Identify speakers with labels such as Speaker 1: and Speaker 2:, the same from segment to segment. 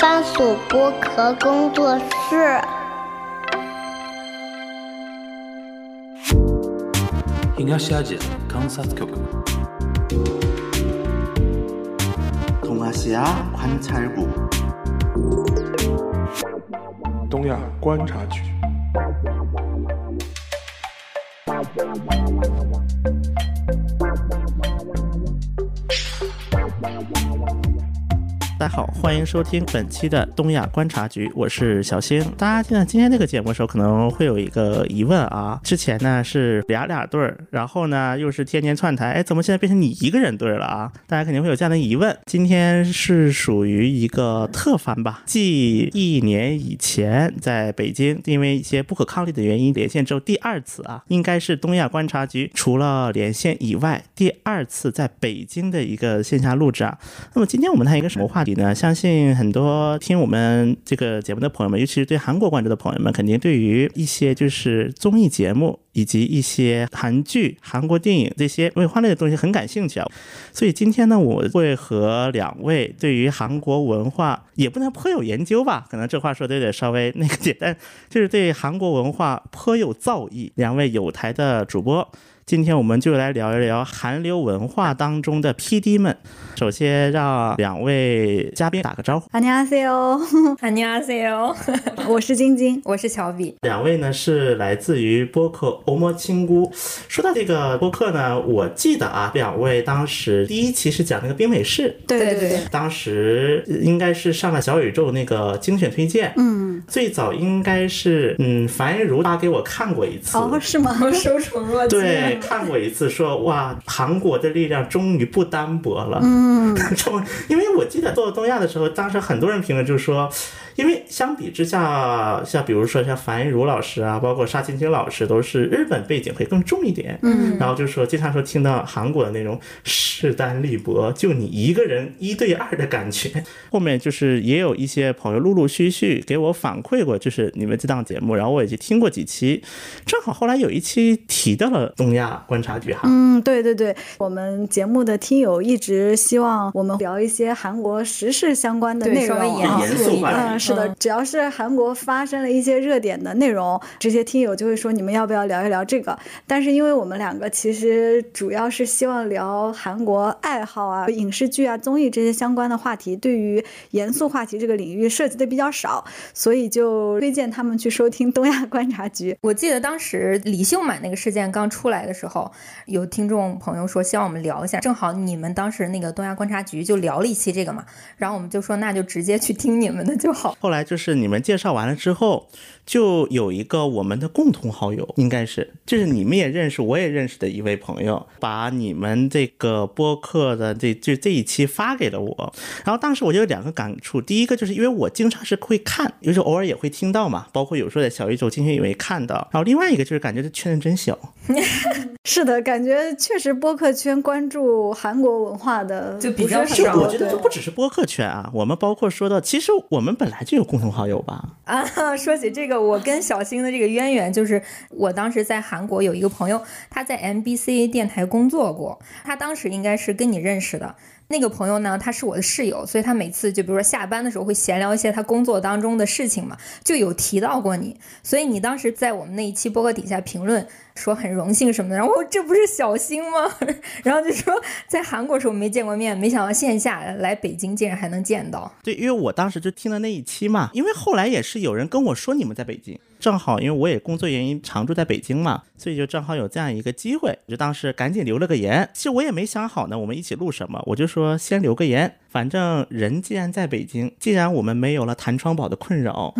Speaker 1: 番薯剥壳工作室。
Speaker 2: 東アジア観察局
Speaker 3: 동아시아 관찰국
Speaker 4: 东亚观察局。
Speaker 5: 大家好，欢迎收听本期的东亚观察局，我是小星。大家听到今天这个节目的时候，可能会有一个疑问啊，之前呢是俩俩队儿，然后呢又是天天串台，哎，怎么现在变成你一个人队儿了啊？大家肯定会有这样的疑问。今天是属于一个特番吧，继一年以前在北京，因为一些不可抗力的原因连线之后，第二次啊，应该是东亚观察局除了连线以外，第二次在北京的一个线下录制啊。那么今天我们谈一个什么话题呢？相信很多听我们这个节目的朋友们，尤其是对韩国关注的朋友们，肯定对于一些就是综艺节目以及一些韩剧、韩国电影这些文化类的东西很感兴趣啊。所以今天呢，我会和两位对于韩国文化也不能颇有研究吧，可能这话说的有点稍微那个点，但就是对韩国文化颇有造诣。两位有台的主播，今天我们就来聊一聊韩流文化当中的 PD 们。首先让两位嘉宾打个招呼。
Speaker 6: 안녕하세요，
Speaker 7: 안녕하세요，
Speaker 6: 我是晶晶。
Speaker 7: 我是乔比。
Speaker 5: 两位呢是来自于播客《欧摩亲姑》。说到这个播客呢，我记得啊，两位当时第一期是讲那个冰美式，
Speaker 6: 对
Speaker 7: 对
Speaker 6: 对
Speaker 7: 对，
Speaker 5: 当时呃应该是上了小宇宙那个精选推荐，
Speaker 6: 嗯，
Speaker 5: 最早应该是嗯樊一茹发给我看过一次，
Speaker 6: 哦，是吗？
Speaker 7: 我受宠若惊。
Speaker 5: 对，看过一次说，哇，韩国的力量终于不单薄了。
Speaker 6: 嗯，
Speaker 5: 终，因为我记得做东亚的时候，当时很多人评论就说，因为相比之下，像比如说像樊一茹老师啊，包括沙青青老师，都是日本背景会更重一点。
Speaker 6: 嗯，
Speaker 5: 然后就说经常说听到韩国的那种势单力薄，就你一个人一对二的感觉。 后面就是也有一些朋友陆陆续续给我反馈过，就是你们这档节目，然后我也去听过几期，正好后来有一期提到了东亚观察局哈。
Speaker 6: 嗯，对对对，我们节目的听友一直希望我们聊一些韩国时事相关的
Speaker 7: 对
Speaker 6: 内
Speaker 7: 稍
Speaker 6: 容
Speaker 7: 微
Speaker 6: 啊
Speaker 5: 严肃一点
Speaker 6: 嗯，是的，只要是韩国发生了一些热点的内容，这些听友就会说你们要不要聊一聊这个？但是因为我们两个其实主要是希望聊韩国爱好啊、影视剧啊、综艺这些相关的话题，对于严肃话题这个领域涉及的比较少，所以就推荐他们去收听东亚观察局。
Speaker 7: 我记得当时李秀满那个事件刚出来的时候，有听众朋友说希望我们聊一下，正好你们当时那个东亚观察局就聊了一期这个嘛，然后我们就说那就直接去听你们的就好。
Speaker 5: 后来就是你们介绍完了之后，就有一个我们的共同好友，应该是就是你们也认识，我也认识的一位朋友，把你们这个播客的这就这一期发给了我。然后当时我就有两个感触，第一个就是因为我经常是会看，有时候偶尔也会听到嘛，包括有时候在小宇宙今天也会看到。然后另外一个就是感觉这圈子真小，
Speaker 6: 是的，感觉确实播客圈关注韩国文化的
Speaker 7: 就比较
Speaker 6: 不是
Speaker 5: 就
Speaker 6: 很
Speaker 7: 少
Speaker 6: 多
Speaker 5: 我觉得
Speaker 6: 对
Speaker 5: 都不只是播客圈啊，我们包括说到，其实我们本来就有共同好友吧，
Speaker 7: 啊， 说起这个，我跟小星的这个渊源就是，我当时在韩国有一个朋友，他在 MBC 电台工作过，他当时应该是跟你认识的。那个朋友呢，他是我的室友，所以他每次就比如说下班的时候会闲聊一些他工作当中的事情嘛，就有提到过你。所以你当时在我们那一期播客底下评论说很荣幸什么的，然后我这不是小星吗？ 然后就说在韩国时候没见过面，没想到线下来北京竟然还能见到。
Speaker 5: 对，因为我当时就听了那一期嘛，因为后来也是有人跟我说你们在北京，正好因为我也工作原因常住在北京嘛，所以就正好有这样一个机会，我就当时赶紧留了个言。其实我也没想好呢，我们一起录什么，我就说先留个言，反正人既然在北京，既然我们没有了弹窗宝的困扰，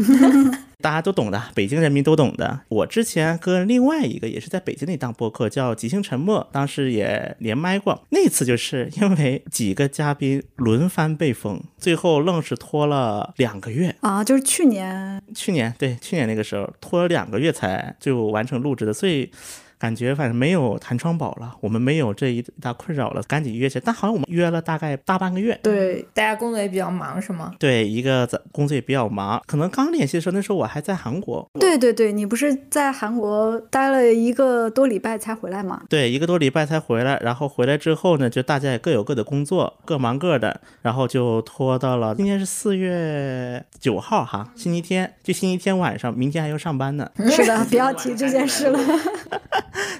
Speaker 5: 大家都懂的，北京人民都懂的。我之前跟另外一个也是在北京那档播客叫《即兴沉默》，当时也连麦过。那次就是因为几个嘉宾轮番被封，最后愣是拖了两个月。
Speaker 6: 啊，就是去年
Speaker 5: 去年对，去年那个时候拖了两个月才就完成录制的，所以感觉反正没有弹窗宝了，我们没有这一大困扰了，赶紧约去。但好像我们约了大概大半个月，
Speaker 6: 对，
Speaker 7: 大家工作也比较忙，是吗？
Speaker 5: 对，一个在工作也比较忙，可能刚联系的时候，那时候我还在韩国，
Speaker 6: 对对对，你不是在韩国待了一个多礼拜才回来吗？
Speaker 5: 对，一个多礼拜才回来。然后回来之后呢，就大家也各有各的工作，各忙各的，然后就拖到了今天是四月九号哈，星期天，就星期天晚上，明天还要上班呢，
Speaker 7: 嗯
Speaker 6: 是 的，不要提这件事了。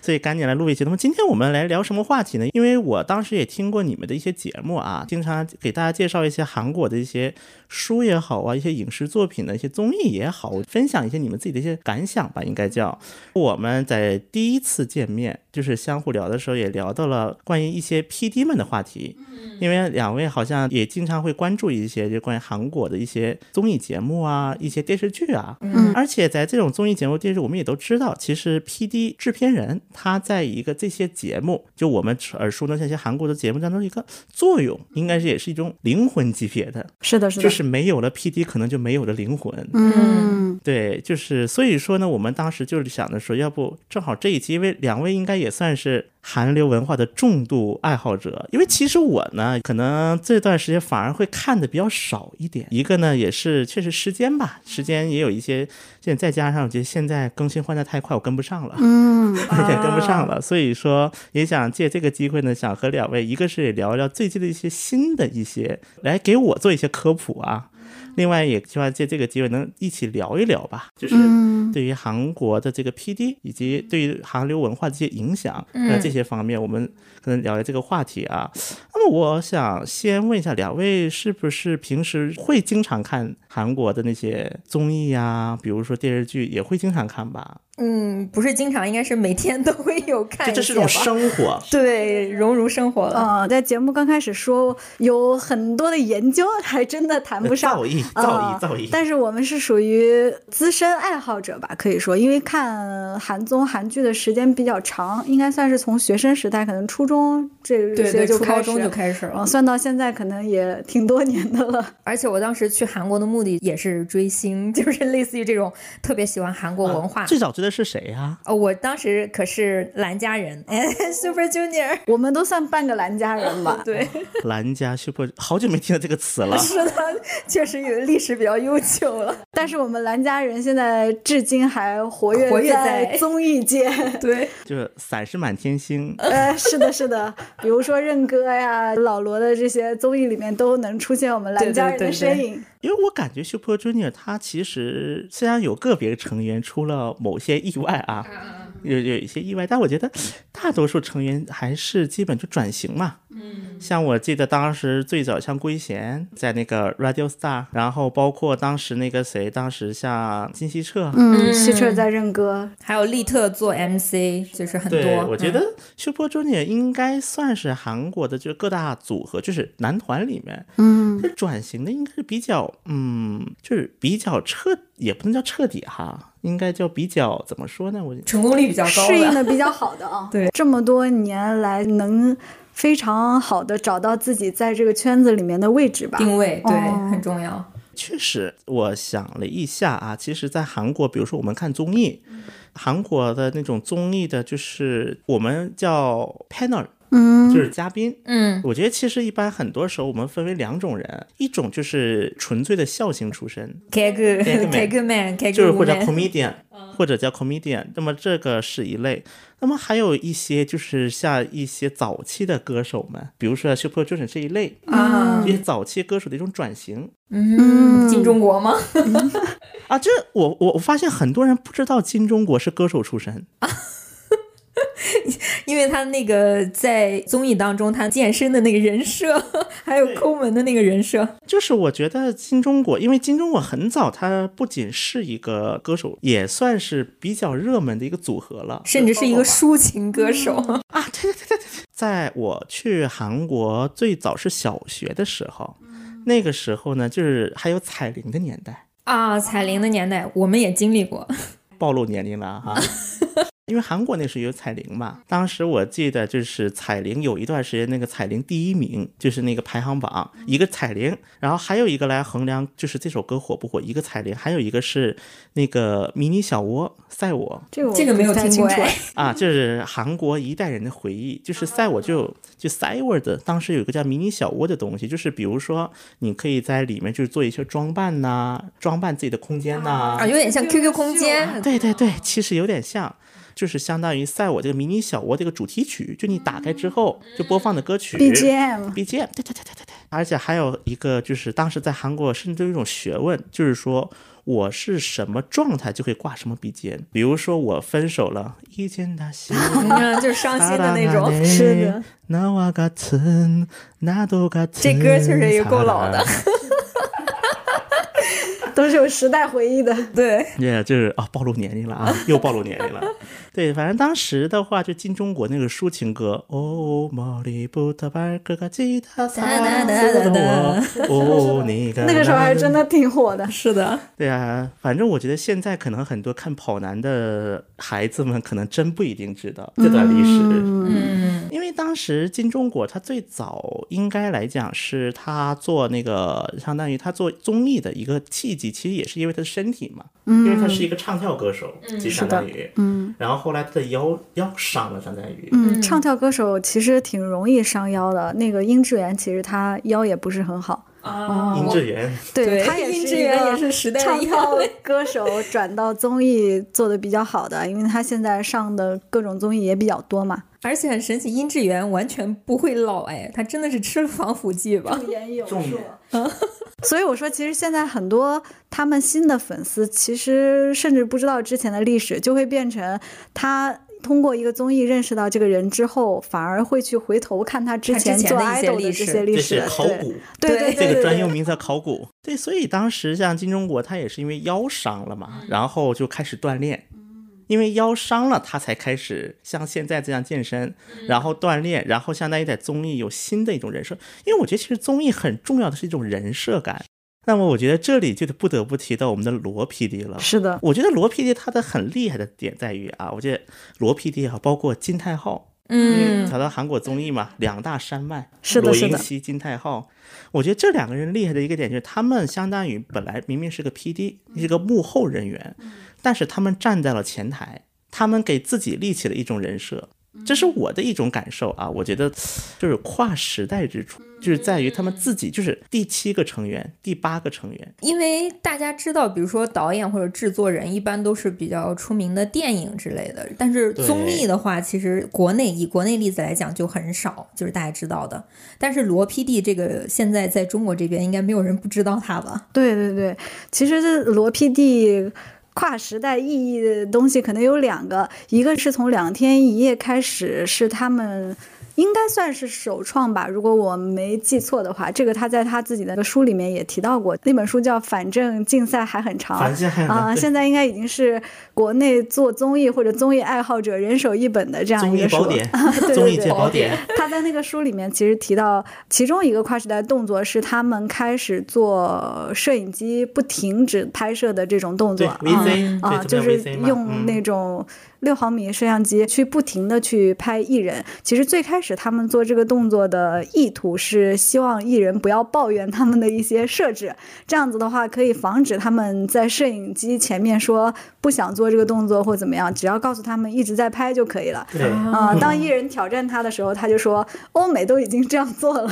Speaker 5: 所以赶紧来录一期。那么今天我们来聊什么话题呢？因为我当时也听过你们的一些节目啊，经常给大家介绍一些韩国的一些书也好啊，一些影视作品的一些综艺也好，分享一些你们自己的一些感想吧，应该叫。我们在第一次见面，就是相互聊的时候，也聊到了关于一些 PD 们的话题，因为两位好像也经常会关注一些就关于韩国的一些综艺节目啊、一些电视剧啊，
Speaker 6: 嗯
Speaker 5: 而且在这种综艺节目、电视剧，我们也都知道，其实 PD 制片人他在一个这些节目，就我们耳熟能详一些韩国的节目当中的一个作用，应该是也是一种灵魂级别的，
Speaker 6: 是的，是的，
Speaker 5: 就是没有了 PD，可能就没有了灵魂。
Speaker 6: 嗯，
Speaker 5: 对，就是所以说呢，我们当时就是想着说，要不正好这一期，因为两位应该也算是韩流文化的重度爱好者。因为其实我呢，可能这段时间反而会看的比较少一点。一个呢，也是确实时间吧，时间也有一些，现在再加上我觉得现在更新换代太快，我跟不上了。
Speaker 6: 嗯，
Speaker 5: 也跟不
Speaker 7: 啊
Speaker 5: 上了，所以说也想借这个机会呢，想和两位，一个是聊聊最近的一些新的一些，来给我做一些科普啊。另外也希望借这个机会能一起聊一聊吧，就是
Speaker 7: 嗯
Speaker 5: 对于韩国的这个 PD 以及对于韩流文化的一些影响，那、
Speaker 7: 嗯
Speaker 5: 这些方面我们可能聊聊这个话题啊。那么我想先问一下，两位是不是平时会经常看韩国的那些综艺啊，比如说电视剧也会经常看吧？
Speaker 7: 嗯，不是经常，应该是每天都会有看
Speaker 5: 这
Speaker 7: 一
Speaker 5: 这是
Speaker 7: 些
Speaker 5: 种
Speaker 7: 吧
Speaker 5: 生活，
Speaker 7: 对融入生活了。
Speaker 6: 呃，在节目刚开始说有很多的研究，还真的 谈不上
Speaker 5: 造。诣，造
Speaker 6: 啊
Speaker 5: 诣，造诣。
Speaker 6: 但是我们是属于资深爱好者吧，可以说，因为看韩综、韩剧的时间比较长，应该算是从学生时代，可能初中这
Speaker 7: 对
Speaker 6: 些
Speaker 7: 对，
Speaker 6: 就
Speaker 7: 初
Speaker 6: 开
Speaker 7: 高
Speaker 6: 始，
Speaker 7: 中就开始
Speaker 6: 嗯，
Speaker 7: 了，
Speaker 6: 算到现在可能也挺多年的了。
Speaker 7: 而且我当时去韩国的目的也是追星， 就是类似于这种特别喜欢韩国文化。
Speaker 5: 啊最早追的是谁啊呀、
Speaker 7: 哦，我当时可是兰家人 ，Super Junior，。
Speaker 6: 我们都算半个兰家人吧
Speaker 7: 对，
Speaker 5: 哦兰家 Super，好久没听到这个词了。
Speaker 7: 是的， 确实有历史比较悠久了。
Speaker 6: 但是我们兰家人现在至今还活跃
Speaker 7: 活跃
Speaker 6: 在
Speaker 7: 在
Speaker 6: 综艺 界，
Speaker 7: 对，
Speaker 5: 就是伞是满天星，
Speaker 6: 呃，是的，是的，比如说任哥呀、老罗的这些综艺里面都能出现我们兰家人
Speaker 7: 对对
Speaker 6: 的
Speaker 7: 对
Speaker 6: 身
Speaker 7: 对
Speaker 6: 影。
Speaker 5: 因为我感觉 Super Junior 他其实虽然有个别成员出了某些意外啊，有有一些意外，但我觉得大多数成员还是基本就转型嘛。嗯，像我记得当时最早像圭贤在那个 Radio Star，然后包括当时那个谁，当时像金希澈，啊
Speaker 6: 嗯，希澈在任哥，
Speaker 7: 还有利特做 MC，就是很
Speaker 5: 对，
Speaker 7: 多。嗯
Speaker 5: 我觉得 Super Junior 应该算是韩国的就是各大组合，就是男团里面，嗯，这转型的应该是比较，嗯，就是比较彻，也不能叫彻底哈，应该叫比较怎么说呢？我
Speaker 7: 成功率比较高
Speaker 6: 适应
Speaker 7: 了。
Speaker 6: 的比较好的啊。
Speaker 7: 对，
Speaker 6: 这么多年来能非常好的找到自己在这个圈子里面的位置吧。
Speaker 7: 定位对、
Speaker 6: 哦
Speaker 7: 很重要，
Speaker 5: 确实，我想了一下啊，其实，在韩国，比如说我们看综艺，
Speaker 7: 嗯
Speaker 5: 韩国的那种综艺的，就是我们叫 panel，
Speaker 6: 嗯
Speaker 5: 就是嘉宾，
Speaker 7: 嗯，
Speaker 5: 我觉得其实一般很多时候我们分为两种人，一种就是纯粹的笑星出身，
Speaker 7: 开个
Speaker 5: Keggman
Speaker 7: 开个 man，开
Speaker 5: 就是
Speaker 7: 个
Speaker 5: 或者
Speaker 7: woman，
Speaker 5: comedian，或者叫 comedian。那么这个是一类，那么还有一些就是像一些早期的歌手们，比如说 Super Junior 这一类，
Speaker 7: 啊
Speaker 5: 一，些早期歌手的一种转型
Speaker 7: 嗯，进中国吗？
Speaker 5: 啊。这我我我发现很多人不知道金钟国是歌手出身，
Speaker 7: 因为他那个在综艺当中，他健身的那个人设，还有抠门的那个人设，
Speaker 5: 就是我觉得金钟国，因为金钟国很早，他不仅是一个歌手，也算是比较热门的一个组合了。
Speaker 7: 甚至是一个抒情
Speaker 6: 嗯
Speaker 7: 歌手。
Speaker 5: 啊，对对对对对， 在我去韩国最早是小学的时候，那个时候呢，就是还有彩铃的年代，
Speaker 7: 啊，彩铃的年代我们也经历过，
Speaker 5: 暴露年龄了哈、因为韩国那时候有彩铃嘛，当时我记得就是彩铃有一段时间那个彩铃第一名就是那个排行榜，一个彩铃，然后还有一个来衡量就是这首歌火不火，一个彩铃，还有一个是那个迷你小窝赛我，
Speaker 6: 这个我
Speaker 7: 这个没有
Speaker 6: 不太
Speaker 7: 听
Speaker 6: 清
Speaker 7: 过
Speaker 6: 楚
Speaker 7: 哎
Speaker 6: 哎。
Speaker 5: 啊，这是韩国一代人的回忆，就是赛我就就 s i w o r d 当时有一个叫迷你小窝的东西，就是比如说你可以在里面就是做一些装扮呐、装扮自己的空间呐、
Speaker 7: 啊，有点像 QQ 空间，
Speaker 5: 对对对，其实有点像，就是相当于赛我这个迷你小窝这个主题曲，就你打开之后就播放的歌曲 BGM，
Speaker 6: BGM
Speaker 5: 对对对对对对。而且还有一个就是当时在韩国甚至有一种学问，就是说我是什么状态就可以挂什么 BGM，比如说我分手了，一见他心。
Speaker 7: 嗯，就是伤心的那种。
Speaker 6: 是的。
Speaker 5: 나와같은나도같은
Speaker 7: 这歌确实也够老的
Speaker 6: 都是有时代回忆的。
Speaker 7: 对，
Speaker 5: 对，就是啊，暴露年龄了 啊，又暴露年龄了。对，反正当时的话，就进中国那个抒情歌，哦，毛利布特巴格嘎吉他萨
Speaker 7: 哒哒
Speaker 5: 斯
Speaker 7: 哒
Speaker 5: 的我
Speaker 7: 哒，
Speaker 5: 哦，你
Speaker 6: 那个时候还真的挺火的，
Speaker 7: 是的，
Speaker 5: 对啊，反正我觉得现在可能很多看跑男的孩子们，可能真不一定知道这段历史。
Speaker 7: 嗯，
Speaker 5: 因为当时金钟国他最早应该来讲是他做那个相当于他做综艺的一个契机，其实也是因为他的身体嘛，因为他是一个唱跳歌手，其实相当于，嗯，然后后来他的腰腰伤了，相当于，
Speaker 6: 嗯，唱跳歌手其实挺容易伤腰的。那个殷志源其实他腰也不是很好，
Speaker 7: 啊
Speaker 5: 殷志源
Speaker 7: 对
Speaker 6: 他也
Speaker 7: 殷
Speaker 6: 是
Speaker 7: 志
Speaker 6: 一
Speaker 7: 源
Speaker 6: 个
Speaker 7: 也是时代的
Speaker 6: 唱
Speaker 7: 眼
Speaker 6: 跳
Speaker 7: 泪
Speaker 6: 歌手转到综艺做的比较好的，因为他现在上的各种综艺也比较多嘛。
Speaker 7: 而且很神奇，殷志源完全不会老，哎，他真的是吃了防腐剂吧？
Speaker 6: 言有
Speaker 5: 重点
Speaker 6: 嗯 所以我说，其实现在很多他们新的粉丝，其实甚至不知道之前的历史，就会变成他通过一个综艺认识到这个人之后，反而会去回头看他之前
Speaker 7: 他之前
Speaker 6: 做
Speaker 7: 的一些
Speaker 6: idol 的
Speaker 7: 历
Speaker 6: 这
Speaker 7: 史
Speaker 6: 些历
Speaker 5: 这是，
Speaker 6: 史
Speaker 5: 考古，
Speaker 6: 对对对
Speaker 5: 这
Speaker 6: 对
Speaker 5: 个
Speaker 6: 对
Speaker 5: 专用
Speaker 6: 对。
Speaker 5: 名词考古。对，所以当时像金钟国，他也是因为腰伤了
Speaker 6: 嗯
Speaker 5: 嘛，然后就开始锻炼。因为腰伤了，他才开始像现在这样健身，
Speaker 6: 嗯
Speaker 5: 然后锻炼，然后相当于在综艺有新的一种人设。因为我觉得其实综艺很重要的是一种人设感。那么我觉得这里就得不得不提到我们的罗 PD 了。
Speaker 6: 是的，
Speaker 5: 我觉得罗 PD 他的很厉害的点在于啊，我觉得罗 PD 啊，包括金泰浩，
Speaker 7: 嗯，
Speaker 5: 调到韩国综艺嘛，两大山脉，
Speaker 6: 是的
Speaker 5: 罗
Speaker 6: 是
Speaker 5: 云
Speaker 6: 的
Speaker 5: 熙、金泰浩。我觉得这两个人厉害的一个点就是，他们相当于本来明明是个 PD，是
Speaker 6: 嗯
Speaker 5: 个幕后人员，但是他们站在了前台，他们给自己立起了一种人设。
Speaker 6: 嗯
Speaker 5: 这是我的一种感受啊，我觉得就是跨时代之处，
Speaker 6: 嗯
Speaker 5: 就是在于他们自己，就是第七个成员、第八个成员，
Speaker 7: 因为大家知道，比如说导演或者制作人，一般都是比较出名的电影之类的，但是
Speaker 5: 对
Speaker 7: 综艺的话，其实国内以国内例子来讲就很少，就是大家知道的。但是罗 PD 这个现在在中国这边，应该没有人不知道他吧？
Speaker 6: 对对对，其实这罗 PD 跨时代意义的东西可能有两个，一个是从两天一夜开始是他们。应该算是首创吧，如果我没记错的话，这个他在他自己的书里面也提到过，那本书叫《反正竞赛还很长》，
Speaker 5: 反正还很长
Speaker 6: 啊、
Speaker 5: 对
Speaker 6: 现在应该已经是国内做综艺或者综艺爱好者人手一本的这样
Speaker 5: 综
Speaker 6: 一
Speaker 5: 艺
Speaker 6: 个书。
Speaker 5: 宝典
Speaker 6: 对、
Speaker 5: 综
Speaker 6: 对
Speaker 5: 艺
Speaker 6: 对哦
Speaker 5: 界宝典。
Speaker 6: 他在那个书里面其实提到，其中一个跨时代动作是他们开始做摄影机不停止拍摄的这种动
Speaker 5: 对
Speaker 6: 作
Speaker 5: VC，
Speaker 6: 啊，
Speaker 5: 对，
Speaker 6: 就
Speaker 5: 叫
Speaker 6: 是
Speaker 5: VC 嘛
Speaker 6: 用
Speaker 5: 嗯
Speaker 6: 那种六毫米摄像机去不停的去拍艺人。其实最开始他们做这个动作的意图是希望艺人不要抱怨他们的一些设置，这样子的话可以防止他们在摄影机前面说不想做这个动作或怎么样，只要告诉他们一直在拍就可以了。
Speaker 5: 对。
Speaker 6: 啊、当艺人挑战他的时候，他就说欧美都已经这样做了，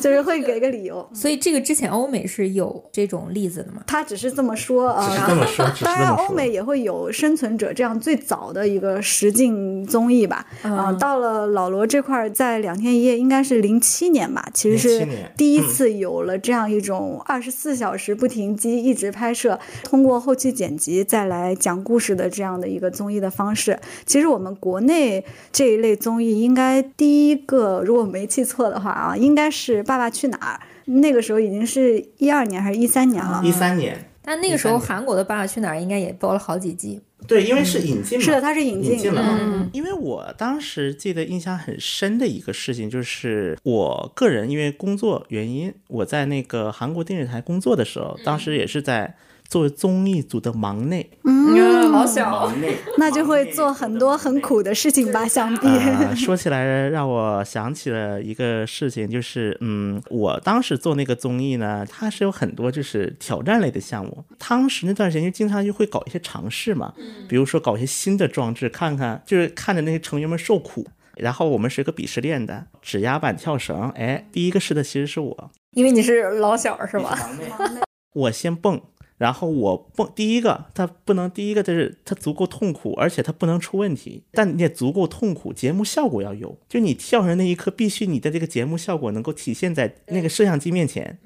Speaker 6: 就是会给个理由。
Speaker 7: 所以这个之前欧美是有这种例子的嘛？
Speaker 6: 他只是这么说啊，
Speaker 5: 只是
Speaker 6: 然
Speaker 5: 这
Speaker 6: 后
Speaker 5: 么说，只是这
Speaker 6: 当然
Speaker 5: 么
Speaker 6: 欧
Speaker 5: 说
Speaker 6: 美。也会有《生存者》这样最早的一个实境综艺吧。啊、
Speaker 7: 嗯
Speaker 6: 到了老罗这块儿，在两天一夜应该是零七年吧，其实
Speaker 5: 07
Speaker 6: 是
Speaker 5: 年
Speaker 6: 第一次有了这样一种二十四小时不停机一直拍摄，通过后期剪辑再来讲故事的这样的一个综艺的方式。其实我们国内这一类综艺，应该第一个，如果没记错的话啊，应该是《爸爸去哪儿》。那个时候已经是一二年还是一三年了，
Speaker 5: 一三年，
Speaker 7: 但那个时候韩国的《爸爸去哪儿》应该也播了好几季。
Speaker 5: 对，因为是引进嘛，
Speaker 6: 是的，它是引进，
Speaker 5: 引进了嘛。
Speaker 7: 嗯
Speaker 5: 因为我当时记得印象很深的一个事情，就是我个人因为工作原因，我在那个韩国电视台工作的时候，当时也是在作为综艺组的忙内
Speaker 7: 嗯，好小，
Speaker 8: 忙内，
Speaker 6: 那就会做很多很苦的事情吧，想必。
Speaker 5: 啊、说起来让我想起了一个事情，就是嗯，我当时做那个综艺呢，它是有很多就是挑战类的项目。当时那段时间就经常就会搞一些尝试嘛，比如说搞一些新的装置，看看就是看着那些成员们受苦。然后我们是一个鄙视链的指压板跳绳，哎，第一个试的其实是我，
Speaker 7: 因为你是老小是吧？
Speaker 5: 我先蹦，然后我蹦第一个，它不能第一个就是它足够痛苦，而且它不能出问题，但你也足够痛苦，节目效果要有，就你跳上那一刻，必须你的这个节目效果能够体现在那个摄像机面前。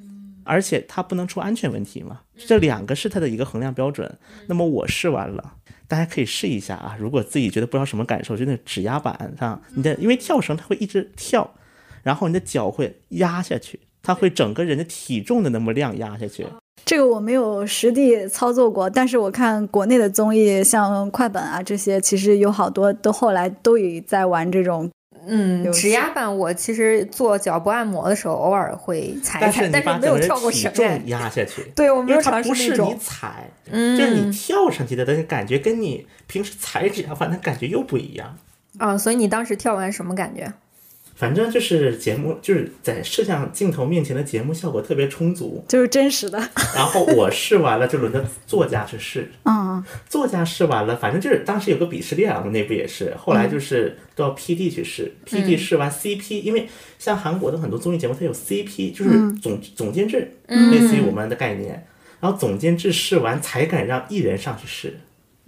Speaker 5: 而且它不能出安全问题嘛，这两个是它的一个衡量标准。那么我试完了，大家可以试一下啊。如果自己觉得不知道什么感受，就那指压板上，你的因为跳绳它会一直跳，然后你的脚会压下去，它会整个人的体重的那么量压下去。
Speaker 6: 这个我没有实地操作过，但是我看国内的综艺，像快本啊这些，其实有好多都后来都也在玩这种。
Speaker 7: 嗯，
Speaker 6: 有
Speaker 7: 指压板我其实做脚部按摩的时候偶尔会踩
Speaker 5: 但
Speaker 7: 一
Speaker 5: 是
Speaker 7: 踩，
Speaker 5: 你
Speaker 7: 但是
Speaker 5: 把
Speaker 7: 没
Speaker 5: 整
Speaker 7: 有
Speaker 5: 个人
Speaker 7: 跳过
Speaker 5: 体
Speaker 7: 绳。哎
Speaker 5: 重压下 去。
Speaker 7: 对我
Speaker 5: 因
Speaker 7: 没有
Speaker 5: 为它
Speaker 7: 尝试
Speaker 5: 不
Speaker 7: 那
Speaker 5: 是你
Speaker 7: 种，嗯
Speaker 5: 踩，嗯就是你跳上去的，但是感觉跟你平时踩指压板的感觉又不一样。
Speaker 7: 啊，所以你当时跳完什么感觉？
Speaker 5: 反正就是节目，就是在摄像镜头面前的节目效果特别充足。
Speaker 6: 就是真实的，
Speaker 5: 然后我试完了，就轮到作家去试。
Speaker 6: 嗯，
Speaker 5: 作家试完了，反正就是当时有个鄙视链啊，我们内部也是，后来
Speaker 7: 嗯
Speaker 5: 就是都要 PD 去试、p d 试完 CP，因为像韩国的很多综艺节目，它有 CP，就是
Speaker 7: 嗯
Speaker 5: 总、总监制，类似于我们的概念。然后总监制试完才敢让艺人上去试。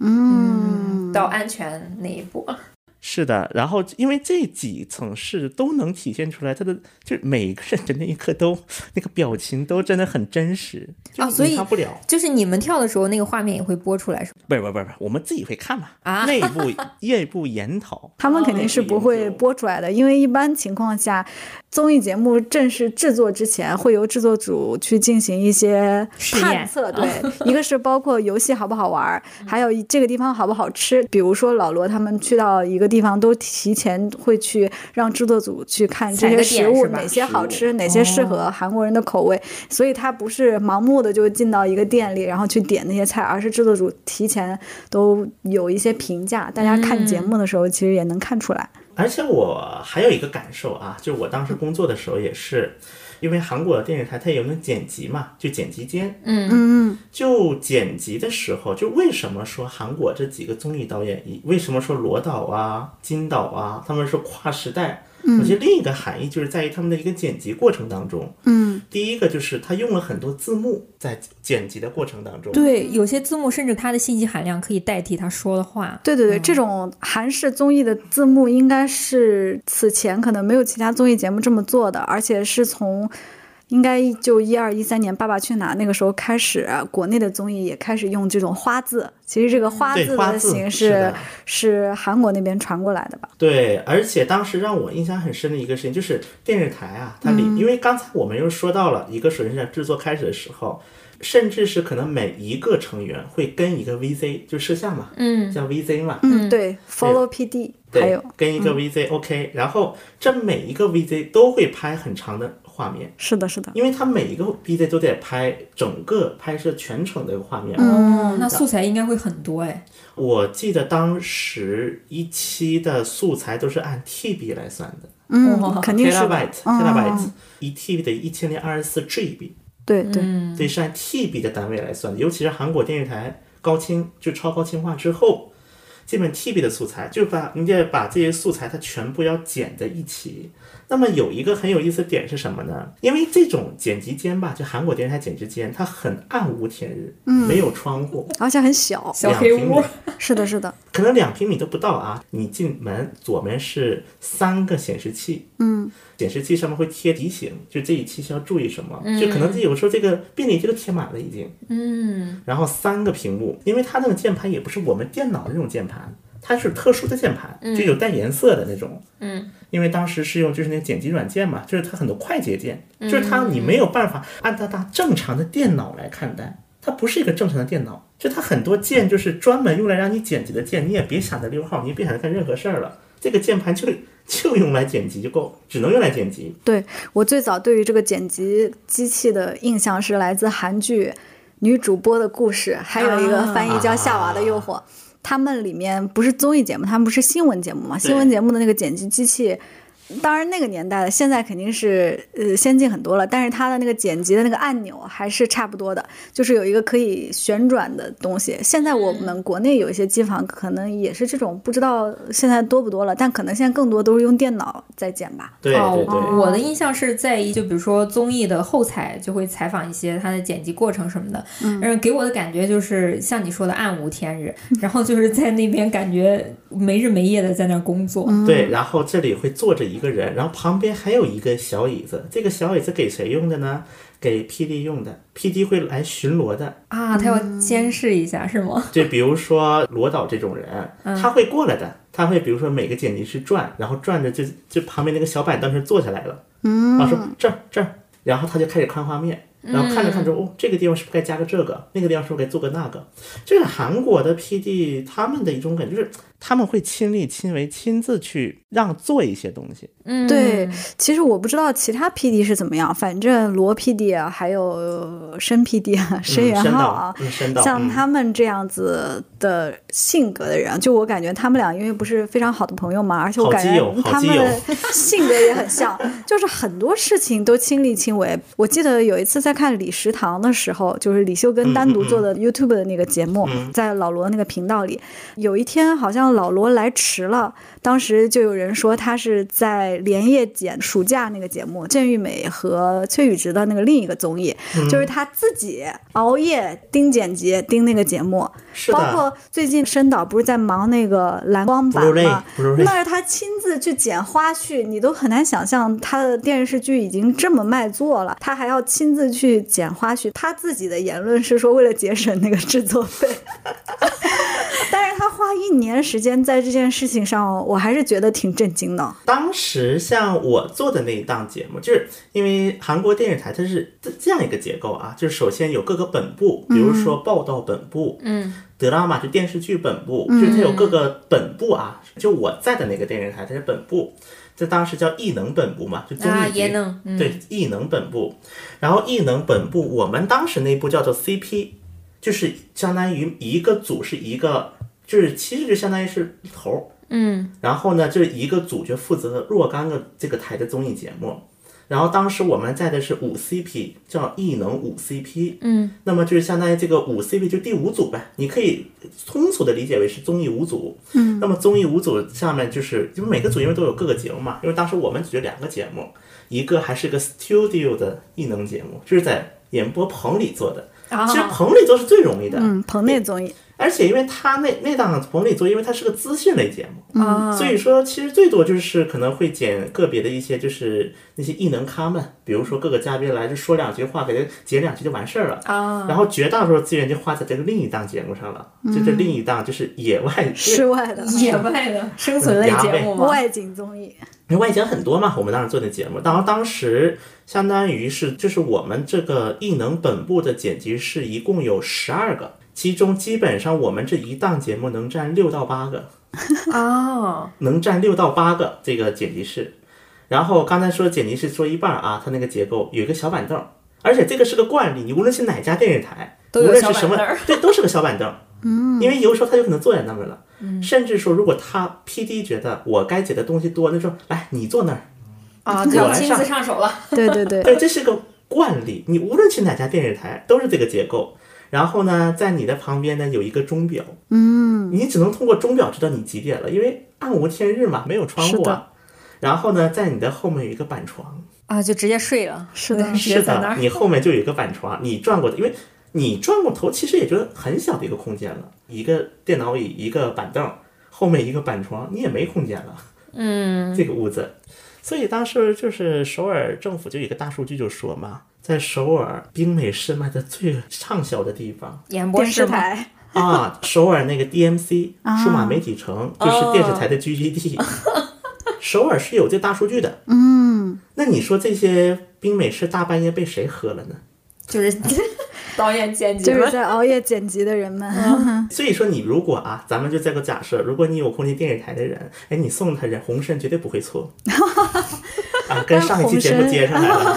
Speaker 6: 嗯
Speaker 7: 到安全那一步了。
Speaker 5: 是的，然后因为这几层试都能体现出来，他的就是每个人的那一刻都那个表情都真的很真实
Speaker 7: 啊所以
Speaker 5: 他不了。
Speaker 7: 就是你们跳的时候，那个画面也会播出来，是吧？
Speaker 5: 不是不是不是，我们自己会看嘛，
Speaker 7: 啊
Speaker 5: 内部内部研讨。
Speaker 6: 他们肯
Speaker 7: 哦
Speaker 6: 定是不会播出来的，因为一般情况下，综艺节目正式制作之前，会由制作组去进行一些
Speaker 7: 试验哦嗯
Speaker 6: 探测。对， 一个是包括游戏好不好玩，还有这个地方好不好吃。比如说老罗他们去到一个地方，都提前会去让制作组去看这
Speaker 7: 踩个
Speaker 6: 些
Speaker 7: 点
Speaker 6: 食物
Speaker 7: 是吧
Speaker 6: 哪些好吃，哪些适合韩国人的口味，所以他不是盲目的就进到一个店里，然后去点那些菜，而是制作组提前都有一些评价，大家看节目的时候其实也能看出来。
Speaker 5: 而且我还有一个感受啊，就是我当时工作的时候也是，因为韩国的电视台它有那剪辑嘛，就剪辑间，
Speaker 6: 嗯，
Speaker 5: 就剪辑的时候，就为什么说韩国这几个综艺导演，以为什么说罗导啊、金导啊，他们是跨时代？
Speaker 6: 嗯
Speaker 5: 我觉得另一个含义就是在于他们的一个剪辑过程当中，嗯，第一个就是他用了很多字幕在剪辑的过程当中，
Speaker 7: 对，有些字幕甚至它的信息含量可以代替他说的话。
Speaker 6: 对对对，这种韩式综艺的字幕应该是此前可能没有其他综艺节目这么做的，而且是从。应该就一二一三年《爸爸去哪儿》那个时候开始，国内的综艺也开始用这种花字。其实这个花
Speaker 5: 对
Speaker 6: 字
Speaker 5: 花
Speaker 6: 的
Speaker 5: 字
Speaker 6: 形
Speaker 5: 是
Speaker 6: 式
Speaker 5: 的
Speaker 6: 是韩国那边传过来的吧？
Speaker 5: 对，而且当时让我印象很深的一个事情就是电视台啊，它里、
Speaker 6: 嗯
Speaker 5: 因为刚才我们又说到了一个首先在制作开始的时候，甚至是可能每一个成员会跟一个 VZ 就摄像嘛，嗯，叫 VZ 嘛，
Speaker 6: 嗯，对，Follow PD，还
Speaker 5: 对
Speaker 6: 有，嗯
Speaker 5: 跟一个 VZ OK，、然后这每一个 VZ 都会拍很长的画面，
Speaker 6: 是的，是的，
Speaker 5: 因为它每一个 VZ 都得拍整个拍摄全程的一个画
Speaker 6: 嗯
Speaker 5: 面嘛。
Speaker 7: 哦，那素材应该会很多哎。
Speaker 5: 我记得当时一期的素材都是按 TB 来算的
Speaker 6: 嗯，肯定是的
Speaker 5: ，terabyte，terabyte，、terabyte，一 TB 等于一千零二十四 GB，
Speaker 6: 对对，
Speaker 5: 对，是按 TB 的单位来算的，尤其是韩国电视台高清就超高清化之后，基本 TB 的素材就把你得把这些素材它全部要剪在一起。那么有一个很有意思的点是什么呢？因为这种剪辑间吧，就韩国电视台剪辑间，它很暗无天日，没有窗户，
Speaker 6: 而且很小，
Speaker 7: 小
Speaker 5: 两
Speaker 7: 黑
Speaker 5: 平
Speaker 7: 屋
Speaker 5: 米，
Speaker 6: 是的，是的，
Speaker 5: 可能两平米都不到啊。你进门左门是三个显示器，
Speaker 6: 嗯，
Speaker 5: 显示器上面会贴提醒，就这一期需要注意什么，就可能这有时候这个便利贴都贴满了已经。
Speaker 7: 嗯，
Speaker 5: 然后三个屏幕，因为它那个键盘也不是我们电脑的那种键盘，它是特殊的键盘，就有带颜色的那种。
Speaker 7: 嗯，
Speaker 5: 因为当时是用就是那个剪辑软件嘛，就是它很多快捷键，就是它你没有办法按照它正常的电脑来看待，它不是一个正常的电脑，就它很多键就是专门用来让你剪辑的键，你也别想着溜号，你也别想着干任何事儿了，这个键盘就就用来剪辑就够，只能用来剪辑。
Speaker 6: 对我最早对于这个剪辑机器的印象是来自韩剧《女主播的故事，还有一个翻译叫《夏娃的诱惑》。他们里面不是综艺节目，他们不是新闻节目嘛？新闻节目的那个剪辑机器，当然那个年代的，现在肯定是呃先进很多了，但是它的那个剪辑的那个按钮还是差不多的，就是有一个可以旋转的东西。现在我们国内有一些机房可能也是这种，不知道现在多不多了，但可能现在更多都是用电脑在剪吧。
Speaker 5: 对对对，
Speaker 7: 哦，我的印象是在一就比如说综艺的后采就会采访一些它的剪辑过程什么的，嗯，给我的感觉就是像你说的暗无天日， 然后就是在那边感觉没日没夜的在那工作，
Speaker 5: 对，然后这里会坐着一个人，然后旁边还有一个小椅子。这个小椅子给谁用的呢？给 PD 用的，PD 会来巡逻的。
Speaker 7: 啊，他要监视一下是吗？
Speaker 5: 就比如说罗导这种人，
Speaker 6: 嗯
Speaker 5: 他会过来的，他会比如说每个剪辑师转，然后转着就就旁边那个小板凳上坐下来了，
Speaker 6: 嗯
Speaker 5: 然后说这儿这儿，然后他就开始看画面。然后看着
Speaker 6: 嗯
Speaker 5: 看着，哦，这个地方是不是该加个这个？那个地方是不是该做个那个？这是韩国的 PD 他们的一种感觉，就是他们会亲力亲为，亲自去让做一些东西。
Speaker 7: 嗯，
Speaker 6: 对，其实我不知道其他 PD 是怎么样，反正罗 PD 啊，还有申 PD 啊，申元浩啊，
Speaker 5: 嗯申导嗯申导嗯
Speaker 6: 像他们这样子的性格的人，就我感觉他们俩因为不是非常好的朋友嘛，而且我
Speaker 5: 好
Speaker 6: 感
Speaker 5: 基
Speaker 6: 觉
Speaker 5: 友好
Speaker 6: 他
Speaker 5: 基
Speaker 6: 们
Speaker 5: 友
Speaker 6: 的性格也很像，就是很多事情都亲力亲为。我记得有一次在看李食堂的时候，就是李秀
Speaker 5: 嗯
Speaker 6: 根单独做的 YouTube 的那个节目，在老罗那个频道里，有一天好像老罗来迟了，当时就有人说他是在连夜剪暑假那个节目，郑玉美和崔宇植的那个另一个综艺，
Speaker 5: 嗯
Speaker 6: 就是他自己熬夜盯剪辑盯那个节目，
Speaker 5: 是的
Speaker 6: 包括最近申导不是在忙那个蓝光版
Speaker 5: Blu-ray，
Speaker 6: 吗？
Speaker 5: Blu-ray
Speaker 6: 那是他亲自去剪花絮，你都很难想象他的电视剧已经这么卖座了，他还要亲自去剪花絮。他自己的言论是说为了节省那个制作 费，但是他花一年时间在这件事情上，我还是觉得挺震惊的。
Speaker 5: 当时像我做的那一档节目，就是因为韩国电视台它是这样一个结构啊，就是首先有各个本部，比如说报道本部，
Speaker 7: 嗯，
Speaker 5: 德拉玛是电视剧本部，就是它有各个本部啊。就我在的那个电视台，它是本部，这当时叫艺能本部嘛，就综
Speaker 7: 啊
Speaker 5: 艺
Speaker 7: 也
Speaker 5: 节
Speaker 7: 能嗯
Speaker 5: 对艺能本部，然后艺能本部我们当时那部叫做 CP，就是相当于一个组是一个，就是其实就相当于是头儿。
Speaker 7: 嗯
Speaker 5: 然后呢，就是一个组就负责若干个这个台的综艺节目。然后当时我们在的是五 CP，叫艺能五 CP。
Speaker 7: 嗯，
Speaker 5: 那么就是相当于这个五 CP 就第五组呗，你可以通俗的理解为是综艺五组。嗯，那么综艺五组下面就是，因为每个组因为都有各个节目嘛，因为当时我们组就两个节目，一个还是个 studio 的艺能节目，就是在演播棚里做的。
Speaker 7: 啊
Speaker 5: 其实棚里做是最容易的，
Speaker 6: 嗯，棚内综艺，
Speaker 5: 而且因为它那那档棚里做，因为它是个资讯类节目，
Speaker 7: 啊，
Speaker 5: 所以说，其实最多就是可能会捡个别的一些，就是那些异能咖们，比如说各个嘉宾来就说两句话，给他截两句就完事儿了。
Speaker 7: 啊，嗯
Speaker 5: 然后绝大多数资源就花在这个另一档节目上了，就这另一档就是野外
Speaker 6: 室外的
Speaker 7: 野外的生 存类节目吗？
Speaker 6: 外景综艺，
Speaker 5: 因为外景很多嘛，我们当时做的节目，然后当时相当于是就是我们这个艺能本部的剪辑室一共有十二个，其中基本上我们这一档节目能占六到八个。
Speaker 7: 啊，
Speaker 5: 能占六到八个这个剪辑室。然后刚才说剪辑室说一半儿啊，它那个结构有一个小板凳儿，而且这个是个惯例，你无论是哪家电视台，
Speaker 7: 都有
Speaker 5: 无论是什
Speaker 7: 小
Speaker 5: 么
Speaker 7: 板凳儿，
Speaker 5: 对，都是个小板凳。嗯，因为有时候他有可能坐在那儿了，
Speaker 7: 嗯
Speaker 5: 甚至说如果他 P D 觉得我该解的东西多，那就说来你坐那儿。
Speaker 7: 啊，就
Speaker 5: 我
Speaker 7: 要
Speaker 5: 来
Speaker 7: 亲
Speaker 5: 上
Speaker 7: 自上手了，
Speaker 6: 对对对，
Speaker 5: 对，这是个惯例，你无论去哪家电视台都是这个结构。然后呢，在你的旁边呢有一个钟表，嗯，你只能通过钟表知道你几点了，因为暗无天日嘛，没有窗户
Speaker 6: 是
Speaker 5: 啊。然后呢，在你的后面有一个板床，
Speaker 7: 啊，就直接睡了，
Speaker 6: 是的
Speaker 7: 对直
Speaker 5: 是
Speaker 7: 接在那
Speaker 5: 的，
Speaker 7: 儿，
Speaker 5: 你后面就有一个板床，你转过，因为你转过头，其实也就很小的一个空间了，一个电脑椅，一个板凳，后面一个板床，你也没空间了。
Speaker 7: 嗯，
Speaker 5: 这个屋子。所以当时就是首尔政府就有一个大数据就说嘛，在首尔冰美式卖的最畅销的地方
Speaker 7: 演 播
Speaker 6: 电
Speaker 7: 室
Speaker 6: 视
Speaker 7: 嘛，
Speaker 6: 台。
Speaker 5: 啊，首尔那个 DMC 数码媒体城就是电视台的 GGD，、首尔是有这大数据的。嗯，那你说这些冰美式大半夜被谁喝了呢？
Speaker 7: 就是导演剪辑
Speaker 6: 就是
Speaker 7: 们，
Speaker 6: 在熬夜剪辑的人们，
Speaker 5: 所以说你如果啊，咱们就再个假设，如果你有空进电视台的人，哎，你送 他人红参绝对不会错。啊，跟上一期节目接上来了。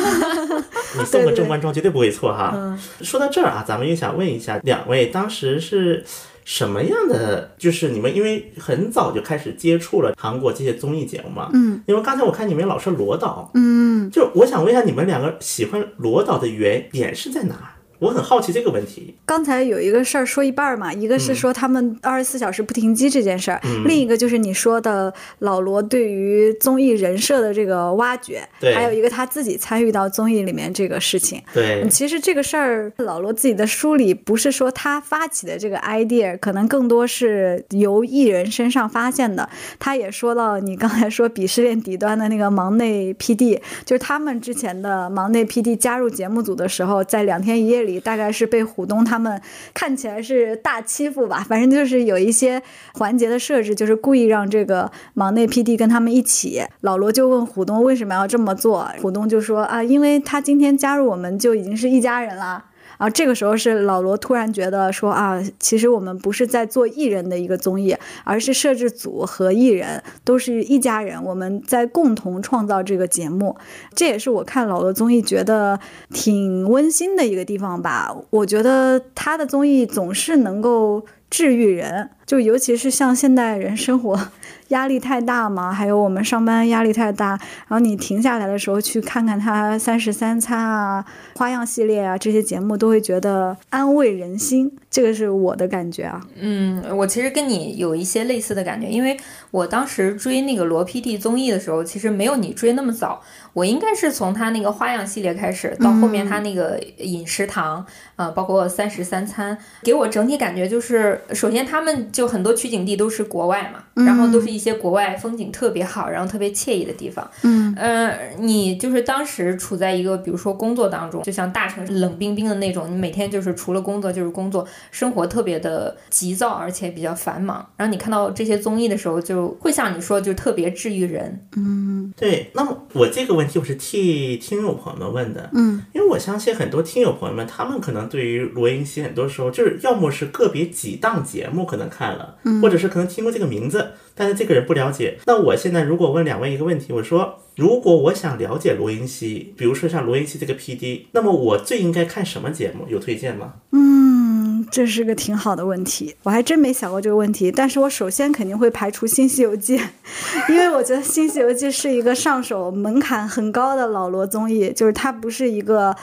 Speaker 5: 你送个
Speaker 6: 对对
Speaker 5: 正官装绝对不会错哈。
Speaker 6: 嗯
Speaker 5: 说到这儿啊，咱们又想问一下两位，当时是什么样的？就是你们因为很早就开始接触了韩国这些综艺节目嘛，
Speaker 6: 嗯，
Speaker 5: 因为刚才我看你们老说罗导，
Speaker 6: 嗯，
Speaker 5: 就我想问一下你们两个喜欢罗导的原点是在哪儿？我很好奇这个问题。
Speaker 6: 刚才有一个事儿说一半儿嘛，一个是说他们二十四小时不停机这件事儿，另一个就是你说的老罗对于综艺人设的这个挖掘
Speaker 5: 对，
Speaker 6: 还有一个他自己参与到综艺里面这个事情。
Speaker 5: 对
Speaker 6: 嗯，其实这个事儿，老罗自己的梳理不是说他发起的这个 idea，可能更多是由艺人身上发现的。他也说到你刚才说鄙视链底端的那个忙内 PD，就是他们之前的忙内 PD 加入节目组的时候，在两天一夜里，大概是被虎东他们看起来是大欺负吧，反正就是有一些环节的设置，就是故意让这个忙内 PD 跟他们一起。老罗就问虎东为什么要这么做，虎东就说啊，因为他今天加入我们就已经是一家人啦。啊，这个时候是老罗突然觉得说啊，其实我们不是在做艺人的一个综艺，而是摄制组和艺人都是一家人，我们在共同创造这个节目。这也是我看老罗综艺觉得挺温馨的一个地方吧。我觉得他的综艺总是能够治愈人，就尤其是像现代人生活压力太大嘛，还有我们上班压力太大，然后你停下来的时候去看看他《三十三餐》啊、花样系列啊这些节目，都会觉得安慰人心。这个是我的感觉啊。
Speaker 7: 嗯，我其实跟你有一些类似的感觉，因为我当时追那个罗 PD 综艺的时候，其实没有你追那么早，我应该是从他那个花样系列开始，到后面他那个饮食堂，呃，包括三十三餐，给我整体感觉就是，首先他们就很多取景地都是国外嘛，然后都是一些国外风景特别好，然后特别惬意的地方。
Speaker 6: 嗯
Speaker 7: 呃，你就是当时处在一个比如说工作当中，就像大城市冷冰冰的那种，你每天就是除了工作就是工作，生活特别的急躁，而且比较繁忙。然后你看到这些综艺的时候，就会像你说，就特别治愈人。
Speaker 6: 嗯
Speaker 5: 对，那么我这个问题我是替听友朋友们问的，
Speaker 6: 嗯，
Speaker 5: 因为我相信很多听友朋友们，他们可能对于罗云熙很多时候就是要么是个别几档节目可能看了，
Speaker 6: 嗯
Speaker 5: 或者是可能听过这个名字，但是这个人不了解。那我现在如果问两位一个问题，我说如果我想了解罗云熙，比如说像罗云熙这个 PD，那么我最应该看什么节目？有推荐吗？
Speaker 6: 嗯，这是个挺好的问题，我还真没想过这个问题。但是我首先肯定会排除《新西游记》， 因为我觉得《新西游记》是一个上手门槛很高的老罗综艺，就是它不是一个。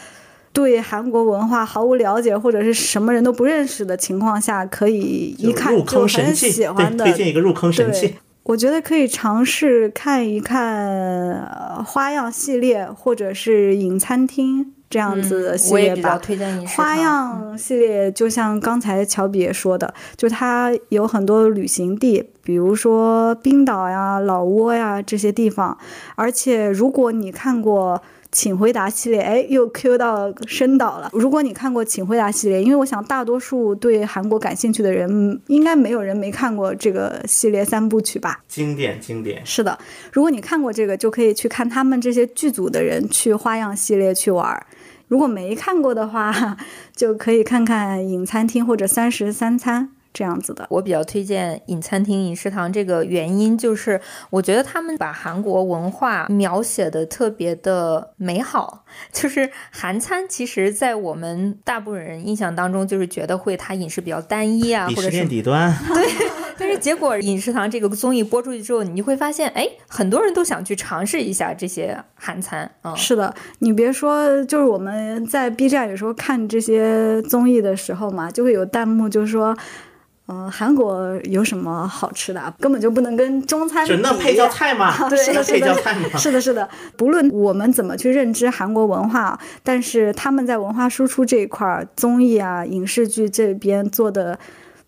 Speaker 6: 对韩国文化毫无了解，或者是什么人都不认识的情况下，可以一看
Speaker 5: 入
Speaker 6: 就
Speaker 5: 坑神
Speaker 6: 很
Speaker 5: 器，
Speaker 6: 喜欢
Speaker 5: 对，
Speaker 6: 的
Speaker 5: 推荐一个入坑神器
Speaker 6: 对。我觉得可以尝试看一看、呃花样系列或者是影餐厅这样子的系
Speaker 7: 嗯我也
Speaker 6: 列
Speaker 7: 比较
Speaker 6: 吧。
Speaker 7: 推荐饮食堂。
Speaker 6: 花样系列就像刚才乔比也说的，就它有很多旅行地，比如说冰岛呀、老挝呀这些地方。而且如果你看过《请回答》系列，哎，又 Q 到深岛了。如果你看过《请回答》系列，因为我想大多数对韩国感兴趣的人，嗯应该没有人没看过这个系列三部曲吧？
Speaker 5: 经典经典，
Speaker 6: 是的，如果你看过这个，就可以去看他们这些剧组的人去花样系列去玩儿。如果没看过的话， 就可以看看《影餐厅》或者《三十三餐》这样子的。
Speaker 7: 我比较推荐饮餐厅、饮食堂这个原因，就是我觉得他们把韩国文化描写的特别的美好。就是韩餐，其实，在我们大部分人印象当中，就是觉得会它饮食比较单一啊，
Speaker 5: 鄙
Speaker 7: 或
Speaker 5: 视
Speaker 7: 者
Speaker 5: 链
Speaker 7: 是。
Speaker 5: 底 端，
Speaker 7: 但是结果《饮食堂》这个综艺播出去之后，你就会发现，哎，很多人都想去尝试一下这些韩餐啊。嗯
Speaker 6: 是的，你别说，就是我们在 B 站有时候看这些综艺的时候嘛，就会有弹幕就说，呃，韩国有什么好吃的啊，根本就不能跟中餐
Speaker 5: 就那
Speaker 6: 比
Speaker 5: 配叫菜嘛，
Speaker 6: 啊对
Speaker 5: 那配
Speaker 6: 是的
Speaker 5: 叫菜嘛。
Speaker 6: 是的，是的，不论我们怎么去认知韩国文化，但是他们在文化输出这一块儿，综艺啊、影视剧这边做的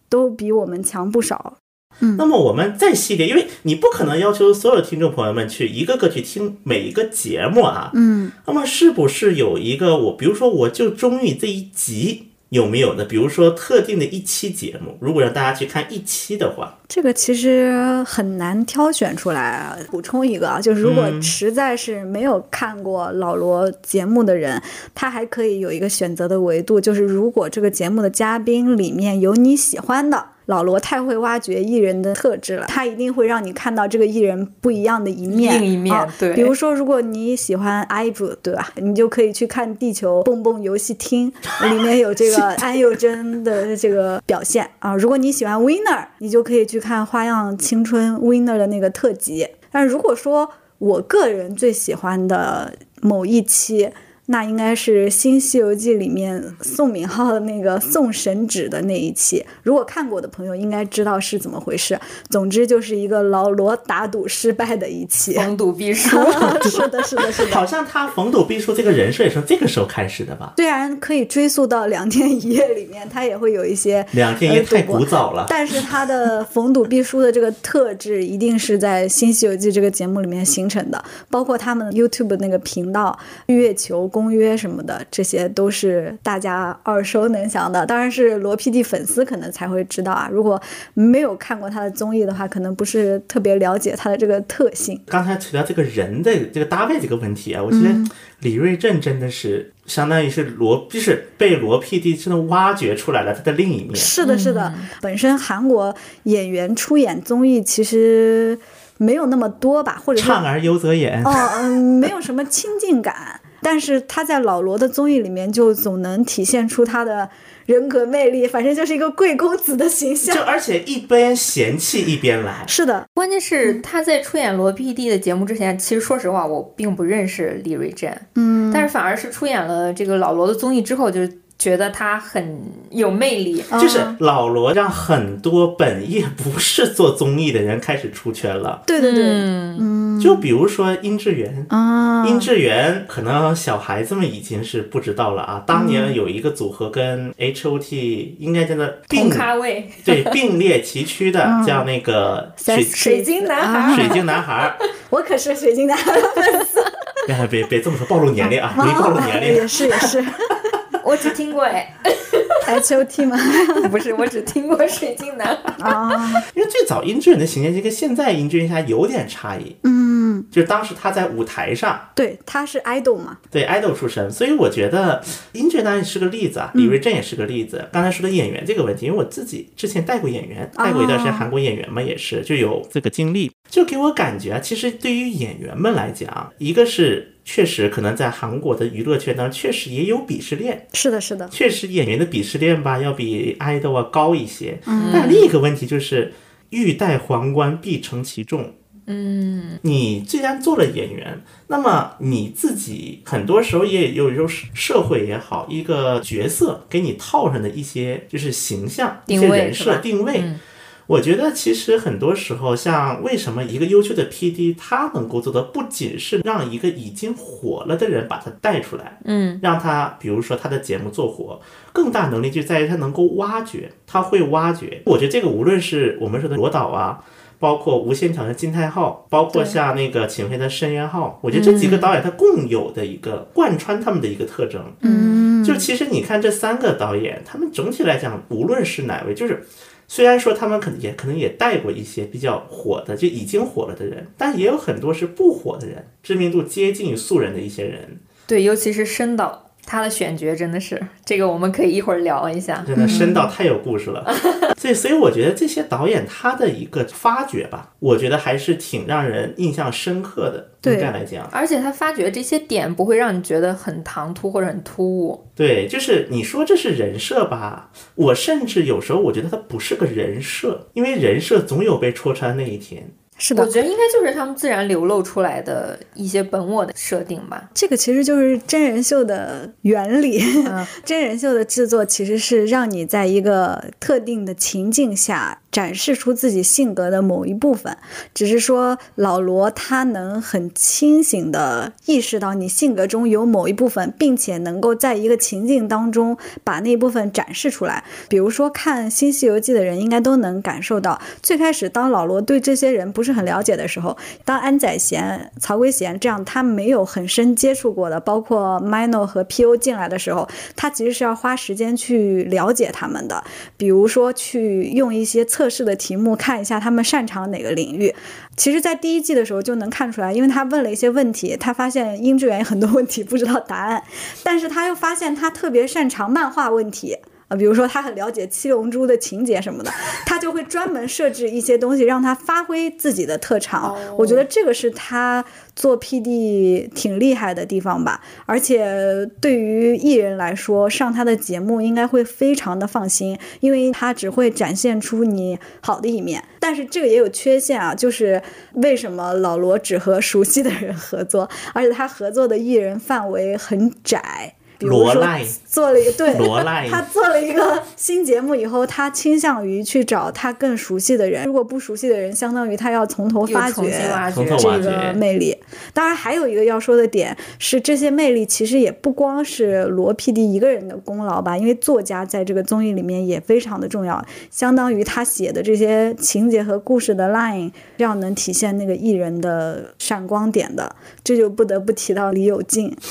Speaker 6: 都比我们强不少。嗯
Speaker 5: 那么我们再细一点，因为你不可能要求所有听众朋友们去一个个去听每一个节目啊。
Speaker 6: 嗯
Speaker 5: 那么是不是有一个我，比如说我就中意这一集，有没有呢？比如说特定的一期节目，如果让大家去看一期的话，
Speaker 6: 这个其实很难挑选出来。补充一个啊，就是如果
Speaker 7: 嗯
Speaker 6: 实在是没有看过老罗节目的人，他还可以有一个选择的维度，就是如果这个节目的嘉宾里面有你喜欢的。老罗太会挖掘艺人的特质了，他一定会让你看到这个艺人不一样的一面。
Speaker 7: 另一面
Speaker 6: 啊
Speaker 7: 对
Speaker 6: 比如说，如果你喜欢 IVE，对吧？你就可以去看《地球蹦蹦游戏厅》，里面有这个安宥真的这个表现啊。如果你喜欢 Winner，你就可以去看《花样青春》Winner 的那个特辑。但如果说我个人最喜欢的某一期，那应该是《新西游记》里面宋敏浩的那个送神纸的那一期。如果看过的朋友应该知道是怎么回事。总之就是一个老罗打赌失败的一期。
Speaker 7: 逢赌必输。
Speaker 6: 是 的，是的，是
Speaker 5: 好
Speaker 6: 的。
Speaker 5: 像他逢赌必输这个人设也是这个时候开始的吧？
Speaker 6: 虽然可以追溯到《两天一夜》里面，他也会有一些
Speaker 5: 两天也
Speaker 6: 呃赌
Speaker 5: 太
Speaker 6: 博
Speaker 5: 古早了。
Speaker 6: 但是他的逢赌必输的这个特质，一定是在《新西游记》这个节目里面形成的，包括他们 YouTube 那个频道《月球公约》什么的，这些都是大家耳熟能详的。当然是罗 PD 粉丝可能才会知道啊，如果没有看过他的综艺的话，可能不是特别了解他的这个特性。
Speaker 5: 刚才提到这个人的这个搭配这个问题啊，我觉得
Speaker 6: 嗯
Speaker 5: 李瑞镇真的是相当于是罗，就是被罗 PD 真的挖掘出来了他的另一面。
Speaker 6: 是的，是的。本身韩国演员出演综艺其实没有那么多吧，或者是
Speaker 5: 唱而优则演，
Speaker 6: 哦，嗯，没有什么亲近感，但是他在老罗的综艺里面就总能体现出他的人格魅力，反正就是一个贵公子的形
Speaker 5: 就
Speaker 6: 象。
Speaker 5: 而且一边嫌弃一边来。
Speaker 6: 是的，
Speaker 7: 关键是他在出演罗 PD 的节目之前，其实说实话，我并不认识李瑞镇，嗯，但是反而是出演了这个老罗的综艺之后，就是觉得他很有魅力。
Speaker 5: 就是老罗让很多本业不是做综艺的人开始出圈了，
Speaker 6: 对对对，
Speaker 7: 嗯，
Speaker 5: 就比如说殷志源，
Speaker 6: 啊，
Speaker 5: 殷志源可能小孩子们已经是不知道了啊。当年
Speaker 7: 嗯
Speaker 5: 有一个组合跟 H.O.T 应该叫做
Speaker 7: 红
Speaker 5: 并
Speaker 7: 咖位，嗯
Speaker 5: 对并列齐驱的， 叫那个水
Speaker 6: Sense
Speaker 7: 水啊晶男孩儿，
Speaker 5: 水晶男孩儿。
Speaker 6: 我可是水晶男孩的粉丝，
Speaker 5: 哎，别别这么说，暴露年龄啊， 容易暴露年龄
Speaker 6: 也。是也是
Speaker 7: 我只听过哎，
Speaker 6: ，H O T 嘛，
Speaker 7: 不是，我只听过水晶男孩。
Speaker 6: 啊，
Speaker 5: 因为最早殷志源的形象就跟现在殷志源还有点差异，
Speaker 6: 嗯，
Speaker 5: 就是当时他在舞台上。
Speaker 6: 对，他是 idol 嘛，
Speaker 5: 对，idol 出身，所以我觉得音乐当然是个例子啊，李瑞镇也是个例子。刚才说的演员这个问题，因为我自己之前带过演员，带过一段时间韩国演员嘛，也是就有这个经历，就给我感觉啊，其实对于演员们来讲，一个是。确实，可能在韩国的娱乐圈当中，确实也有鄙视链。
Speaker 6: 是的，是的，
Speaker 5: 确实，演员的鄙视链吧，要比 idol 啊高一些。但另一个问题就是，欲戴皇冠，必承其重。
Speaker 7: 嗯
Speaker 5: 你既然做了演员，那么你自己很多时候也有一种社会也好，一个角色给你套上的一些就是形象、
Speaker 7: 定
Speaker 5: 一些
Speaker 7: 位
Speaker 5: 人
Speaker 7: 是
Speaker 5: 设
Speaker 7: 吧嗯
Speaker 5: 定位。我觉得其实很多时候，像为什么一个优秀的 PD，他能够做的不仅是让一个已经火了的人把他带出来，
Speaker 7: 嗯，
Speaker 5: 让他比如说他的节目做火，更大能力就在于他能够挖掘，他会挖掘。我觉得这个无论是我们说的罗导啊，包括《无限挑战》金泰浩，包括像那个《请回答申元浩》，我觉得这几个导演他共有的一个贯穿他们的一个特征。
Speaker 6: 嗯，
Speaker 5: 就其实你看这三个导演，他们整体来讲，无论是哪位，就是虽然说他们可能也可能也带过一些比较火的，就已经火了的人，但也有很多是不火的人，知名度接近于素人的一些人。
Speaker 7: 对，尤其是申导，他的选角真的是这个，我们可以一会儿聊一下。
Speaker 6: 嗯
Speaker 5: 真的深到太有故事了。 所以，所以我觉得这些导演他的一个发掘吧，我觉得还是挺让人印象深刻的。
Speaker 6: 对
Speaker 5: 应该来讲，
Speaker 7: 而且他发掘这些点不会让你觉得很唐突或者很突兀，
Speaker 5: 对，就是你说这是人设吧，我甚至有时候我觉得它不是个人设，因为人设总有被戳穿那一天。
Speaker 6: 是的
Speaker 7: 我，觉得应该就是他们自然流露出来的一些本我的设定吧。
Speaker 6: 这个其实就是真人秀的原理。 真人秀的制作其实是让你在一个特定的情境下展示出自己性格的某一部分，只是说老罗他能很清醒的意识到你性格中有某一部分，并且能够在一个情境当中把那部分展示出来。比如说看《新西游记》的人应该都能感受到，最开始当老罗对这些人不是很了解的时候，当安宰贤、曹圭贤这样他没有很深接触过的，包括 Mino 和 PO 进来的时候，他其实是要花时间去了解他们的，比如说去用一些测测试的题目，看一下他们擅长哪个领域。其实，在第一季的时候就能看出来，因为他问了一些问题，他发现殷志源有很多问题不知道答案，但是他又发现他特别擅长漫画问题。啊，比如说他很了解《七龙珠》的情节什么的， 他就会专门设置一些东西让他发挥自己的特长。我觉得这个是他做 PD 挺厉害的地方吧。而且对于艺人来说，上他的节目应该会非常的放心，因为他只会展现出你好的一面。但是这个也有缺陷啊，就是为什么老罗只和熟悉的人合作，而且他合作的艺人范围很窄。比如
Speaker 5: 罗
Speaker 6: 说
Speaker 5: 赖
Speaker 6: 做了一个对
Speaker 5: 罗赖
Speaker 6: 他做了一个新节目以后，他倾向于去找他更熟悉的人。如果不熟悉的人，相当于他要从头
Speaker 7: 又
Speaker 6: 发
Speaker 7: 重新
Speaker 6: 掘
Speaker 7: 挖
Speaker 5: 从
Speaker 7: 掘
Speaker 5: 头挖
Speaker 6: 这
Speaker 5: 掘
Speaker 6: 个魅力。当然，还有一个要说的点是，这些魅力其实也不光是罗 PD 一个人的功劳吧，因为作家在这个综艺里面也非常的重要，相当于他写的这些情节和故事的 line，这样能体现那个艺人的闪光点的。这就不得不提到李友静。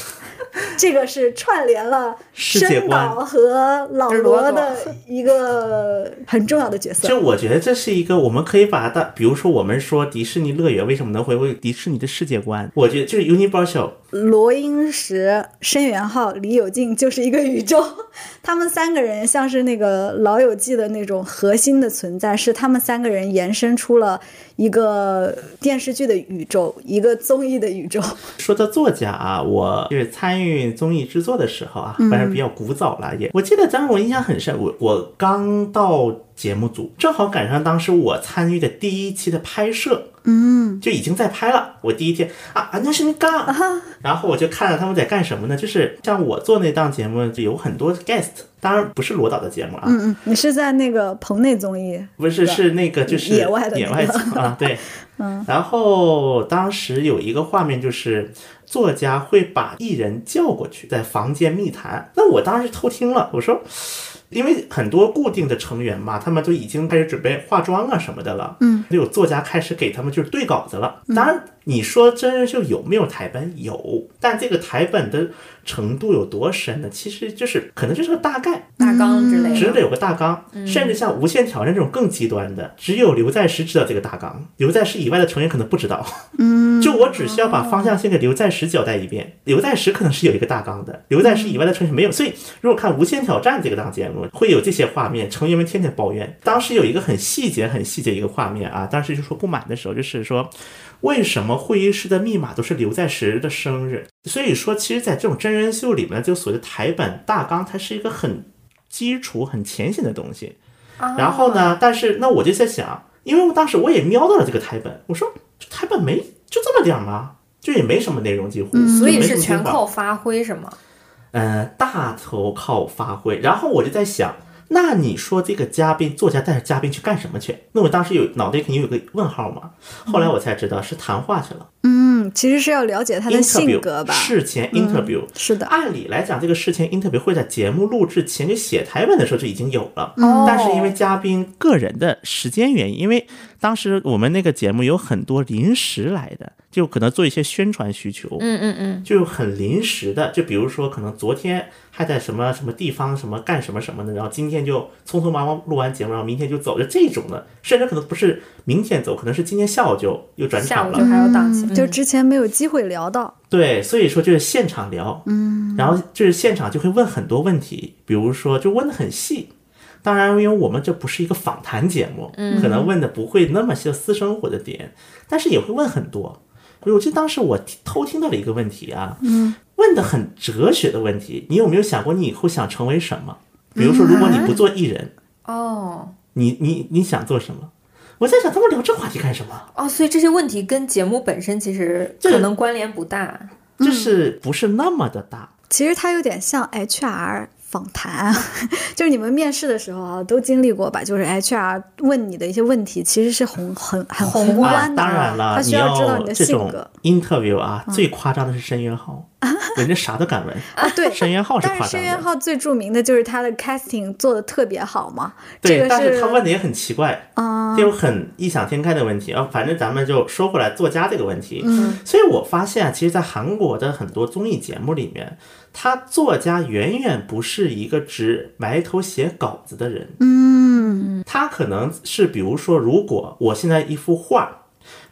Speaker 6: 这个是串联了
Speaker 5: 世界
Speaker 6: 申
Speaker 5: 观
Speaker 6: 导和老罗的一个很重要的角
Speaker 5: 这
Speaker 6: 色。
Speaker 5: 我觉得这是一个我们可以把它当，比如说我们说迪士尼乐园为什么能回归迪士尼的世界观，我觉得就是 Universal
Speaker 6: 罗英石、申元浩、李友静就是一个宇宙， 他们三个人像是那个《老友记》的那种核心的存在，是他们三个人延伸出了一个电视剧的宇宙，一个综艺的宇宙。
Speaker 5: 说到作家啊，我就是参与综艺制作的时候啊，反正比较古早了也。我记得当时我印象很深，我我刚到节目组，正好赶上当时我参与的第一期的拍摄，嗯，就已经在拍了。我第一天啊，啊那是你刚，然后我就看到他们在干什么呢？就是像我做那档节目，就有很多 guest，当然不是罗导的节目啊，
Speaker 6: 嗯，你是在那个棚内综艺，
Speaker 5: 不是，是那个就是
Speaker 6: 野外的
Speaker 5: 野
Speaker 6: 那
Speaker 5: 外
Speaker 6: 个
Speaker 5: 啊，对，嗯。然后当时有一个画面就是。作家会把艺人叫过去，在房间密谈。那我当时偷听了，我说，因为很多固定的成员嘛，他们都已经开始准备化妆啊什么的了。嗯，就有作家开始给他们就是对稿子了。
Speaker 6: 嗯
Speaker 5: 当然，你说真人秀有没有台本？有，但这个台本的程度有多深呢？其实就是可能就是个大概，
Speaker 7: 大纲
Speaker 6: 嗯
Speaker 7: 之类
Speaker 5: 只
Speaker 7: 的。
Speaker 5: 得有个大纲，甚至像《无限挑战》这种更极端的，只有刘在石知道这个大纲，刘在石以外的成员可能不知道。嗯， 就我只需要把方向性给刘在石交代一遍，刘在石可能是有一个大纲的，刘在石以外的成员没有。所以，如果看《无限挑战》这个档节目，会有这些画面，成员们天天抱怨。当时有一个很细节、很细节一个画面啊，当时就说不满的时候，就是说为什么会议室的密码都是刘在石的生日？所以说，其实，在这种真人秀里面，就所谓的台本大纲，它是一个很基础、很浅显的东西。
Speaker 6: 啊
Speaker 5: 然后呢，但是那我就在想，因为我当时我也瞄到了这个台本，我说这台本没就这么点儿吗？就也没什么内容，几乎，
Speaker 6: 嗯
Speaker 7: 所
Speaker 5: 也
Speaker 7: 以
Speaker 5: 没什
Speaker 7: 是
Speaker 5: 么
Speaker 7: 全
Speaker 5: 精华
Speaker 7: 靠发挥，是吗？
Speaker 5: 呃，大头靠发挥。然后我就在想，那你说这个嘉宾作家带着嘉宾去干什么去？那我当时有脑袋肯定有个问号嘛。后来我才知道是谈话去了、
Speaker 6: 嗯，其实是要了解他
Speaker 5: i
Speaker 6: 的
Speaker 5: n t e r v i
Speaker 6: 性
Speaker 5: e
Speaker 6: 格
Speaker 5: w
Speaker 6: 吧。嗯
Speaker 5: 事前 interview、
Speaker 6: 是的，
Speaker 5: 按理来讲，这个事前 interview 会在节目录制前就写台本的时候就已经有了，
Speaker 7: 哦
Speaker 5: 但是因为嘉宾个人的时间原因，因为当时我们那个节目有很多临时来的，就可能做一些宣传需求，
Speaker 7: 嗯嗯嗯，
Speaker 5: 就很临时的，就比如说可能昨天还在什么什么地方什么干什么什么的，然后今天就匆匆忙忙录完节目，然后明天就走，就这种的，甚至可能不是明天走，可能是今天下午就又转
Speaker 7: 下
Speaker 5: 场
Speaker 7: 午
Speaker 5: 了
Speaker 7: 就。还有档期，
Speaker 6: 嗯
Speaker 7: 嗯
Speaker 6: 就之前没有机会聊到。
Speaker 5: 对，所以说就是现场聊，嗯，然后就是现场就会问很多问题，比如说就问的很细。当然，因为我们这不是一个访谈节目，嗯，可能问的不会那么些私生活的点，但是也会问很多。比如我记得当时我听偷听到了一个问题啊，嗯，问的很哲学的问题，你有没有想过你以后想成为什么？比如说，如果你不做艺人，
Speaker 7: 哦
Speaker 5: 你你你想做什么？我在想他们聊这话题干什么？
Speaker 7: 哦，所以这些问题跟节目本身其实
Speaker 5: 这
Speaker 7: 可能关联不大。
Speaker 5: 就是不是那么的大，
Speaker 6: 其实它有点像 HR 访谈，啊 就是你们面试的时候啊，都经历过吧？就是 HR 问你的一些问题，其实是宏很很
Speaker 7: 宏
Speaker 6: 宏
Speaker 7: 观
Speaker 6: 观的，
Speaker 5: 啊
Speaker 6: 啊
Speaker 5: 当然了，
Speaker 6: 他
Speaker 5: 你
Speaker 6: 需要知道你的
Speaker 5: 这
Speaker 6: 性
Speaker 5: 种
Speaker 6: 格嗯
Speaker 5: interview 啊，最夸张的是申元浩，人家啥都敢 问。
Speaker 6: 啊。对，
Speaker 5: 申元浩是
Speaker 6: 但
Speaker 5: 夸
Speaker 6: 是申元
Speaker 5: 张的，
Speaker 6: 浩最著名的就是他的 casting 做的特别好嘛，这
Speaker 5: 对，
Speaker 6: 个
Speaker 5: 但是他问的也很奇怪，
Speaker 6: 啊，
Speaker 5: 这有很异想天开的问题啊。反正咱们就说回来作家这个问题，
Speaker 6: 嗯
Speaker 5: 所以我发现啊，其实，在韩国的很多综艺节目里面，他作家远远不是一个只埋头写稿子的人，
Speaker 6: 嗯，
Speaker 5: 他可能是比如说，如果我现在一幅画，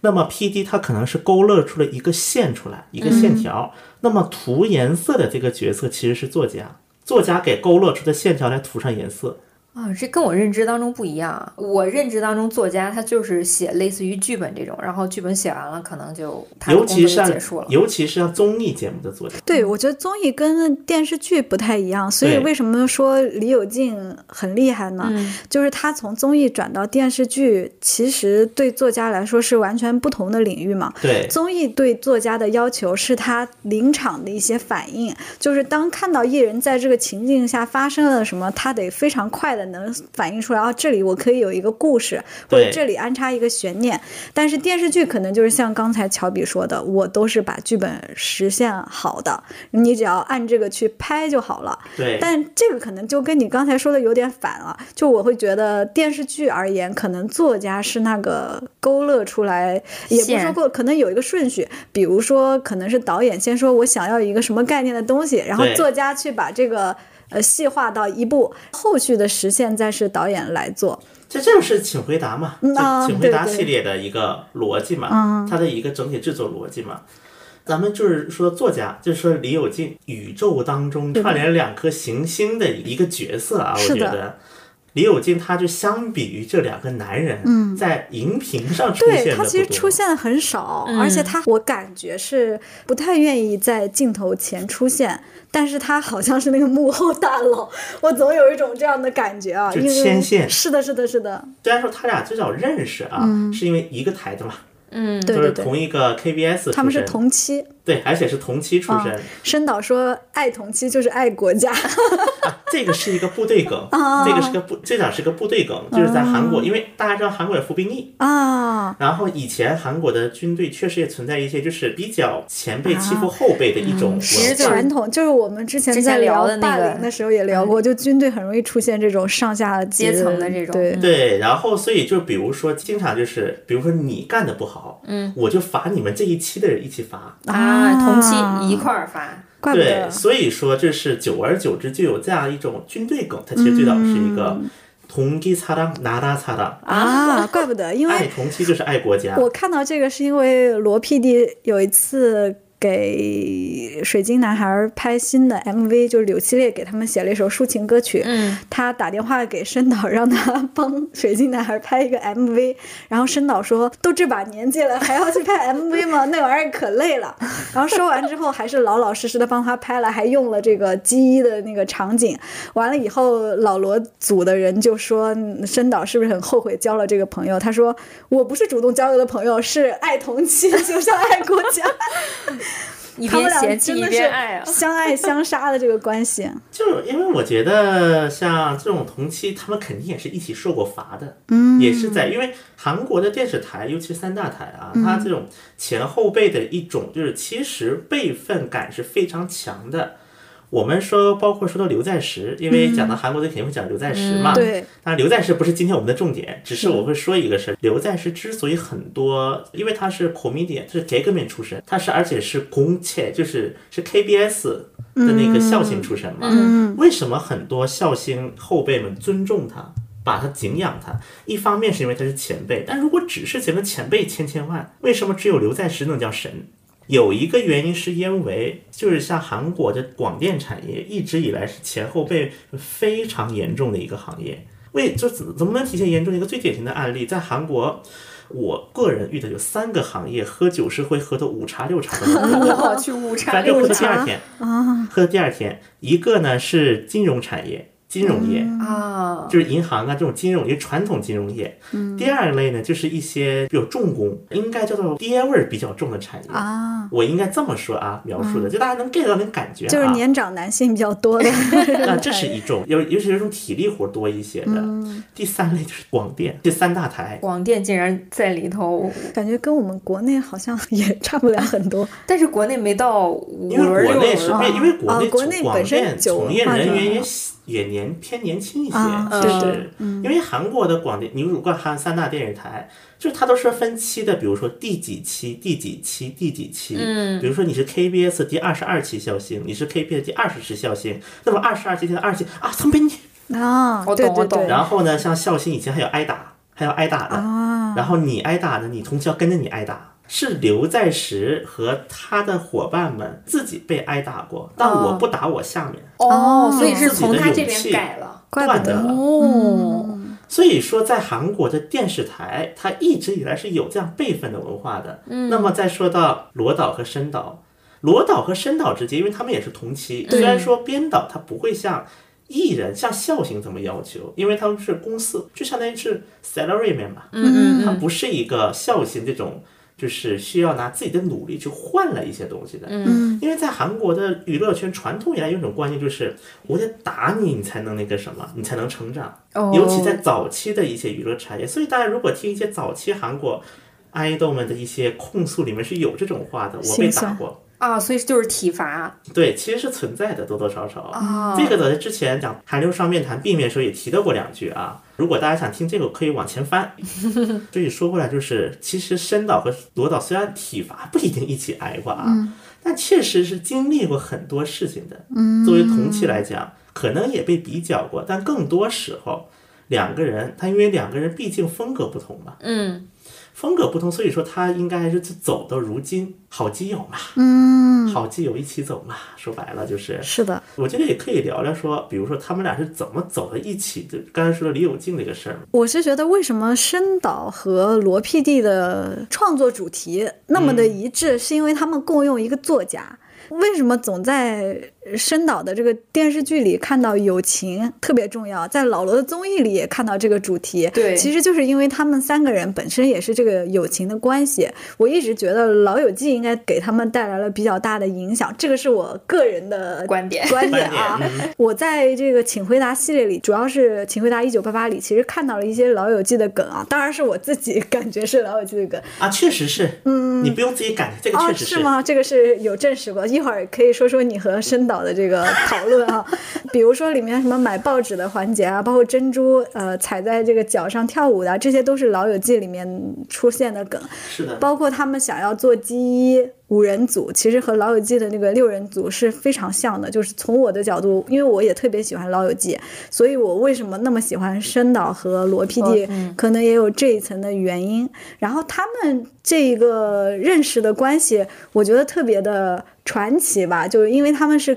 Speaker 5: 那么 P D 它可能是勾勒出了一个线出来，一个
Speaker 6: 嗯
Speaker 5: 线条。那么涂颜色的这个角色其实是作家，作家给勾勒出的线条来涂上颜色。
Speaker 7: 啊，这跟我认知当中不一样啊。我认知当中，作家他就是写类似于剧本这种，然后剧本写完了，可能就他的
Speaker 5: 尤
Speaker 7: 工作
Speaker 5: 其
Speaker 7: 就是
Speaker 5: 像
Speaker 7: 结束了。
Speaker 5: 尤其是像综艺节目的作家，
Speaker 6: 对，我觉得综艺跟电视剧不太一样，所以
Speaker 5: 对嗯
Speaker 6: 为什么说李友静很厉害呢？就是他从综艺转到电视剧，其实对作家来说是完全不同的领域嘛。
Speaker 5: 对
Speaker 6: 综艺对作家的要求是他临场的一些反应，就是当看到艺人在这个情境下发生了什么，他得非常快的能反应出来。哦，这里我可以有一个故事，或者
Speaker 5: 对
Speaker 6: 这里安插一个悬念。但是电视剧可能就是像刚才乔比说的，我都是把剧本实现好的，你只要按这个去拍就好了。
Speaker 5: 对，
Speaker 6: 但这个可能就跟你刚才说的有点反了，就我会觉得电视剧而言，可能作家是那个勾勒出来，也不是说
Speaker 7: 线
Speaker 6: 过，可能有一个顺序，比如说可能是导演先说我想要一个什么概念的东西，然后
Speaker 5: 对
Speaker 6: 作家去把这个。呃，细化到一步，后续的实现再是导演来做。
Speaker 5: 这这就是《请回答》嘛，
Speaker 6: 嗯啊
Speaker 5: 这请回答》
Speaker 6: 对对
Speaker 5: 系列的一个逻辑嘛，
Speaker 6: 嗯
Speaker 5: 它的一个整体制作逻辑嘛。咱们就是说，作家就是说李友静，宇宙当中串联两颗行星的一个角色啊，我
Speaker 6: 是
Speaker 5: 觉
Speaker 6: 的
Speaker 5: 得李友静她就相比于这两个男人，在荧屏上出现
Speaker 6: 嗯对
Speaker 5: 的
Speaker 6: 他其实
Speaker 5: 不多
Speaker 6: 出现的很少，而
Speaker 7: 嗯
Speaker 6: 且他我感觉是不太愿意在镜头前出现，但是他好像是那个幕后大佬，我总有一种这样的感觉啊，
Speaker 5: 就
Speaker 6: 因为
Speaker 5: 牵线
Speaker 6: 是的，是的，是的，
Speaker 5: 虽然说他俩最早认识啊，是因为一个台的嘛，
Speaker 6: 嗯对
Speaker 5: 就是
Speaker 6: 对对，
Speaker 5: 同一个 KBS 出身，
Speaker 6: 他们是同期。
Speaker 5: 对，而且是同期出
Speaker 6: 啊
Speaker 5: 身，，
Speaker 6: 申导说爱同期就是爱国 家，
Speaker 5: 这个是一个部队梗，这个是个部，最早是个部队梗，就是在韩国，因为大家知道韩国有服兵役，
Speaker 6: 啊，
Speaker 5: 然后以前韩国的军队确实也存在一些就是比较前辈欺负后辈的一种文
Speaker 7: 其实
Speaker 5: 化。
Speaker 7: 就是
Speaker 6: 传统就是我们之前
Speaker 7: 之前
Speaker 6: 在
Speaker 7: 聊
Speaker 6: 聊
Speaker 7: 的那
Speaker 6: 霸
Speaker 7: 个嗯
Speaker 6: 凌的时候也聊过，就军队很容易出现这种上下级
Speaker 7: 阶层的这种
Speaker 6: 对，
Speaker 5: 对，然后所以就比如说，经常就是，比如说你干的不好，嗯，我就罚你们这一期的人一起罚。
Speaker 7: 啊，同期
Speaker 6: 啊
Speaker 7: 一块儿发，
Speaker 6: 怪不
Speaker 5: 对，
Speaker 6: 得
Speaker 5: 所以说这是久而久之就有这样一种军队梗，它其实最早是一个同机擦当，拿拉擦当，
Speaker 6: 啊，怪不得，因为
Speaker 5: 爱同期就是爱国家。
Speaker 6: 我看到这个是因为罗 PD 有一次给水晶男孩拍新的 MV，就是柳七烈给他们写了一首抒情歌曲。
Speaker 7: 嗯，
Speaker 6: 他打电话给申导，让他帮水晶男孩拍一个 MV，然后申导说：“都这把年纪了，还要去拍 MV 吗？ 那玩意儿可累了。”然后说完之后，还是老老实实的帮他拍了，还用了这个 G 一的那个场景。完了以后，老罗组的人就说：“嗯申导是不是很后悔交了这个朋友？”他说：“我不是主动交的朋友，是爱同期，就像爱国家。
Speaker 7: 一”
Speaker 6: 他们
Speaker 7: 边嫌
Speaker 6: 俩
Speaker 7: 弃
Speaker 6: 真
Speaker 7: 一
Speaker 6: 的
Speaker 7: 边 爱啊
Speaker 6: 是。相爱相杀的这个关系。
Speaker 5: 就是因为我觉得像这种同期，他们肯定也是一起受过罚的，嗯，也是在因为韩国的电视台，尤其是三大台啊，它这种前后辈的一种，就是其实辈分感是非常强的。我们说，包括说到刘在石，因为讲到韩国队肯定会讲刘在石嘛，
Speaker 6: 对，
Speaker 5: 当然，刘在石不是今天我们的重点，只是我会说一个事儿。刘在石之所以很多，因为他是 comedian，他是 gagman 出身，他是而且是公切，就是是 KBS 的那个孝星出身嘛。为什么很多孝星后辈们尊重他，把他敬仰他？一方面是因为他是前辈，但如果只是前面前辈千千万，为什么只有刘在石能叫神？有一个原因是因为，就是像韩国的广电产业一直以来是前后辈非常严重的一个行业。为就怎怎么能体现严重？一个最典型的案例，在韩国，我个人遇到有三个行业喝酒是会喝到五茶六茶的，
Speaker 7: 我去误差
Speaker 5: 咱就喝
Speaker 7: 六
Speaker 5: 到第二
Speaker 7: 差
Speaker 5: 天
Speaker 6: 啊
Speaker 5: 喝到第二天。一个呢是金融产业，金融业，
Speaker 6: 嗯
Speaker 7: 啊，
Speaker 5: 就是银行啊这种金融业，传统金融业。
Speaker 6: 嗯
Speaker 5: 第二类呢，就是一些有重工，应该叫做爹味儿比较重的产业
Speaker 6: 啊。嗯
Speaker 5: 我应该这么说啊，描述的，就大家能 get 到那个感觉啊。
Speaker 6: 就是年长男性比较多的
Speaker 5: 那这是一种，尤尤其是这种体力活多一些的。
Speaker 6: 嗯
Speaker 5: 第三类就是广电，这三大台。
Speaker 7: 广电竟然在里头，
Speaker 6: 感觉跟我们国内好像也差不了很多。
Speaker 7: 但是国内没到五
Speaker 5: 因为
Speaker 7: 轮
Speaker 5: 国
Speaker 7: 六
Speaker 5: 内是
Speaker 7: 轮啊，
Speaker 5: 因为国
Speaker 6: 啊
Speaker 5: 内
Speaker 6: 国内
Speaker 5: 广
Speaker 6: 本身
Speaker 5: 电
Speaker 6: 酒
Speaker 5: 从业
Speaker 6: 文化
Speaker 5: 人
Speaker 6: 就
Speaker 5: 员也
Speaker 6: 好
Speaker 5: 喜也年偏年轻一些，
Speaker 6: 啊
Speaker 5: 其
Speaker 7: 对
Speaker 5: 实，因为韩国的广电，你如果看三大电视台，就是它都是分期的，比如说第几期、第几期、第几期，嗯，比如说你是 KBS 第二十二期孝星，你是 KBS 第二十期孝星，那么二十二期、第二期啊，선배님。
Speaker 6: 啊，
Speaker 7: 我
Speaker 6: 对
Speaker 7: 懂我
Speaker 6: 对
Speaker 7: 懂
Speaker 6: 对，
Speaker 5: 然后呢，像孝心以前还有挨打，还有挨打的。
Speaker 6: 啊
Speaker 5: 然后你挨打呢，你同学要跟着你挨打。是刘在石和他的伙伴们自己被挨打过，但
Speaker 6: 哦
Speaker 5: 我不打我下面，
Speaker 7: 哦，所以
Speaker 5: 自己
Speaker 7: 是
Speaker 5: 的
Speaker 7: 从他
Speaker 5: 勇
Speaker 7: 这边
Speaker 5: 气
Speaker 7: 改了。
Speaker 6: 怪
Speaker 5: 断
Speaker 6: 不
Speaker 5: 的
Speaker 6: 得
Speaker 5: 了。
Speaker 7: 哦，
Speaker 5: 所以说，在韩国的电视台，它一直以来是有这样辈分的文化的。嗯，那么再说到罗导和申导，罗导和申导之间，因为他们也是同期，虽然说编导他不会像艺人像孝行这么要求，因为他们是公司，就相当于是 salaryman 吧，
Speaker 7: 嗯嗯
Speaker 5: 他不是一个孝行这种。就是需要拿自己的努力去换来一些东西的，嗯，因为在韩国的娱乐圈传统以来有一种观念，就是我得打你，你才能那个什么，你才能成长，
Speaker 7: 哦
Speaker 5: 尤其在早期的一些娱乐产业，所以大家如果听一些早期韩国爱豆们的一些控诉，里面是有这种话的，我被
Speaker 6: 心
Speaker 5: 打
Speaker 6: 酸
Speaker 5: 过，
Speaker 7: 啊，所以就是体罚
Speaker 5: 对，其实是存在的，多多少少。
Speaker 7: 啊
Speaker 5: 这个的之前讲韩流上面谈避免的时候也提到过两句啊，如果大家想听这个，可以往前翻。所以说过来就是，其实申导和罗导虽然体罚不一定一起挨过啊，但确实是经历过很多事情的。作为同期来讲，可能也被比较过，但更多时候两个人，他因为两个人毕竟风格不同嘛，
Speaker 7: 嗯，
Speaker 5: 风格不同，所以说他应该还是走到如今，好基友嘛，
Speaker 6: 嗯，
Speaker 5: 好基友一起走嘛，说白了就是。
Speaker 6: 是的，
Speaker 5: 我觉得也可以聊聊说，比如说他们俩是怎么走到一起的。刚才说的李友静这个事儿嘛，
Speaker 6: 我是觉得为什么申导和罗 PD 的创作主题那么
Speaker 7: 嗯
Speaker 6: 的一致，是因为他们共用一个作家。为什么总在申导的这个电视剧里看到友情特别重要，在老罗的综艺里也看到这个主题？
Speaker 7: 对
Speaker 6: 其实就是因为他们三个人本身也是这个友情的关系。我一直觉得《老友记》应该给他们带来了比较大的影响，这个是我个人的
Speaker 7: 观点
Speaker 6: 观点啊
Speaker 5: 观。点
Speaker 6: 我在这个《请回答》系列里，主要是《请回答一九八八》里，其实看到了一些《老友记》的梗啊，当然是我自己感觉是《老友记》的梗。
Speaker 5: 啊，确实是，嗯，你不用自己感觉，这个
Speaker 6: 哦，
Speaker 5: 确实
Speaker 6: 是吗？这个是有证实过，一会儿可以说说你和申导的这个讨论啊， 比如说里面什么买报纸的环节啊，包括珍珠呃踩在这个脚上跳舞的啊，这些都是《老友记》里面出现的梗。
Speaker 5: 是的，
Speaker 6: 包括他们想要做基一五人组，其实和《老友记》的那个六人组是非常像的。就是从我的角度，因为我也特别喜欢《老友记》，所以我为什么那么喜欢申导和罗
Speaker 5: 哦
Speaker 6: PD，、可
Speaker 5: 嗯
Speaker 6: 能也有这一层的原因。然后他们这一个认识的关系，我觉得特别的。传奇吧，就是因为他们是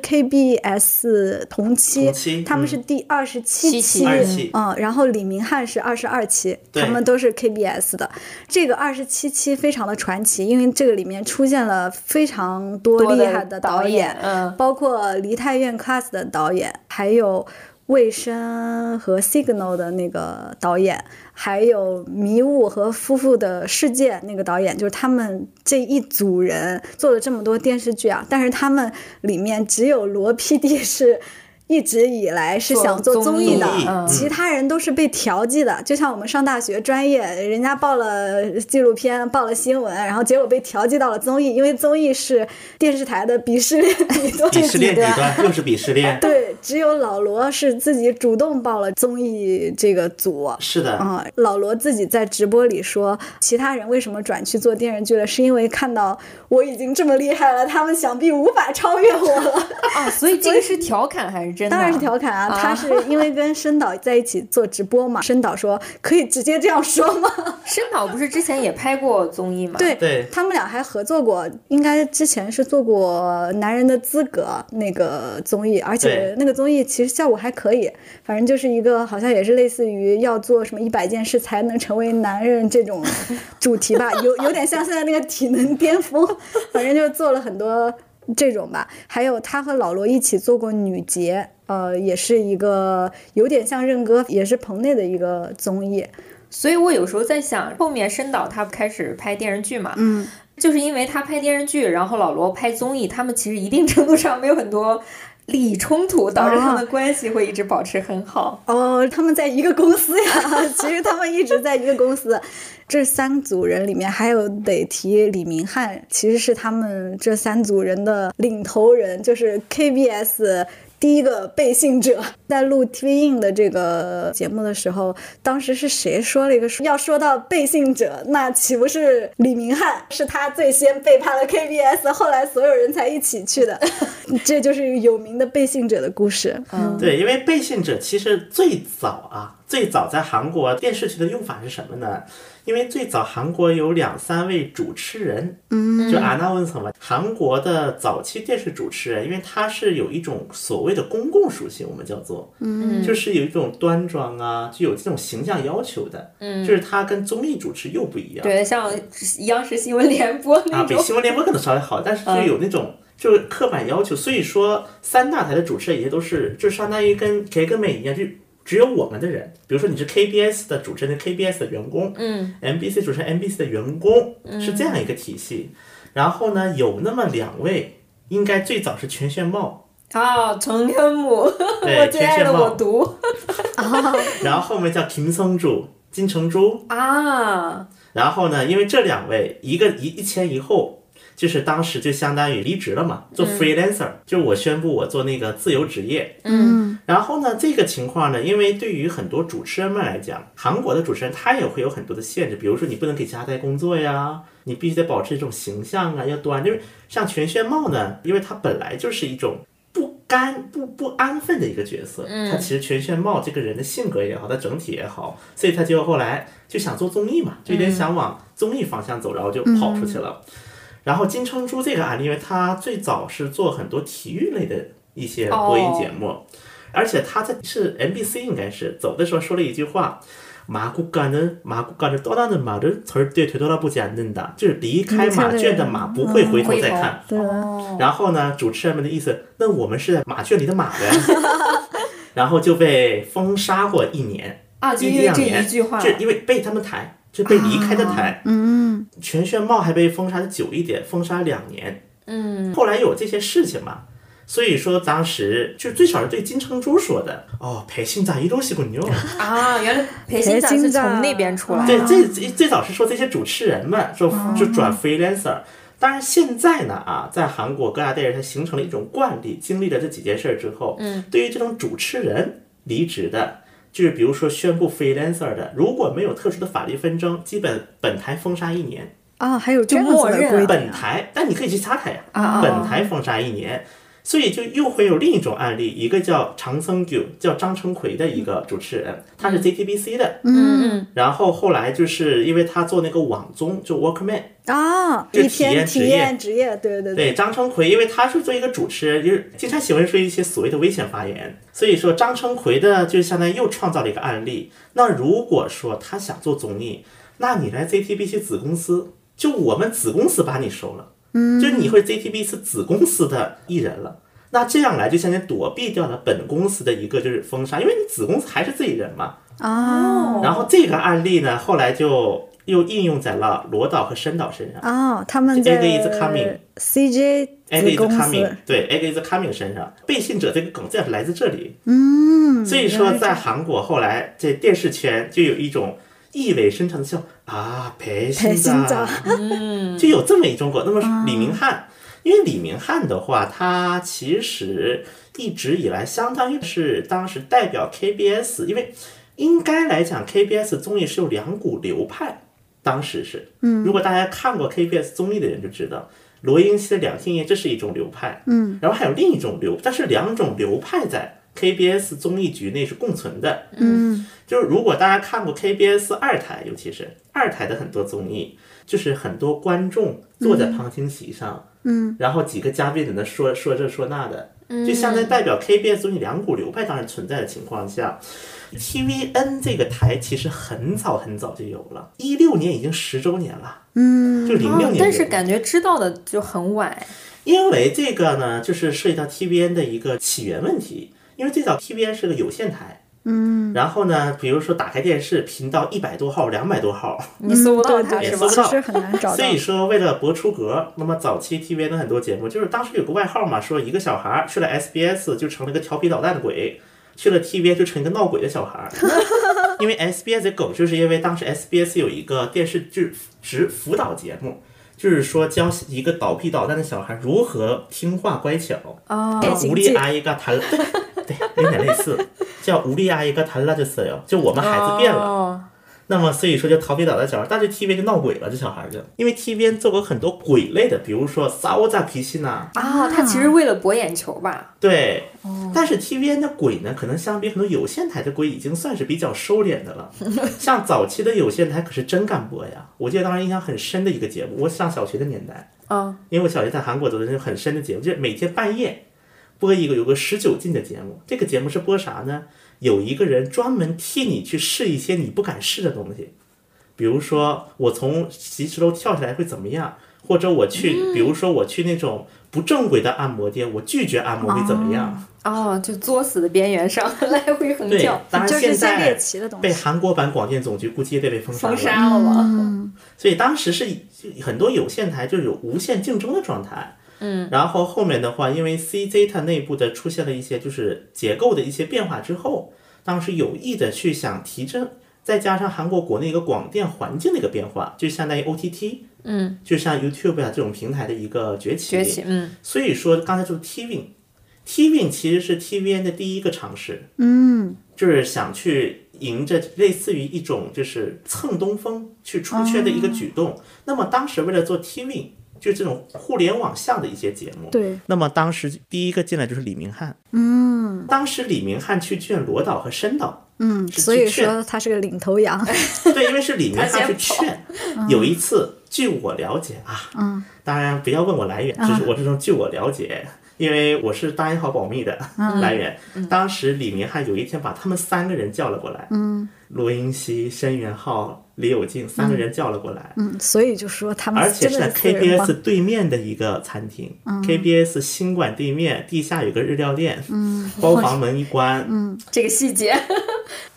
Speaker 6: KBS 同期，
Speaker 5: 同期
Speaker 6: 他们
Speaker 5: 嗯
Speaker 6: 是第二十七
Speaker 7: 七
Speaker 6: 期，
Speaker 7: 期
Speaker 5: 二十七
Speaker 6: 嗯，然后李明翰是二十二期，
Speaker 5: 对
Speaker 6: 他们都是 KBS 的。这个二十七期非常的传奇，因为这个里面出现了非常多
Speaker 7: 多
Speaker 6: 厉
Speaker 7: 的
Speaker 6: 害的
Speaker 7: 导
Speaker 6: 导演
Speaker 7: 演，嗯
Speaker 6: 包括《梨泰院 Class》的导演，还有。卫生和 Signal 的那个导演，还有迷雾和夫妇的世界那个导演，就是他们这一组人做了这么多电视剧啊，但是他们里面只有罗 PD 是一直以来是
Speaker 7: 做
Speaker 6: 想做综
Speaker 7: 综
Speaker 6: 艺
Speaker 7: 艺
Speaker 6: 的，
Speaker 5: 嗯
Speaker 6: 其他人都是被调剂的。就像我们上大学专业，人家报了纪录片，报了新闻，然后结果被调剂到了综艺，因为综艺是电视台的鄙视链里头
Speaker 5: 鄙视链底端又是鄙视链，
Speaker 6: 对，只有老罗是自己主动报了综艺这个组。
Speaker 5: 是的，
Speaker 6: 啊、老罗自己在直播里说，其他人为什么转去做电视剧了，是因为看到我已经这么厉害了，他们想必无法超越我了。
Speaker 7: 啊，所以这个是调侃还是真的？
Speaker 6: 当然是调侃啊，
Speaker 7: 啊
Speaker 6: 他是因为跟申导在一起做直播嘛，申导说可以直接这样说吗？
Speaker 7: 申导不是之前也拍过综艺吗？，
Speaker 6: 对。
Speaker 5: 对，
Speaker 6: 他们俩还合作过，应该之前是做过《男人的资格》那个综艺，而且
Speaker 5: 对
Speaker 6: 那个综艺其实效果还可以，反正就是一个好像也是类似于要做什么一百件事才能成为男人这种主 题吧，有有点像现在那个体能巅峰， 反正就是做了很多这种吧。还有他和老罗一起做过女节，呃，也是一个有点像认哥，也是棚内的一个综艺，
Speaker 7: 所以我有时候在想，后面申导他不开始拍电视剧嘛，
Speaker 6: 嗯，
Speaker 7: 就是因为他拍电视剧，然后老罗拍综艺，他们其实一定程度上没有很多利益冲突，导致他们的关系会一直保持很好。
Speaker 6: 哦，他们在一个公司呀， 其实他们一直在一个公司。这三组人里面，还有得提李明翰，其实是他们这三组人的领头人，就是 KBS。第一个被信者。在录 TV in 的这个节目的时候，当时是谁说了一个说要说到被信者，那岂不是李明翰？是他最先背叛了 KBS，后来所有人才一起去的。 这就是有名的被信者的故事。嗯，
Speaker 5: 对，因为被信者其实最早啊，最早在韩国电视剧的用法是什么呢？因为最早韩国有两三位主持人，嗯，就阿娜问什么？韩国的早期电视主持人，因为他是有一种所谓的公共属性，我们叫做，嗯，就是有一种端庄啊，就有这种形象要求的，嗯，就是他跟综艺主持又不一样，
Speaker 7: 对，像央视新闻联播那
Speaker 5: 啊，
Speaker 7: 种嗯
Speaker 5: 比，新闻联播可能稍微好，但是就有那种就是刻板要求，所以说三大台的主持人也都是，就相当于跟谁跟美一样，就只有我们的人，比如说你是 KBS 的主持人，KBS 的员工，嗯，MBC 主持人，MBC 的员工，
Speaker 7: 嗯
Speaker 5: 是这样一个体系。然后呢，有那么两位，应该最早是全炫茂，
Speaker 7: 啊，陈根母，
Speaker 5: 对
Speaker 7: 我最
Speaker 5: 全
Speaker 7: 爱
Speaker 5: 炫
Speaker 7: 的
Speaker 5: 茂
Speaker 7: 我读
Speaker 5: 然后后面叫 Kim Sung Ju、金城洙，
Speaker 7: 啊，
Speaker 5: 然后呢，因为这两位一个一一前一后，就是当时就相当于离职了嘛，做 freelancer，、就是我宣布我做那个自由职业。嗯，然后呢，这个情况呢，因为对于很多主持人们来讲，韩国的主持人他也会有很多的限制，比如说你不能给家带工作呀，你必须得保持一种形象啊，要端。因为像全炫茂呢，因为他本来就是一种。不甘不不安分的一个角色，他其实全炫茂这个人的性格也好，他整体也好，所以他就后来就想做综艺嘛，就有点想往综艺方向走，然后就跑出去了。然后金城洙这个案例，因为他最早是做很多体育类的一些播音节目，而且他在是 MBC 应该是走的时候说了一句话。马구간은마구간을떠나는말은절대되돌아보지않는다，就是离开马圈的马不嗯会回头再看。
Speaker 6: 对吧？
Speaker 5: 然后呢，主持人们的意思，那我们是在马圈里的马呗， 然后就被封杀过一年
Speaker 7: 啊，就
Speaker 5: 一
Speaker 7: 因为
Speaker 5: 两
Speaker 7: 这
Speaker 5: 年，
Speaker 7: 一句话，啊
Speaker 5: 就因为被他们抬，就被离开的抬，嗯，全炫茂还被封杀的久一点，封杀两年，嗯，后来有这些事情嘛。所以说，当时就最少是对金城洙说的哦，培训在一路西滚牛。
Speaker 7: 啊，原来裴行长
Speaker 6: 裴
Speaker 7: 是
Speaker 6: 行长
Speaker 7: 从那边出来的，
Speaker 5: 对，最最最早是说这些主持人们说就转 freelancer。当然，现在呢啊，在韩国各大电视台形成了一种惯例，经历了这几件事儿之后，嗯，对于这种主持人离职的，就是比如说宣布 freelancer 的，如果没有特殊的法律纷争，基本本台封杀一年，
Speaker 6: 啊，还有这样
Speaker 7: 就默
Speaker 6: 子的
Speaker 7: 认
Speaker 6: 规定
Speaker 7: 了
Speaker 5: 本台，但你可以去其他台呀、
Speaker 7: 啊啊
Speaker 5: 本台封杀一年。所以就又会有另一种案例，一个叫长僧九，叫张成奎的一个主持人，他是 JTBC 的，
Speaker 7: 嗯
Speaker 5: 然后后来就是因为他做那个网综，就 Walkman，
Speaker 6: 啊，
Speaker 5: 就
Speaker 6: 一
Speaker 5: 体验
Speaker 6: 天
Speaker 5: 职
Speaker 6: 体
Speaker 5: 业
Speaker 6: 验职业，对对
Speaker 5: 对张成奎，因为他是做一个主持人，就是经常喜欢说一些所谓的危险发言，所以说张成奎的就相当于又创造了一个案例。那如果说他想做综艺，那你来 ZTBC 子公司，就我们子公司把你收了，嗯，就你会 ZTBC 子公司的艺人了。那这样来就相当于躲避掉了本公司的一个就是封杀，因为你子公司还是自己人嘛，
Speaker 7: 哦
Speaker 6: 啊
Speaker 5: 然后这个案例呢，后来就又应用在了罗导和申导身上。
Speaker 6: 啊，他们
Speaker 5: 这
Speaker 6: 在
Speaker 5: 个 is coming
Speaker 6: CJ
Speaker 5: Egg
Speaker 6: 子
Speaker 5: is
Speaker 6: 公
Speaker 5: coming，
Speaker 6: 司
Speaker 5: 对，Egg is coming 身上，背信者这个梗正来自这里。嗯，所以说在韩国后来这电视圈就有一种意味深长的笑啊，背
Speaker 6: 培
Speaker 5: 信
Speaker 6: 训
Speaker 5: 者
Speaker 6: 长，，
Speaker 5: 就有这么一种梗。那么李明翰，因为李明翰的话，他其实一直以来相当于是当时代表 KBS，因为应该来讲 KBS 综艺是有两股流派，当时是，嗯，如果大家看过 KBS 综艺的人就知道。罗英熙的两性夜，这是一种流派，嗯，然后还有另一种流，但是两种流派在 KBS 综艺局内是共存的，就是如果大家看过 KBS 二台，尤其是二台的很多综艺，就是很多观众坐在旁听席上，嗯，然后几个嘉宾在那说说这说那的，
Speaker 7: 嗯
Speaker 5: 就相当于代表 KBS 综艺两股流派当然存在的情况下，TVN 这个台其实很早很早就有了，一六年已经十周年了，嗯，就零六
Speaker 7: 哦
Speaker 5: 年、
Speaker 7: 但是感觉知道的就很晚，
Speaker 5: 因为这个呢，就是涉及到 TVN 的一个起源问题。因为最早 TVN 是个有线台，嗯，然后呢，比如说打开电视频道一百多号、两百多号，
Speaker 7: 你搜不到
Speaker 6: 嗯对
Speaker 7: 他
Speaker 6: 对，
Speaker 5: 也
Speaker 7: 是
Speaker 5: 搜
Speaker 7: 吧
Speaker 5: 不？到
Speaker 6: 其实很难找到
Speaker 5: 所。以说为了博出格，那么早期 TVN 的很多节目，就是当时有个外号嘛，说一个小孩儿去了 SBS 就成了一个调皮捣蛋的鬼，去了 TVN 就成一个闹鬼的小孩儿。因为 SBS 的梗，就是因为当时 SBS 有一个电视剧直辅导节目。就是说教一个倒闭捣蛋的小孩如何听话乖巧，
Speaker 6: 啊
Speaker 7: 哦
Speaker 5: 叫
Speaker 7: 经
Speaker 5: 우리
Speaker 7: 济
Speaker 5: 아이가달라对 对，有点类似，叫우리아이가달라졌어요，就我们孩子变了。
Speaker 7: 哦
Speaker 5: 那么所以说就调皮捣蛋小孩，但是 T V 就闹鬼了，这小孩就因为 T V 做过很多鬼类的，比如说骚炸脾气呢，
Speaker 7: 啊，他其实为了博眼球吧？
Speaker 5: 对，但是 TVN 的鬼呢，可能相比很多有线台的鬼已经算是比较收敛的了。像早期的有线台可是真敢播呀！我记得当时印象很深的一个节目，我上小学的年代，
Speaker 7: 嗯，
Speaker 5: 因为我小学在韩国读的，就很深的节目，就是每天半夜播一个有个十九禁的节目。这个节目是播啥呢？有一个人专门替你去试一些你不敢试的东西，比如说我从几十楼跳下来会怎么样，或者我去，
Speaker 6: 嗯
Speaker 5: 比如说我去那种不正规的按摩店，我拒绝按摩会怎么样？
Speaker 9: 啊
Speaker 7: 哦，就作死的边缘上来回横
Speaker 5: 对
Speaker 7: 跳，，
Speaker 5: 当然
Speaker 6: 哦就是一
Speaker 5: 现
Speaker 6: 些猎
Speaker 5: 在
Speaker 6: 奇的东
Speaker 5: 被
Speaker 6: 西。
Speaker 5: 韩国版广电总局估计也得被封杀
Speaker 7: 封
Speaker 5: 了。
Speaker 7: 杀了
Speaker 9: 嗯
Speaker 7: 吗？
Speaker 5: 所以当时是很多有线台就是有无限竞争的状态。嗯，然后后面的话，因为 CZ 它内部的出现了一些就是结构的一些变化之后，当时有意的去想提振，再加上韩国国内一个广电环境的一个变化，就相当于 OTT，嗯，就像 YouTube 啊这种平台的一个崛起，
Speaker 7: 崛起，嗯，
Speaker 5: 所以说刚才就是 TVN，TVN 其实是 TVN 的第一个尝试，
Speaker 6: 嗯，
Speaker 5: 就是想去迎着类似于一种就是蹭东风去出圈的一
Speaker 7: 哦
Speaker 5: 个举动。那么当时为了做 TV，就是这种互联网向的一些节目。
Speaker 6: 对，
Speaker 10: 那么当时第一个进来就是李明翰，
Speaker 5: 当时李明翰去劝罗导和申导，
Speaker 6: 嗯，
Speaker 5: 是
Speaker 6: 所以
Speaker 5: 去劝
Speaker 6: 说他是个领头羊。
Speaker 5: 对，因为是李明
Speaker 7: 他
Speaker 5: 翰去
Speaker 7: 先
Speaker 5: 劝。有一次，据我了解啊，当然不要问我来源，只是我这种据我了解。因为我是大一号保密的来源，当时李明翰有一天把他们三个人叫了过来，嗯，罗英熙、申元浩、李友静三个人叫了过来，
Speaker 6: 嗯，所以就说他
Speaker 5: 而
Speaker 6: 们
Speaker 5: 且
Speaker 6: 真
Speaker 5: 是
Speaker 6: 的
Speaker 5: 在
Speaker 6: 是嗯人帮
Speaker 5: KBS 对面的一个餐厅、k b s 新馆对面地下有个日料店，
Speaker 6: 嗯
Speaker 5: 包房门一关，
Speaker 7: 这个细节，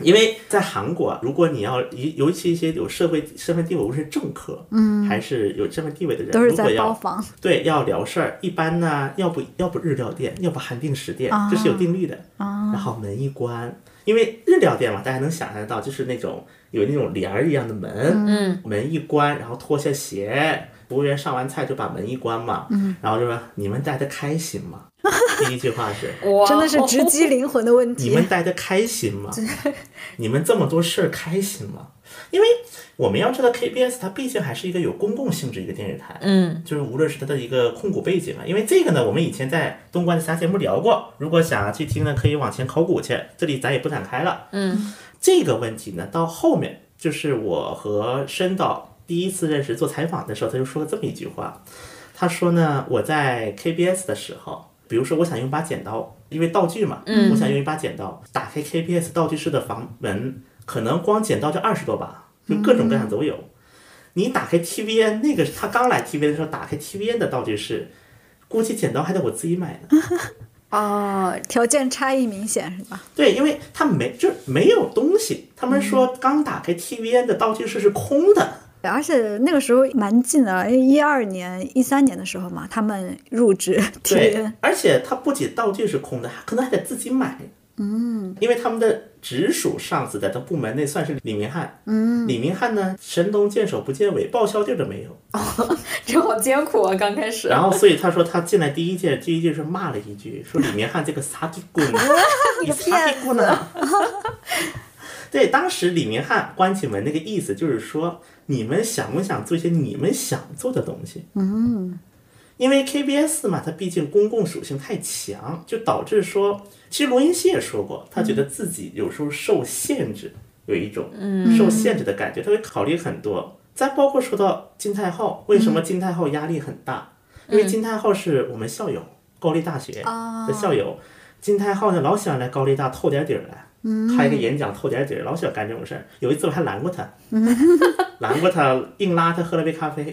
Speaker 5: 因为在韩国啊，如果你要尤尤其一些有社会身份地位，无论是政客，还是有身份地位的人，
Speaker 6: 嗯都是
Speaker 5: 如
Speaker 6: 在
Speaker 5: 果
Speaker 6: 包
Speaker 5: 要
Speaker 6: 房。
Speaker 5: 对要聊事儿，一般呢，要不要不日料店，要不韩定食店，这是有定律的。然后门一关，因为日料店嘛，大家能想象得到，就是那种有那种帘儿一样的门，
Speaker 7: 嗯，
Speaker 5: 门一关，然后脱下鞋，服务员上完菜就把门一关嘛，嗯，然后就说你们待的开心吗？第一句话是。
Speaker 7: 哇，
Speaker 6: 真的是直击灵魂的问
Speaker 5: 你
Speaker 6: 题
Speaker 5: 们。待的开心吗？ 你们这么多事儿开心吗？因为我们要知道 KBS 它毕竟还是一个有公共性质一个电视台，
Speaker 7: 嗯，
Speaker 5: 就是无论是它的一个控股背景啊，因为这个呢，我们以前在东关的其他节目聊过，如果想要去听呢，可以往前考古去，这里咱也不展开了。
Speaker 7: 嗯，
Speaker 5: 这个问题呢，到后面就是我和申导第一次认识做采访的时候，他就说了这么一句话，他说呢，我在 KBS 的时候，比如说我想用一把剪刀，因为道具嘛，我想用一把剪刀，打开 KBS 道具室的房门，可能光剪刀就二十多把，就各种各样都有。你打开 TVN 那个，他刚来 TVN 的时候，打开 TVN 的道具室，估计剪刀还得我自己买呢。
Speaker 7: 啊，
Speaker 6: 条件差异明显是吧？
Speaker 5: 对，因为他没就是没有东西，他们说刚打开 TVN 的道具室是空的。
Speaker 6: 而且那个时候蛮近的，一二年、一三年的时候嘛，他们入职
Speaker 5: 对
Speaker 6: TN，，
Speaker 5: 而且它不仅道具是空的，还可能还得自己买。嗯，因为他们的直属上司在他部门内算是李明翰。嗯，李明翰呢，神农见首不见尾，报销地儿都没有。
Speaker 7: 这好艰苦啊，刚开始，
Speaker 5: 然后，所以他说他进来第一件，第一句是骂了一句，说李明翰这个傻逼棍，你傻逼棍啊！ 对，当时李明翰关起门那个意思就是说，你们想不想做一些你们想做的东西？嗯，因为 KBS 嘛，它毕竟公共属性太强，就导致说，其实罗云熙也说过，他觉得自己有时候受限制，有一种受限制的感觉，他会考虑很多。再包括说到金泰浩，为什么金泰浩压力很大？因为金泰浩是我们校友，高丽大学的校友。金泰浩呢，老想来高丽大透点底儿来，开个演讲透点底儿，老喜欢干这种事儿。有一次我还拦过他， 拦过他，硬拉他喝了杯咖啡。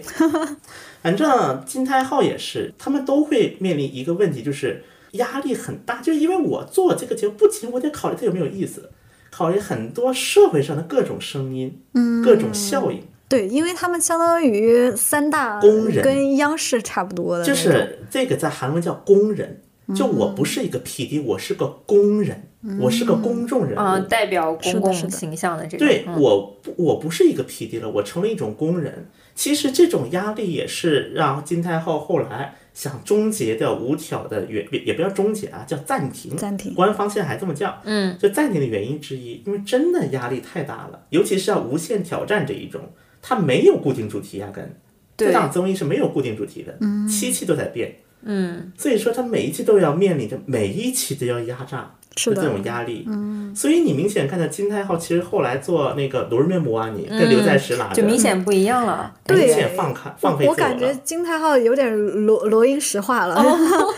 Speaker 5: 反正金泰浩也是，他们都会面临一个问题，就是压力很大。就是因为我做这个节目，不仅我得考虑它有没有意思，考虑很多社会上的各种声音，各种效应。
Speaker 6: 对，因为他们相当于三大
Speaker 5: 工人
Speaker 6: 跟央视差不多的那
Speaker 9: 嗯
Speaker 5: 就
Speaker 6: 种，
Speaker 5: 是这个在韩文叫工人，就我不是一个 PD，我是个工人。我是个公众人物，
Speaker 9: 嗯嗯，代表公共
Speaker 6: 是的是的
Speaker 9: 形象的这种，
Speaker 5: 对
Speaker 9: 嗯
Speaker 5: 我不，我不是一个 PD 了，我成了一种工人。其实这种压力也是让金太后后来想终结掉吴挑的原，也不叫终结啊，叫暂停。
Speaker 6: 暂停
Speaker 5: 官方现在还这么叫。
Speaker 9: 嗯，
Speaker 5: 就暂停的原因之一，因为真的压力太大了，尤其是要无限挑战这一种，它没有固定主题，压根这
Speaker 9: 对
Speaker 5: 档综艺是没有固定主题的，七期都在变，
Speaker 9: 嗯，
Speaker 5: 所以说它每一期都要面临着每一期都要压榨。
Speaker 6: 是
Speaker 5: 这
Speaker 6: 的
Speaker 5: 种，压力。嗯，所以你明显看到金太后其实后来做那个《罗日面魔啊你》跟刘在石拿
Speaker 9: 就
Speaker 5: 着，
Speaker 9: 明显不一样了。
Speaker 5: 明
Speaker 6: 对
Speaker 5: 显放开放飞
Speaker 6: 我
Speaker 5: 自我
Speaker 6: 感觉
Speaker 5: 了。
Speaker 6: 金太后有点罗罗英石化了。
Speaker 9: 哦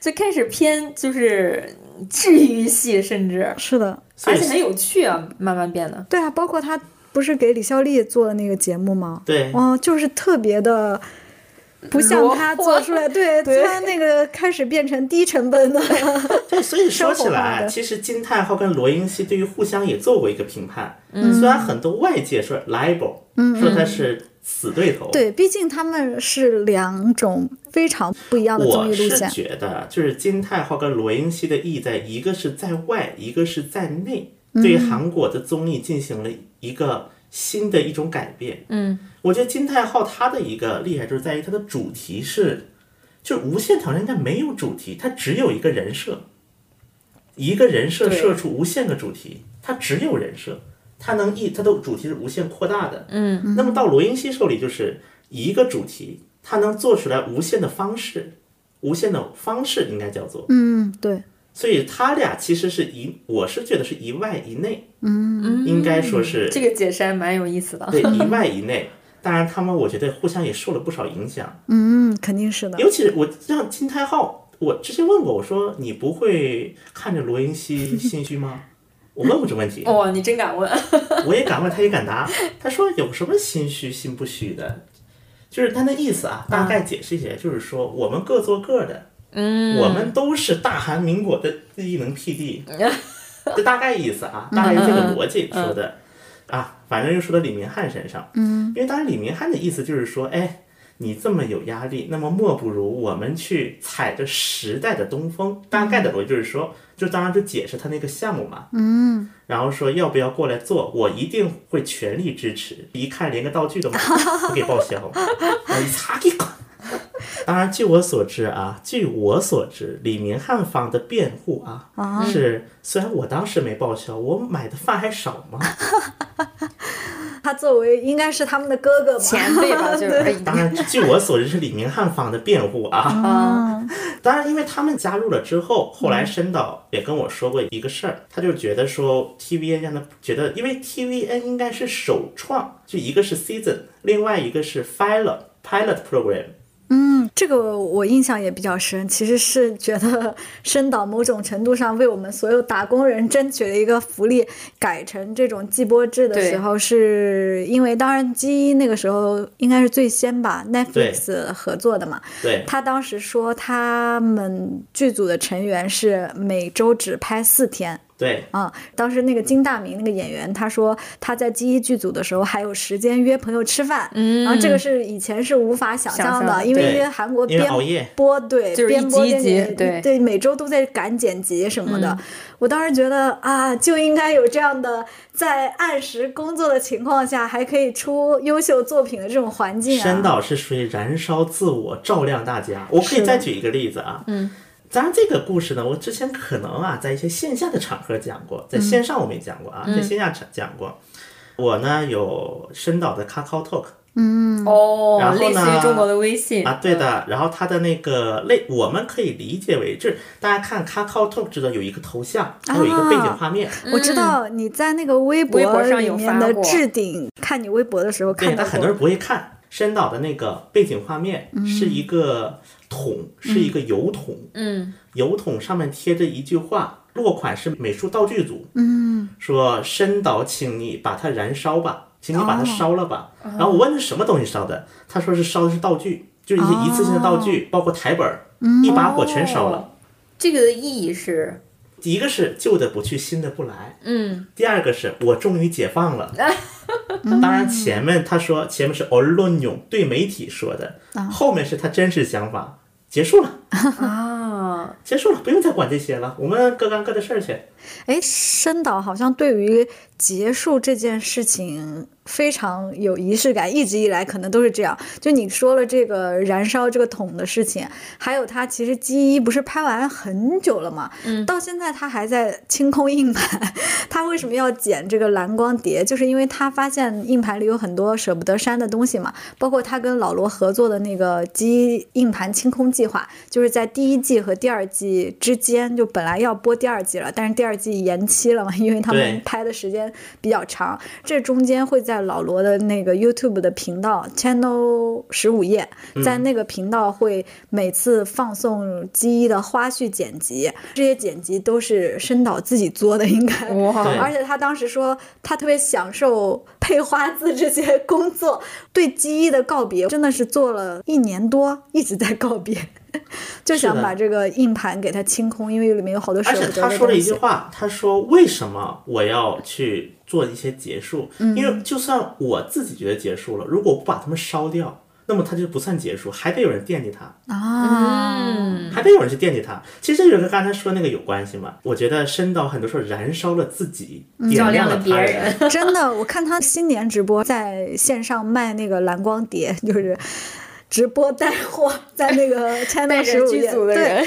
Speaker 9: 最开始偏就是治愈系，甚至
Speaker 6: 是的，
Speaker 5: 所
Speaker 9: 而
Speaker 5: 以
Speaker 9: 且很有趣啊，慢慢变得。
Speaker 6: 对啊，包括他不是给李孝利做的那个节目吗？
Speaker 5: 对，
Speaker 6: 哦，就是特别的。不像
Speaker 9: 罗
Speaker 6: 他
Speaker 9: 化
Speaker 6: 做出来，对
Speaker 9: 对
Speaker 6: 他那个开始变成低成 本的，
Speaker 5: 对，所以说起
Speaker 6: 生活化
Speaker 5: 来，
Speaker 6: 的
Speaker 5: 其实金太后跟罗英熙对于互相也做过一个评判。嗯，虽然很多外界说 libel，说他是死对头，
Speaker 6: 对，毕竟他们是两种非常不一样的综
Speaker 5: 我
Speaker 6: 艺路
Speaker 5: 是
Speaker 6: 线。
Speaker 5: 觉得，就是金太浩跟罗英熙的意在，一个是在外，一个是在内，
Speaker 6: 嗯
Speaker 5: 对韩国的综艺进行了一个新的一种改变。
Speaker 9: 嗯，
Speaker 5: 我觉得金太浩他的一个厉害就是在于他的主题是，就是无限挑战，它没有主题，它只有一个人设，一个人设
Speaker 9: 对
Speaker 5: 设出无限个主题，它只有人设，它能一它的主题是无限扩大的。嗯，那么到罗英熙手里就是一个主题，它能做出来无限的方式，无限的方式应该叫做。
Speaker 6: 嗯，对，
Speaker 5: 所以他俩其实是一，我是觉得是一外一内，嗯，应该说是
Speaker 9: 这个解释还蛮有意思的。
Speaker 5: 对一外一内。当然，他们我觉得互相也受了不少影响。
Speaker 6: 嗯，肯定是的。
Speaker 5: 尤其是我让金太浩，我之前问过，我说你不会看着罗云熙心虚吗？我问过这问题，
Speaker 9: 哦，你真敢问，
Speaker 5: 我也敢问，他也敢答。他说有什么心虚心不虚的，就是他那意思啊，大概解释一下，就是说我们各做各的，嗯，我们都是大韩民国的异能 PD，这大概意思啊，大概是这个逻辑说的啊，反正又说到李明翰身上，嗯，因为当然李明翰的意思就是说，哎，你这么有压力，那么莫不如我们去踩着时代的东风，大概的逻辑就是说，就当然就解释他那个项目嘛，嗯，然后说要不要过来做，我一定会全力支持，一看连个道具都没有，我给报销，哎，擦给滚。当然，据我所知啊，据我所知，李明翰方的辩护啊，是虽然我当时没报销，我买的饭还少吗？
Speaker 6: 他作为应该是他们的哥 哥吧，
Speaker 9: 前辈吧，就是哎
Speaker 5: 当然，据我所知是李明翰方的辩护啊。
Speaker 9: 啊，
Speaker 5: 当然，因为他们加入了之后，后来申导也跟我说过一个事儿，他就觉得说 TVN 让他觉得，因为 TVN 应该是首创，就一个是 season，另外一个是 pilot pilot program。
Speaker 6: 嗯，这个我印象也比较深。其实是觉得 申导某种程度上为我们所有打工人争取了一个福利，改成这种季播制的
Speaker 9: 对
Speaker 6: 时候，是因为当然 G 一那个时候应该是最先吧，Netflix 合作的嘛。
Speaker 5: 对，
Speaker 6: 他当时说他们剧组的成员是每周只拍四天，
Speaker 5: 对，
Speaker 6: 啊、当时那
Speaker 9: 嗯
Speaker 6: 个金大明那个演员，他说他在 G 一剧组的时候还有时间约朋友吃饭，嗯，然后这个是以前是无法想象
Speaker 9: 想象
Speaker 6: 的，
Speaker 9: 的
Speaker 6: 因为
Speaker 5: 对
Speaker 6: 韩国
Speaker 5: 因为
Speaker 6: 边
Speaker 5: 熬夜
Speaker 6: 播对
Speaker 9: 就是
Speaker 6: 边
Speaker 9: 一
Speaker 6: 播
Speaker 9: 集一
Speaker 6: 电
Speaker 9: 集
Speaker 6: 影
Speaker 9: 对嗯
Speaker 6: 对，每周都在赶剪辑什么的。我当时觉得啊，就应该有这样的在按时工作的情况下还可以出优秀作品的这种环境
Speaker 5: 申
Speaker 6: 啊。
Speaker 5: 导是属于燃烧自我，照亮大家。我可以再举一个例子啊，嗯，当然这个故事呢，我之前可能啊，在一些线下的场合讲过，在线上我没讲过啊，在线下场讲过。我呢有申导的 Kakao Talk 然
Speaker 9: 哦，
Speaker 5: 后呢
Speaker 9: 类似于中国的微信
Speaker 5: 啊，对的，然后它的那个类，我们可以理解为就是大家看 Kakao Talk 知道有一个头像，它有一个背景画面，
Speaker 6: 我知道你在那个微
Speaker 9: 嗯微博上
Speaker 6: 里
Speaker 9: 有
Speaker 6: 面
Speaker 9: 发
Speaker 6: 的
Speaker 9: 过
Speaker 6: 置顶，看你微博的时候
Speaker 5: 对，
Speaker 6: 看到
Speaker 5: 但很多
Speaker 6: 过
Speaker 5: 人不会看。申导的那个背景画面是一个桶，是一个油桶，
Speaker 9: 嗯，
Speaker 5: 油桶上面贴着一句话，落款是美术道具组，嗯，说申导，请你把它燃烧吧，请你把它烧了吧。然后我问是什么东西烧的，他说是烧的是道具，就是一些一次性的道具，包括台本儿，一把火全烧了。
Speaker 9: 这个的意义是，
Speaker 5: 一个是旧的不去，新的不来，
Speaker 9: 嗯，
Speaker 5: 第二个是我终于解放了。当然，前面他说前面是 o l o n 对媒体说的，后面是他真实想法，结束了。
Speaker 6: 嗯，
Speaker 5: 结束了，不用再管这些了，我们各干各的事儿去。
Speaker 6: 哎，申导好像对于结束这件事情非常有仪式感，一直以来可能都是这样。就你说了这个燃烧这个桶的事情，还有他其实《记忆》不是拍完很久了嘛，
Speaker 9: 嗯
Speaker 6: 到现在他还在清空硬盘。 他为什么要剪这个蓝光碟？就是因为他发现硬盘里有很多舍不得删的东西嘛，包括他跟老罗合作的那个《记忆》硬盘清空计划，就是在第一季和第二季之间，就本来要播第二季了，但是第二季延期了嘛，因为他们
Speaker 5: 对
Speaker 6: 拍的时间比较长。这中间会在老罗的那个 YouTube 的频道 Channel 十五页，
Speaker 5: 嗯
Speaker 6: 在那个频道会每次放送基一的花絮剪辑，这些剪辑都是申导自己做的，应该。
Speaker 5: 对
Speaker 6: 而且他当时说，他特别享受配花字这些工作，对基一的告别真的是做了一年多，一直在告别，就想
Speaker 5: 是的
Speaker 6: 把这个硬盘给它清空，因为里面有好多舍
Speaker 5: 而
Speaker 6: 不
Speaker 5: 且
Speaker 6: 得的
Speaker 5: 他说了一句
Speaker 6: 东西，
Speaker 5: 话，他说为什么我要去做一些结束？因为就算我自己觉得结束了，如果我不把它们烧掉，那么它就不算结束，还得有人惦记它。
Speaker 6: 啊
Speaker 9: 嗯，
Speaker 5: 还得有人去惦记他。其实这就跟刚才说那个有关系嘛。我觉得深导很多时候燃烧了自己，点
Speaker 9: 照亮
Speaker 5: 亮了
Speaker 9: 了
Speaker 5: 他
Speaker 9: 别
Speaker 5: 人。
Speaker 9: 人，
Speaker 6: 真的，我看他新年直播在线上卖那个蓝光碟，就是直播带货，在那个 Channel
Speaker 9: 带
Speaker 6: 十
Speaker 9: 着
Speaker 6: 五
Speaker 9: 剧
Speaker 6: 页，
Speaker 9: 组的
Speaker 6: 对
Speaker 9: 人，，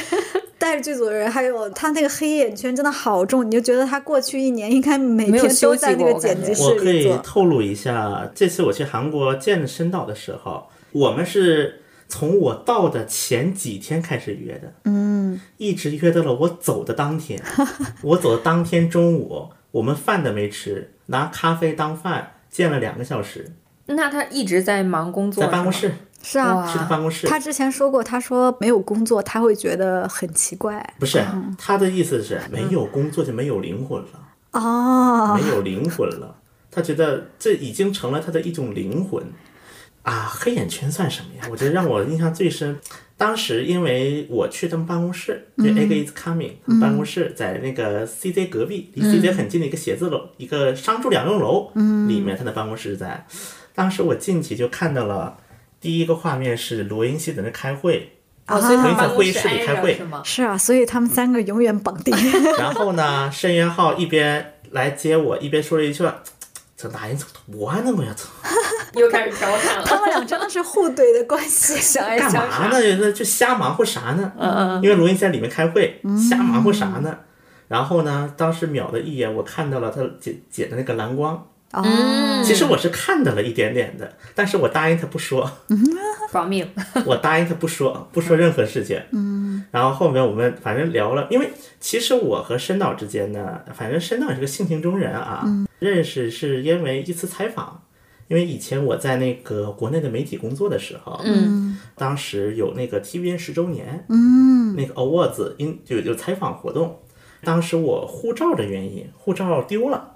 Speaker 6: 带着剧组的人，还有他那个黑眼圈真的好重，你就觉得他过去一年应该每
Speaker 7: 没
Speaker 6: 天
Speaker 7: 有
Speaker 6: 都
Speaker 7: 休息
Speaker 6: 在那
Speaker 7: 过
Speaker 6: 个
Speaker 7: 我
Speaker 6: 剪
Speaker 7: 感
Speaker 6: 辑
Speaker 7: 觉
Speaker 5: 我
Speaker 6: 室
Speaker 5: 可
Speaker 6: 里
Speaker 5: 以
Speaker 6: 做。
Speaker 5: 透露一下，这次我去韩国见深导的时候，我们是从我到的前几天开始约的，
Speaker 6: 嗯，
Speaker 5: 一直约到了我走的当天。我走的当天中午，我们饭都没吃，拿咖啡当饭，见了两个小时，
Speaker 7: 那他一直在忙工作，
Speaker 5: 在办公
Speaker 7: 是
Speaker 5: 室，
Speaker 7: 吗，
Speaker 6: 是啊。
Speaker 7: 哇
Speaker 5: 是他办公室。
Speaker 6: 他之前说过，他说没有工作，他会觉得很奇怪
Speaker 5: 不是，他的意思是没有工作就没有灵魂了。
Speaker 6: 哦。
Speaker 5: 没有灵魂了。他觉得这已经成了他的一种灵魂啊！黑眼圈算什么呀？我觉得让我印象最深，当时因为我去他们办公室，就 A g is coming，、他们办公室在那个 CJ 隔壁，离 CJ 很近的一个写字楼，一个商住两用楼，里面他的办公室在。当时我进去就看到了第一个画面是罗云熙在那开会，
Speaker 9: 哦，所以
Speaker 5: 可以
Speaker 9: 他
Speaker 5: 在
Speaker 9: 办
Speaker 5: 会
Speaker 9: 公
Speaker 5: 议室
Speaker 9: 室
Speaker 5: 里
Speaker 9: 挨
Speaker 5: 开会
Speaker 9: 着是吗？
Speaker 6: 是啊，所以他们三个永远绑 定。
Speaker 5: 然后呢，申元浩一边来接我，一边说了一句话：“这男人怎么多呢？我要操！”
Speaker 9: 又开始调侃
Speaker 6: 他
Speaker 9: 了，
Speaker 6: 们 俩真的是互怼的关系。
Speaker 9: 想爱
Speaker 5: 干
Speaker 9: 想
Speaker 5: 嘛
Speaker 9: 啥？嗯
Speaker 5: 呢？那就瞎忙活啥呢？因为罗云熙在里面开会，瞎忙活啥呢？然后呢，当时秒的一眼，我看到了他姐姐的那个蓝光。
Speaker 6: 哦，
Speaker 9: 嗯
Speaker 5: 其实我是看到了一点点的，但是我答应他不说，
Speaker 9: 保 密，
Speaker 5: 我答应他不说，不说任何事情。嗯。然后后面我们反正聊了，因为其实我和申导之间呢，反正申导也是个性情中人啊。认识是因为一次采访，因为以前我在那个国内的媒体工作的时候，
Speaker 9: 嗯，
Speaker 5: 当时有那个 TVN 十周年，嗯，那个 awards 因有有采访活动，当时我护照的原因，护照丢了，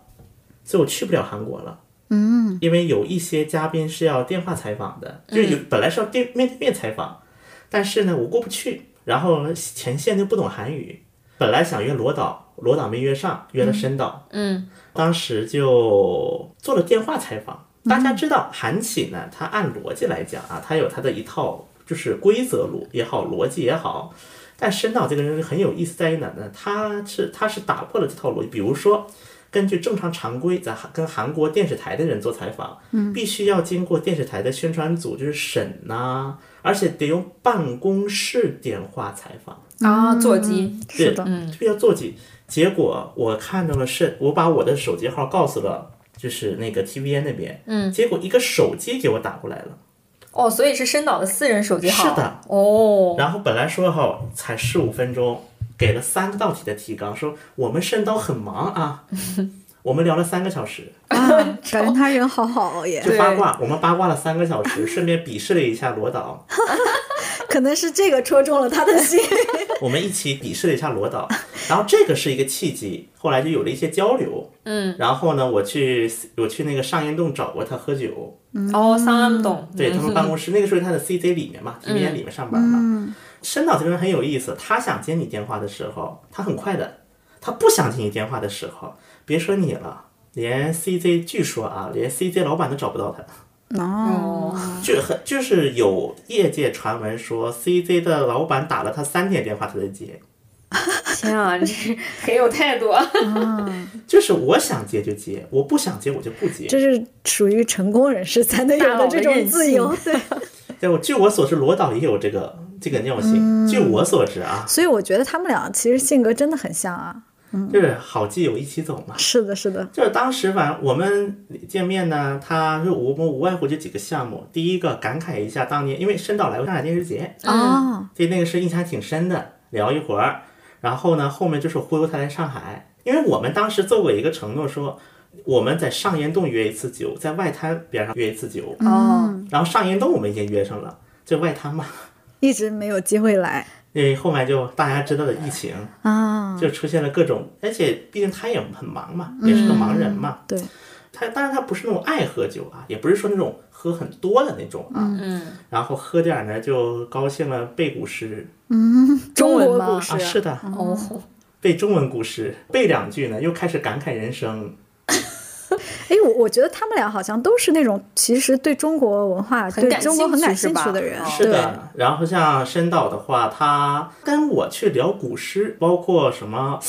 Speaker 5: 所以我去不了韩国了。嗯，因为有一些嘉宾是要电话采访的，
Speaker 9: 嗯
Speaker 5: 就有本来是要对面对面采访，但是呢我过不去，然后前线就不懂韩语，本来想约罗导，罗导没约上，约了申导，
Speaker 9: 嗯，
Speaker 5: 当时就做了电话采访。
Speaker 9: 嗯
Speaker 5: 大家知道韩企呢，它按逻辑来讲啊，它有它的一套就是规则逻也好，逻辑也好。但申导这个人很有意思在于哪呢？他是他是打破了这套逻辑，比如说。根据正常常规，在韩跟韩国电视台的人做采访，必须要经过电视台的宣传组，就是审呐、而且得用办公室电话采访。
Speaker 7: 啊，座机
Speaker 6: 是的，
Speaker 7: 嗯
Speaker 5: 就要做几。结果我看到了是，我把我的手机号告诉了，就是那个 TVN 那边，嗯，结果一个手机给我打过来了，
Speaker 7: 哦，所以是申导的私人手机号，
Speaker 5: 是的，
Speaker 7: 哦，
Speaker 5: 然后本来说哈才十五分钟，给了三道题的提纲，说我们申导很忙啊，我们聊了三个小时，
Speaker 6: 啊，感觉他人好好哦耶，
Speaker 5: 就八卦，我们八卦了三个小时，顺便鄙视了一下罗导，
Speaker 6: 可能是这个戳中了他的心。
Speaker 5: 我们一起鄙视了一下罗导，然后这个是一个契机，后来就有了一些交流，嗯，然后呢，我去我去那个上岩洞找过他喝酒，
Speaker 9: 嗯
Speaker 7: 哦，桑安董，
Speaker 5: 对他们办公室，那个时候他在 CJ 里面嘛，TVN 里面上班嘛。申导这个人很有意思，他想接你电话的时候，他很快的；他不想接你电话的时候，别说你了，连 CJ 据说啊，连 CJ 老板都找不到他。
Speaker 9: 嗯
Speaker 7: 嗯
Speaker 6: 哦，
Speaker 5: 就很就是有业界传闻说，CJ 的老板打了他三天电话他才接，
Speaker 9: 天啊，这 是很有态度啊。
Speaker 5: 就是我想接就接，我不想接我就不接。
Speaker 6: 这是属于成功人士才能有的这种自由
Speaker 9: 大佬的。
Speaker 6: 对，
Speaker 5: 对，我据我所知，罗导也有这个这个尿性。据我所知啊，
Speaker 6: 所以我觉得他们俩其实性格真的很像啊。
Speaker 5: 就是好基友一起走嘛。
Speaker 6: 是的，是的，
Speaker 5: 就是当时反正我们见面呢，他是我们无外乎这几个项目。第一个感慨一下当年，因为深岛来过上海电视节，
Speaker 6: 哦，
Speaker 5: 对那个是印象还挺深的，聊一会儿。然后呢，后面就是忽悠他来上海，因为我们当时做过一个承诺说。我们在上岩洞约一次酒，在外滩边上约一次酒，
Speaker 9: 哦，
Speaker 5: 然后上岩洞我们已经约上了，就外滩嘛，
Speaker 6: 一直没有机会来
Speaker 5: 因为后面就大家知道的疫情，
Speaker 6: 啊。
Speaker 5: 就出现了各种，而且毕竟他也很忙嘛，也是个盲人嘛，
Speaker 6: 对，
Speaker 5: 他当然他不是那种爱喝酒啊，也不是说那种喝很多的那种啊，
Speaker 9: 嗯，
Speaker 5: 然后喝点儿呢就高兴了背古诗
Speaker 9: 中文
Speaker 6: 中国
Speaker 9: 吗
Speaker 6: 故？事
Speaker 5: 啊，是的，
Speaker 9: 哦，
Speaker 5: 背中文古诗，背两句呢又开始感慨人生，
Speaker 6: 哎，我我觉得他们俩好像都是那种其实对中国文化、
Speaker 9: 很
Speaker 6: 对
Speaker 9: 感
Speaker 6: 中国
Speaker 9: 兴
Speaker 6: 很
Speaker 9: 趣
Speaker 6: 感
Speaker 9: 是
Speaker 6: 兴趣
Speaker 9: 吧
Speaker 6: 的人
Speaker 9: 哦。
Speaker 5: 是
Speaker 6: 对，
Speaker 5: 的。然后像深岛的话，他跟我去聊古诗，包括什么。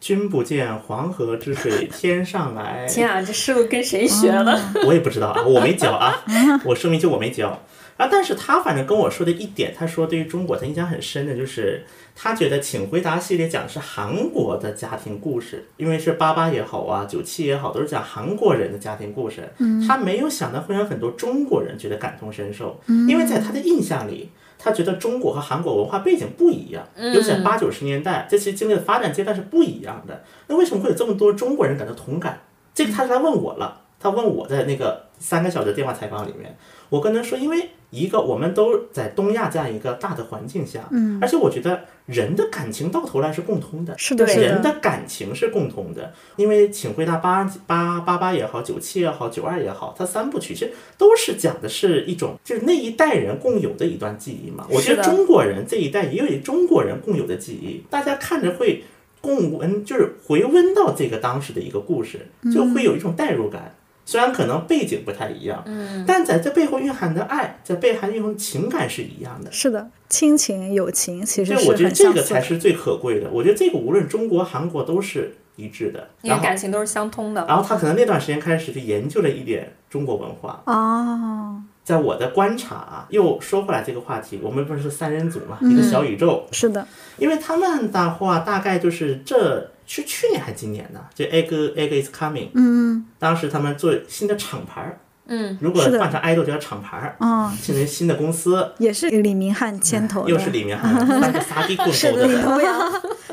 Speaker 5: 君不见黄河之水天上来，
Speaker 9: 天啊，这是不是跟谁学的？
Speaker 5: 我也不知道啊，我没教啊， 我声明就我没教。啊，但是他反正跟我说的一点，他说对于中国他印象很深的就是，他觉得《请回答》系列讲的是韩国的家庭故事，因为是八八也好啊，九七也好，都是讲韩国人的家庭故事。他没有想到会让很多中国人觉得感同身受，因为在他的印象里，他觉得中国和韩国文化背景不一样，尤其在八九十年代，这些经历的发展阶段是不一样的。那为什么会有这么多中国人感到同感？这个他来问我了，他问我在那个三个小时的电话采访里面，我跟他说，因为一个我们都在东亚这样一个大的环境下，嗯，而且我觉得人的感情到头来是共通的，
Speaker 6: 是的，
Speaker 9: 对
Speaker 6: 是
Speaker 5: 人
Speaker 6: 的，
Speaker 5: 的感情是共通的，因为《请回答八八八八》也好，九七也好，九二也好，它三部曲其实都是讲的是一种就是那一代人共有的一段记忆嘛。我觉
Speaker 9: 是
Speaker 5: 得
Speaker 9: 的
Speaker 5: 中国人这一代也有中国人共有的记忆，大家看着会共温，就是回温到这个当时的一个故事，
Speaker 9: 嗯
Speaker 5: 就会有一种代入感。虽然可能背景不太一样，嗯，但在这背后蕴含的爱，在背后蕴含的情感是一样的。
Speaker 6: 是的，亲情、友情其实
Speaker 5: 对，
Speaker 6: 是
Speaker 5: 我觉得
Speaker 6: 很
Speaker 5: 这
Speaker 6: 相
Speaker 5: 个
Speaker 6: 似
Speaker 5: 才
Speaker 6: 的。
Speaker 5: 是最可贵的。我觉得这个无论中国、韩国都是一致的。
Speaker 9: 因为
Speaker 5: 然后，
Speaker 9: 感情都是相通的。
Speaker 5: 然后他可能那段时间开始就研究了一点中国文化。
Speaker 6: 哦，
Speaker 5: 在我的观察啊，又说回来这个话题，我们不是三人组嘛，
Speaker 6: 嗯
Speaker 5: 一个小宇宙，
Speaker 6: 是的，
Speaker 5: 因为他们的话大概就是这是去年还是今年呢？就 egg egg is coming，
Speaker 6: 嗯，
Speaker 5: 当时他们做新的厂牌儿，
Speaker 9: 嗯，
Speaker 5: 如果
Speaker 6: 是的
Speaker 5: 换成 idol 叫厂牌儿，
Speaker 6: 哦，
Speaker 5: 现在新的公司，
Speaker 6: 也是李明翰牵头的，
Speaker 5: 嗯又是里面还有 三个撒逼棍
Speaker 6: 是
Speaker 5: 头
Speaker 6: 的，
Speaker 5: 的
Speaker 6: 李
Speaker 5: 人。
Speaker 6: 东阳，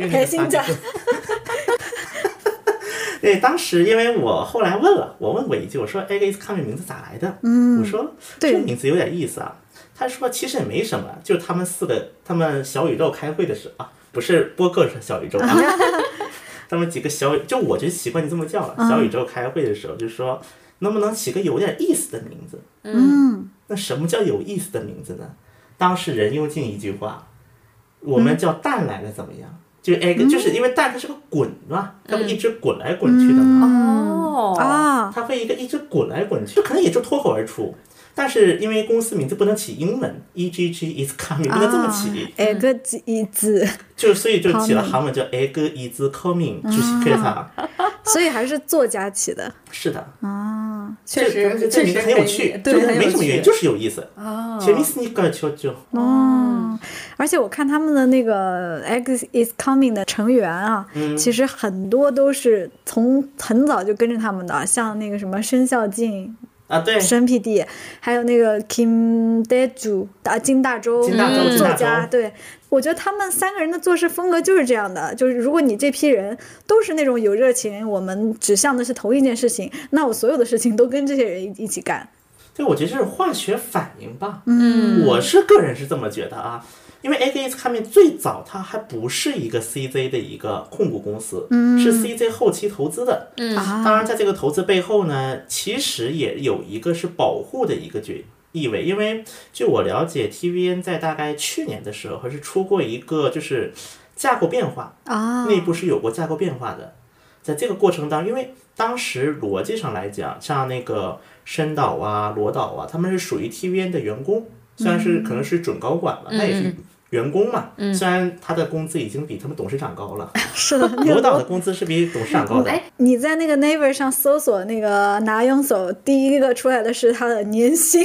Speaker 6: 开心
Speaker 5: 家
Speaker 6: 家。
Speaker 5: 对，当时因为我后来问了，我问过一句，我说哎 “egg is coming” 名字咋来的？嗯，我说
Speaker 6: 对
Speaker 5: 这名字有点意思啊。他说其实也没什么，就是他们四个，他们小宇宙开会的时候啊，不是播客是小宇 宙啊，他们几个小宇就我就习惯就这么叫了。
Speaker 6: 嗯
Speaker 5: 小宇宙开会的时候就说，能不能起个有点意思的名字？
Speaker 6: 嗯，
Speaker 5: 那什么叫有意思的名字呢？当事人用尽一句话，我们
Speaker 6: 嗯
Speaker 5: 叫蛋来了怎么样？就 egg，、就是因为蛋它是个滚嘛，它不
Speaker 6: 嗯
Speaker 5: 一直滚来滚去的嘛，
Speaker 9: 哦，
Speaker 6: 啊，
Speaker 5: 它会一个一直滚来滚去，就可能也就脱口而出。但是因为公司名字不能起英文，E G G is coming 不能这么
Speaker 9: 啊
Speaker 5: 起，
Speaker 6: 哎，个几一字，
Speaker 5: 就所以就起了韩文叫 egg is coming，就是
Speaker 9: 啊
Speaker 5: 给它。
Speaker 6: 所以还是作家起的。
Speaker 5: 啊是的，
Speaker 9: 确
Speaker 5: 这
Speaker 9: 实，
Speaker 5: 这
Speaker 9: 确
Speaker 5: 名字
Speaker 9: 实
Speaker 5: 很有趣，
Speaker 9: 对，
Speaker 5: 就是
Speaker 9: 很有
Speaker 5: 没什么原因，
Speaker 9: 趣。哦
Speaker 5: 就是有意思。재밌으니까저죠
Speaker 6: 哦，而且我看他们的那个 X is coming 的成员啊，
Speaker 5: 嗯
Speaker 6: 其实很多都是从很早就跟着他们的，像那个什么申孝敬、
Speaker 5: 啊，对，
Speaker 6: 申 PD，还有那个 Kim Daeju 啊金大洲
Speaker 5: 金大洲金
Speaker 6: 嗯
Speaker 5: 大洲
Speaker 6: 作家，对。我觉得他们三个人的做事风格就是这样的，就是如果你这批人都是那种有热情，我们指向的是同一件事情，那我所有的事情都跟这些人一一起干。
Speaker 5: 对，我觉得这是化学反应吧。嗯，我是个人是这么觉得啊，因为 A G S Coming 最早它还不是一个 C Z 的一个控股公司，嗯、是 C Z 后期投资的。嗯，当然在这个投资背后呢，其实也有一个是保护的一个决意味，因为据我了解，T V N 在大概去年的时候还是出过一个就是架构变化，
Speaker 6: 啊，
Speaker 5: 内部是有过架构变化的。在这个过程当中，因为当时逻辑上来讲，像那个深岛啊、罗岛啊，他们是属于 TVN 的员工，虽然
Speaker 6: 嗯
Speaker 5: 是可能是准高管了，那、也是员工嘛。虽然他的工资已经比他们董事长高了，
Speaker 6: 是的，那
Speaker 5: 罗
Speaker 6: 个
Speaker 5: 岛的工资是比董事长高的。
Speaker 6: 你在那个 Naver 上搜索那个拿用手，第一个出来的是他的 年薪。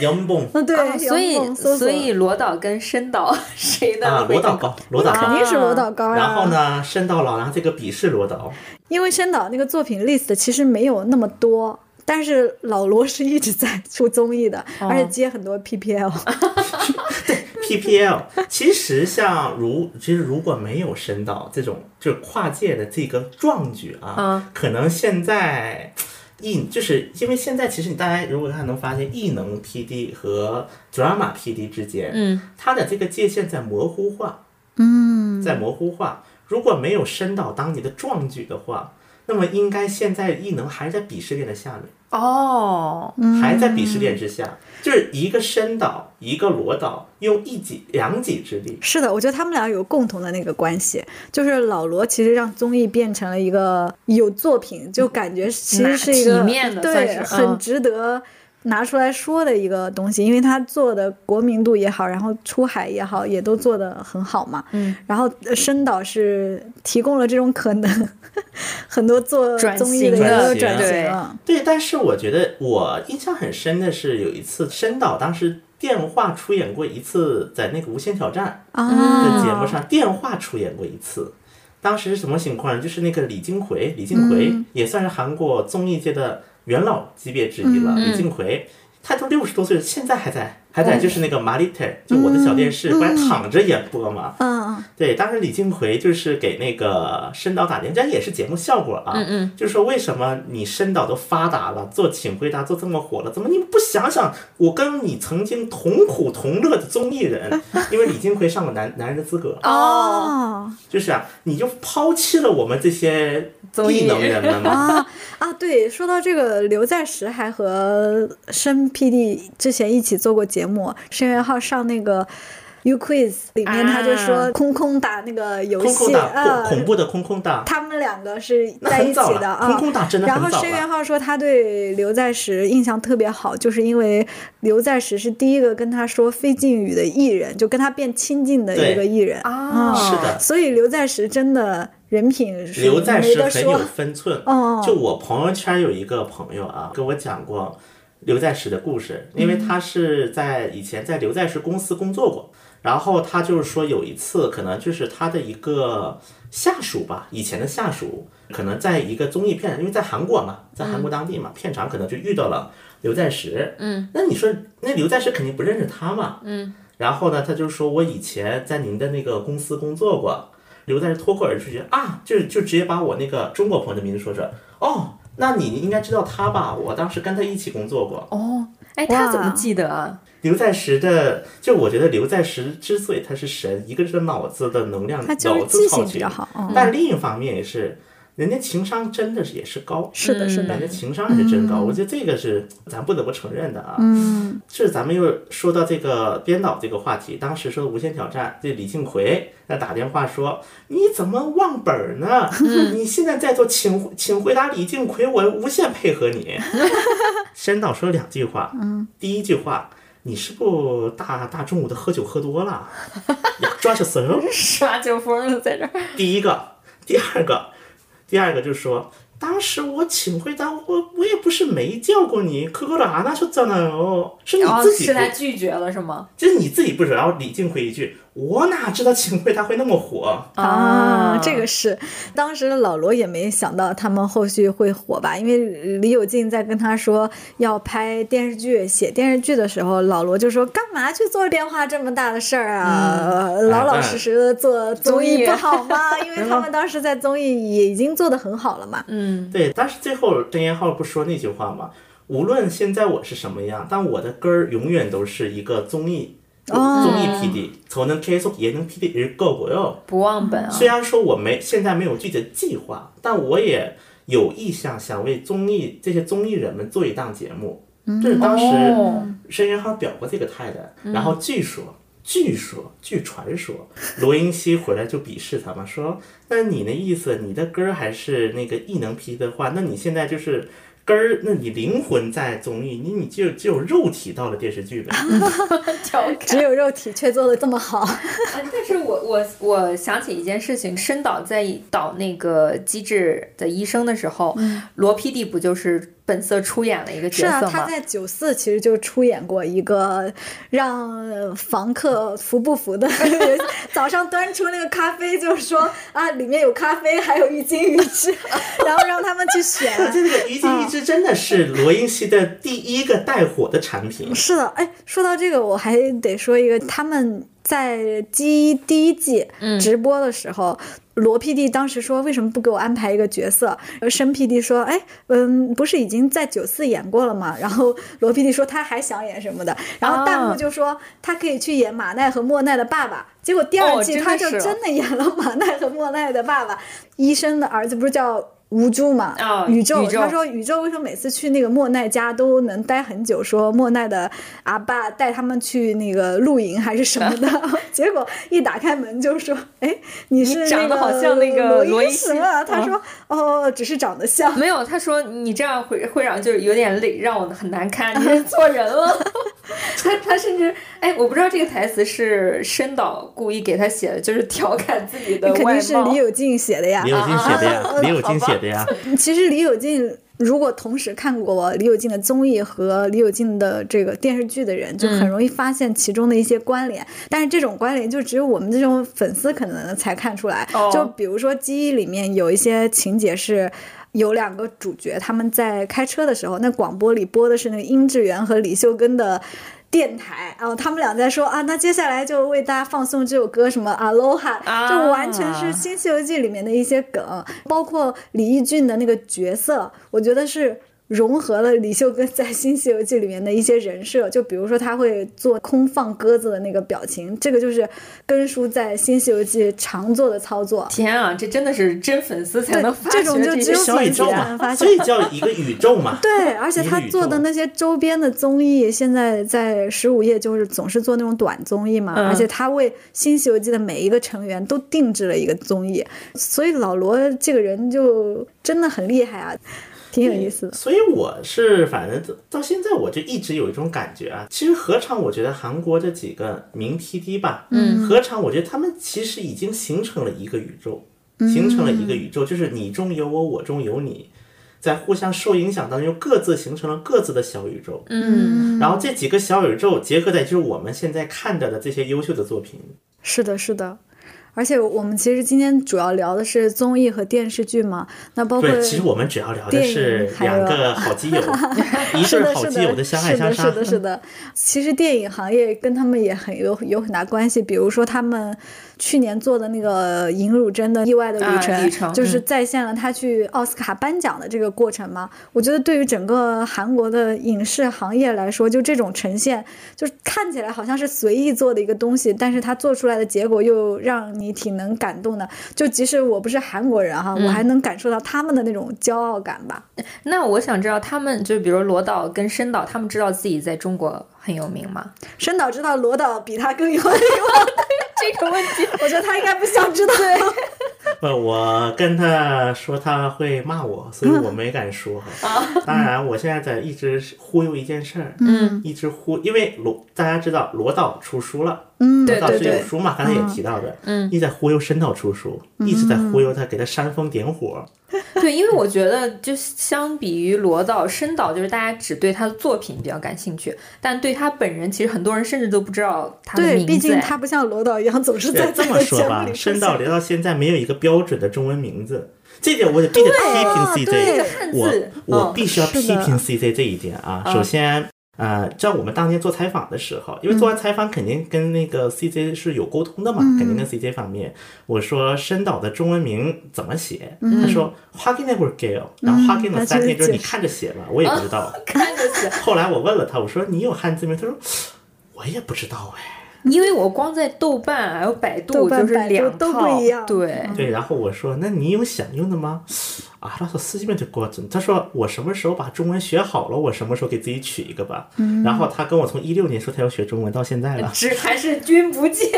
Speaker 5: 杨蹦
Speaker 6: 嗯，对，
Speaker 9: 哦所
Speaker 6: 阳
Speaker 9: 以
Speaker 6: 光搜索
Speaker 9: 所以罗导跟申导 谁的
Speaker 5: 啊，
Speaker 9: 会
Speaker 5: 罗导
Speaker 9: 更
Speaker 5: 高，罗导
Speaker 6: 肯
Speaker 5: 高。
Speaker 6: 定是罗导高啊。
Speaker 5: 然后？呢，深到老，然后这个鄙视罗导，
Speaker 6: 因为申导那个作品 list 其实没有那么多。但是老罗是一直在出综艺的，
Speaker 9: 哦
Speaker 6: 而且接很多 PPL，、
Speaker 5: PPL，其实像如其实如果没有深到这种就是跨界的这个壮举啊，可能现在艺就是因为现在其实你大家如果看能发现艺能 PD 和 drama PD 之间，嗯，它的这个界限在模糊化，嗯，在模糊化。如果没有深到当你的壮举的话，那么应该现在艺能还在鄙视链的下面。
Speaker 9: 哦，
Speaker 5: 还在鄙视链之下，就是一个深岛，一个裸岛，用一己两己之力。
Speaker 6: 是的，我觉得他们俩有共同的那个关系，就是老罗其实让综艺变成了一个有作品，就感觉其实是一个
Speaker 9: 体面的算
Speaker 6: 对，
Speaker 9: 是嗯
Speaker 6: 很值得拿出来说的一个东西，因为他做的国民度也好，然后出海也好，也都做得很好嘛。
Speaker 9: 嗯，
Speaker 6: 然后呃深岛是提供了这种可能， 很多做
Speaker 9: 转
Speaker 6: 综艺的
Speaker 9: 型
Speaker 6: 一个
Speaker 5: 的
Speaker 6: 转
Speaker 9: 对
Speaker 6: 型啊。
Speaker 5: 对，但是我觉得我印象很深的是有一次深岛当时电话出演过一次，在那个《无限挑战》
Speaker 6: 嗯
Speaker 5: 的节目上、电话出演过一次。当时是什么情况呢？就是那个李金奎，李金奎、也算是韩国综艺界的元老级别之一了。李金奎，他都六十多岁了，现在还在，还在，就是那个《马里特》，就我的小电视，不然躺着演播嘛。
Speaker 6: 嗯，
Speaker 5: 对，当时李金奎就是给那个申导打电话，这也是节目效果啊。嗯嗯，就是说为什么你申导都发达了，做《请回答》做这么火了，怎么你们不想想我跟你曾经同苦同乐的综艺人？因为李金奎上过男男人的资格，
Speaker 9: 哦，
Speaker 6: 哦
Speaker 5: 就是啊，你就抛弃了我们这些
Speaker 9: 综艺
Speaker 5: 异能人们嘛。
Speaker 6: 啊啊！对，说到这个，刘在石还和申 PD 之前一起做过节目，申元浩上那个 U Quiz 里面，他就说
Speaker 9: 啊
Speaker 6: 空空打那个游
Speaker 5: 空空
Speaker 6: 戏，
Speaker 5: 党，
Speaker 6: 啊，
Speaker 5: 恐恐怖的空空党，
Speaker 6: 他们两个是
Speaker 5: 那
Speaker 6: 在
Speaker 5: 很
Speaker 6: 一
Speaker 5: 早
Speaker 6: 起
Speaker 5: 了
Speaker 6: 的啊。
Speaker 5: 空空党真的
Speaker 6: 然后
Speaker 5: 很早
Speaker 6: 申元
Speaker 5: 了。
Speaker 6: 浩说他对刘在石印象特别好，就是因为刘在石是第一个跟他说非敬语的艺人，就跟他变亲近的一
Speaker 5: 对
Speaker 6: 个艺人
Speaker 9: 啊
Speaker 5: 是的
Speaker 6: 所以刘在石真的人品是
Speaker 5: 刘在
Speaker 6: 没
Speaker 5: 石
Speaker 6: 得
Speaker 5: 很有
Speaker 6: 说。
Speaker 5: 分寸，
Speaker 6: 哦
Speaker 5: 就我朋友圈有一个朋友啊，跟我讲过刘在石的故事，因为他是在以前在刘在石公司工作过，然后他就是说有一次可能就是他的一个下属吧，以前的下属，可能在一个综艺片，因为在韩国嘛，在韩国当地嘛，片场可能就遇到了刘在石，嗯，那你说那刘在石肯定不认识他嘛，嗯。然后呢，他就说我以前在您的那个公司工作过，刘在石脱口而出觉得啊，就就直接把我那个中国朋友的名字说出来。哦，那你应该知道他吧？我当时跟他一起工作过。
Speaker 6: 哦
Speaker 9: 哎，他怎
Speaker 6: 哇
Speaker 9: 么记得啊？
Speaker 5: 刘在石的，就我觉得刘在石之所以他是神，一个是脑子的能量，
Speaker 6: 他就是
Speaker 5: 脑
Speaker 6: 记
Speaker 5: 子
Speaker 6: 性
Speaker 5: 超
Speaker 6: 比
Speaker 5: 群
Speaker 6: 较，好，嗯
Speaker 5: 但另一方面也是，人家情商真的是也是高。
Speaker 6: 是的，嗯是的
Speaker 5: 人，家情商也是真高，我觉得这个是咱不得不承认的啊。嗯，是咱们又说到这个编导这个话题，当时说《无限挑战》，这李庆奎那打电话说：“你怎么忘本儿呢？你现在在做，请请回答李庆奎，我无限配合 你。”申导说两句话，嗯，第一句话。你是不是大大中午的喝酒喝多了，呀抓着怂。
Speaker 9: 耍酒疯了在这儿，
Speaker 5: 第一个，第二个，第二个就是说，当时我请回答，我我也不是没叫过你，可可拉那是真的哦，是你
Speaker 9: 然后
Speaker 5: 自己
Speaker 9: 是
Speaker 5: 不，
Speaker 9: 他拒绝了是吗？
Speaker 5: 就是你自己不知道。然后李靖回一句，我哪知道请回答会那么火？
Speaker 6: 啊，这个是当时老罗也没想到他们后续会火吧？因为李友静在跟他说要拍电视剧、写电视剧的时候，老罗就说干嘛去做电话这么大的事儿啊？老老实实的做综艺不好吗？因为他们当时在综艺也已经做得很好了嘛。
Speaker 9: 嗯，
Speaker 5: 对，但是最后郑元浩不说那句话吗？无论现在我是什么样，但我的根儿永远都是一个综艺，综艺 PD，저는계속예능 PD를 거고요。
Speaker 9: 不忘本啊，
Speaker 5: 虽然说我没现在没有具体的计划，但我也有意向想为综艺这些综艺人们做一档节目。这是当时
Speaker 9: 哦
Speaker 5: 申元浩表过这个态的。然后据说据说，据传说，罗云熙回来就鄙视他嘛，说：“那你那意思，你的根儿还是那个异能批的话，那你现在就是根儿，那你灵魂在综艺，你你就只有肉体到了电视剧呗。
Speaker 9: 调侃
Speaker 6: 只有肉体却做的这么好，
Speaker 7: 哎但
Speaker 9: 但是我我我想起一件事情，申导在导那个《机智的医生》的时候，罗 PD 不就是本色出演了一个
Speaker 6: 嗯是
Speaker 9: 角
Speaker 6: 啊，
Speaker 9: 色
Speaker 6: 他
Speaker 9: 吗？
Speaker 6: 在九四其实就出演过一个让呃房客服不 服的，早上端出那个咖啡就说啊里面有咖啡还有鱼精 鱼翅，然后让他们 去选。
Speaker 5: 这个鱼精一只真的是罗云熙的第一个带火的产品。
Speaker 6: 是的，哎，说到这个，我还得说一个，他们在第一第一季
Speaker 9: 嗯
Speaker 6: 直播的时候。罗 PD 当时说：“为什么不给我安排一个角色？”而申 PD 说：“哎，嗯，不是已经在九四演过了吗？”然后罗 PD 说：“他还想演什么的？”然后弹幕
Speaker 9: 哦
Speaker 6: 就说：“他可以去演马奈和莫奈的爸爸。”结果第二
Speaker 9: 哦
Speaker 6: 季
Speaker 9: 真的
Speaker 6: 他就是真的演了马奈和莫奈的爸爸。医生的儿子不是叫吴珠嘛？
Speaker 9: 哦
Speaker 6: 宇宙，
Speaker 9: 宇宙
Speaker 6: 他说宇宙为什么每次去那个莫奈家都能待很久？说莫奈的阿爸带他们去那个露营还是什么 的，结果一打开门就说：“哎，你是、那个、
Speaker 9: 你长得好像那个
Speaker 6: 罗
Speaker 9: 罗
Speaker 6: 伊
Speaker 9: 伊
Speaker 6: 什
Speaker 9: 西
Speaker 6: 么？”
Speaker 9: 啊
Speaker 6: 他说：“哦，只是长得像。”
Speaker 9: 没有，他说你这样会会让就是有点累，让我很难堪，你是做人了。 他他甚至哎，我不知道这个台词是申导故意给他写的，就是调侃自己的
Speaker 6: 肯
Speaker 9: 外
Speaker 6: 定是
Speaker 9: 貌。
Speaker 6: 李友静写的呀
Speaker 5: 李。友金写的
Speaker 6: 啊
Speaker 5: 呀，李友金写的呀，
Speaker 6: 其实李友静，如果同时看过李友静的综艺和李友静的这个电视剧的人，就很容易发现其中的一些关联。但是这种关联就只有我们这种粉丝可能才看出来。
Speaker 9: 哦
Speaker 6: 就比如说《记忆》里面有一些情节是。有两个主角，他们在开车的时候，那广播里播的是那个殷志源和李秀根的电台，然、后他们俩在说啊，那接下来就为大家放送这首歌，什么 Aloha，
Speaker 9: 啊
Speaker 6: 就完全是《新西游记》里面的一些梗，包括李易俊的那个角色，我觉得是。融合了李秀根在《新西游记》里面的一些人设，就比如说他会做空放鸽子的那个表情，这个就是根叔在《新西游记》常做的操作。
Speaker 9: 天啊，这真的是真粉丝才
Speaker 6: 对
Speaker 9: 能发
Speaker 6: 这
Speaker 9: 掘
Speaker 6: 种就
Speaker 9: 些
Speaker 6: 只有
Speaker 5: 小宇宙
Speaker 6: 粉丝才能发
Speaker 5: 嘛，
Speaker 6: 现
Speaker 5: 所以叫一个宇宙 嘛。
Speaker 6: 对，而且
Speaker 5: 一个
Speaker 6: 他
Speaker 5: 宇
Speaker 6: 做
Speaker 5: 宙
Speaker 6: 的那些周边的综艺，现在在十五夜就是总是做那种短综艺嘛，而且他为《新西游记》的每一个成员都定制了一个综艺，所以老罗这个人就真的很厉害啊，挺有意思的。
Speaker 5: 所以我是反正到现在我就一直有一种感觉啊，其实何尝我觉得韩国这几个名 TD 吧，嗯，何尝我觉得他们其实已经形成了一个宇宙，形成了一个
Speaker 6: 嗯
Speaker 5: 宇宙，就是你中有我，我中有你，在互相受影响当中，各自形成了各自的小宇宙，
Speaker 9: 嗯，
Speaker 5: 然后这几个小宇宙结合在就是我们现在看着的这些优秀的作品，
Speaker 6: 是的，是的。而且我们其实今天主要聊的是综艺和电视剧嘛，那包括
Speaker 5: 对，其实我们主要聊的是两个好基 友，一
Speaker 6: 是
Speaker 5: 对
Speaker 6: 的，
Speaker 5: 儿好
Speaker 6: 是
Speaker 5: 基友
Speaker 6: 的，
Speaker 5: 的相爱
Speaker 6: 是
Speaker 5: 相
Speaker 6: 的，
Speaker 5: 杀
Speaker 6: 是。的，是的。其实电影行业跟他们也很有有很大关系，比如说他们去年做的那个尹汝贞的《意外的旅
Speaker 9: 啊
Speaker 6: 程》
Speaker 9: 旅程
Speaker 6: 就是
Speaker 9: 嗯
Speaker 6: 再现了他去奥斯卡颁奖的这个过程嘛。我觉得对于整个韩国的影视行业来说，就这种呈现，就是看起来好像是随意做的一个东西，但是它做出来的结果又让你挺能感动的。就即使我不是韩国人哈，
Speaker 9: 嗯
Speaker 6: 我还能感受到他们的那种骄傲感吧。
Speaker 9: 那我想知道他们就比如罗导跟申导，他们知道自己在中国很有名吗？
Speaker 6: 申导知道罗导比他更有名吗？
Speaker 9: 这个问题，
Speaker 6: 我觉得他应该不想知道。
Speaker 5: 呃，我跟他说他会骂我，所以
Speaker 6: 嗯
Speaker 5: 我没敢说。当然，我现在在一直忽悠一件事儿，
Speaker 9: 嗯，
Speaker 5: 一直忽，因为罗大家知道罗导出书了，
Speaker 6: 嗯，
Speaker 5: 罗
Speaker 9: 对
Speaker 5: 导
Speaker 9: 对
Speaker 5: 是有
Speaker 9: 对，
Speaker 5: 书嘛，刚才也提到的，
Speaker 9: 嗯，
Speaker 5: 一直在忽悠申导出书，
Speaker 6: 嗯
Speaker 5: 一直在忽悠他，给他煽风点火。
Speaker 9: 对，因为我觉得，就相比于罗导、申导，就是大家只对他的作品比较感兴趣，但对他本人，其实很多人甚至都不知道他的名
Speaker 6: 对，
Speaker 9: 字。哎
Speaker 6: 毕竟他不像罗导一样总是在
Speaker 5: 对，这么说
Speaker 6: 节目
Speaker 5: 吧
Speaker 6: 里，出
Speaker 5: 申
Speaker 6: 现
Speaker 5: 导留到现在没有一个标准的中文名字，这点我得必须批评 CJ
Speaker 6: 啊对。
Speaker 9: 汉
Speaker 5: 我
Speaker 9: 字，
Speaker 5: 我
Speaker 9: 嗯
Speaker 5: 必须要
Speaker 6: 哦是
Speaker 5: 批
Speaker 6: 的哦
Speaker 5: 评 CJ 这一点啊。
Speaker 9: 嗯
Speaker 5: 首先，呃，像我们当年做采访的时候，因为做
Speaker 6: 嗯
Speaker 5: 完采访肯定跟那个 CJ 是有沟通的嘛，肯定跟 CJ 方面，我说申导的中文名怎么写，他说 h a g i n e v e r Gale，然后 h a g i n
Speaker 6: 嗯他
Speaker 5: 的三
Speaker 6: 就是
Speaker 5: 天就是你
Speaker 6: 解释哦
Speaker 5: 看着写吧，我也不知 道。
Speaker 9: 看着写，
Speaker 5: 后来我问了他，我说你有汉字名？他说我也不知道哎。
Speaker 9: 因为我光在豆瓣啊还有百
Speaker 6: 豆
Speaker 9: 度
Speaker 6: 瓣
Speaker 9: 就是
Speaker 6: 百度
Speaker 9: 两套
Speaker 6: 都不一样
Speaker 9: 对，
Speaker 5: 对，然后我说：“那你有想用的吗？”啊，他说：“四季面就过去。”他说：“我什么时候把中文学好了，我什么时候给自己取一个吧。然后他跟我从一六年说他要学中文到现在
Speaker 7: 嗯
Speaker 5: 了。
Speaker 9: 只还是君不 见，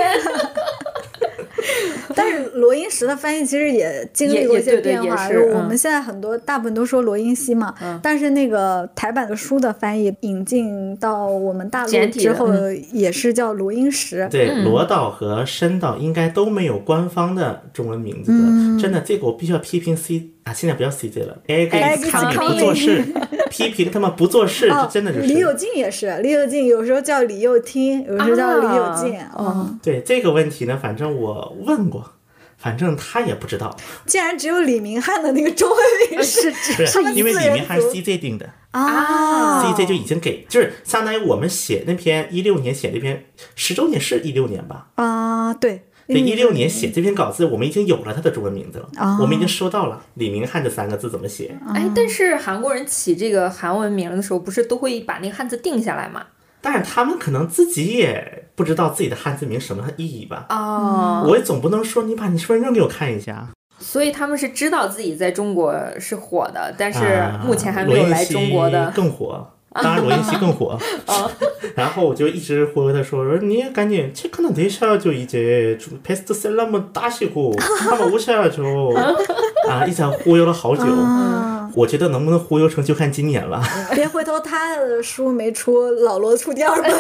Speaker 6: 但是罗英石的翻译其实也经历
Speaker 9: 也
Speaker 6: 过一
Speaker 9: 也
Speaker 6: 些
Speaker 9: 对对
Speaker 6: 变
Speaker 9: 也
Speaker 6: 化，
Speaker 9: 是
Speaker 6: 就是我
Speaker 9: 嗯
Speaker 6: 们现在很多大部分都说罗英熙嘛，但是那个台版的书的翻译引进到我们大陆
Speaker 9: 简体
Speaker 6: 之
Speaker 9: 的嗯
Speaker 6: 后，也是叫罗英石。
Speaker 5: 对，罗导和申导应该都没有官方的中文名字的，真的，这个我必须要批评 C 啊，现在不叫 CJ 了，X 自
Speaker 9: Eggs
Speaker 5: 己不做事，批评他们不做事，这
Speaker 6: 哦
Speaker 5: 真的就，
Speaker 6: 李友
Speaker 5: 是
Speaker 6: 静也是，李友静有时候叫李幼听，有时候叫李友
Speaker 9: 啊
Speaker 6: 静。嗯，
Speaker 5: 对这个问题呢，反正我问过，反正他也不知道，
Speaker 6: 竟然只有李明翰的那个中文
Speaker 9: 呃
Speaker 6: 名是
Speaker 5: 不是
Speaker 6: 他们
Speaker 5: 因为
Speaker 6: 四
Speaker 5: 里
Speaker 6: 人
Speaker 5: 面还是
Speaker 6: 组
Speaker 5: CJ 定的。
Speaker 6: 啊
Speaker 5: CJ 就已经给，就是相当于我们写那篇一六年写那篇十周年是一六年吧？
Speaker 6: 啊，对，
Speaker 5: 对，一六年哦写这篇稿子，我们已经有了他的中文名字了，我们已经收到了李明翰这三个字怎么写？
Speaker 9: 哎，
Speaker 6: 嗯
Speaker 9: 但是韩国人起这个韩文名的时候，不是都会把那个汉字定下来吗？
Speaker 5: 但是他们可能自己也不知道自己的汉字名什么意义吧？
Speaker 9: 哦，
Speaker 6: 嗯
Speaker 5: 我也总不能说你把你身份证给我看一下，啊
Speaker 9: 所以他们是知道自己在中国是火的，但是
Speaker 5: 啊
Speaker 9: 目前还没有来中国
Speaker 5: 罗
Speaker 9: 的 哦
Speaker 5: 云熙。更 火。当然，罗云熙更火。 然后我就一直回他说：“说你也赶紧체크는내셔야죠이제좀 베스트 셀러면 따시고 한번 오셔야죠。”啊，一想忽悠了好久。
Speaker 9: 嗯
Speaker 5: 我觉得能不能忽悠成就看今年了。
Speaker 6: 别回头他的书没出，老罗出第二本。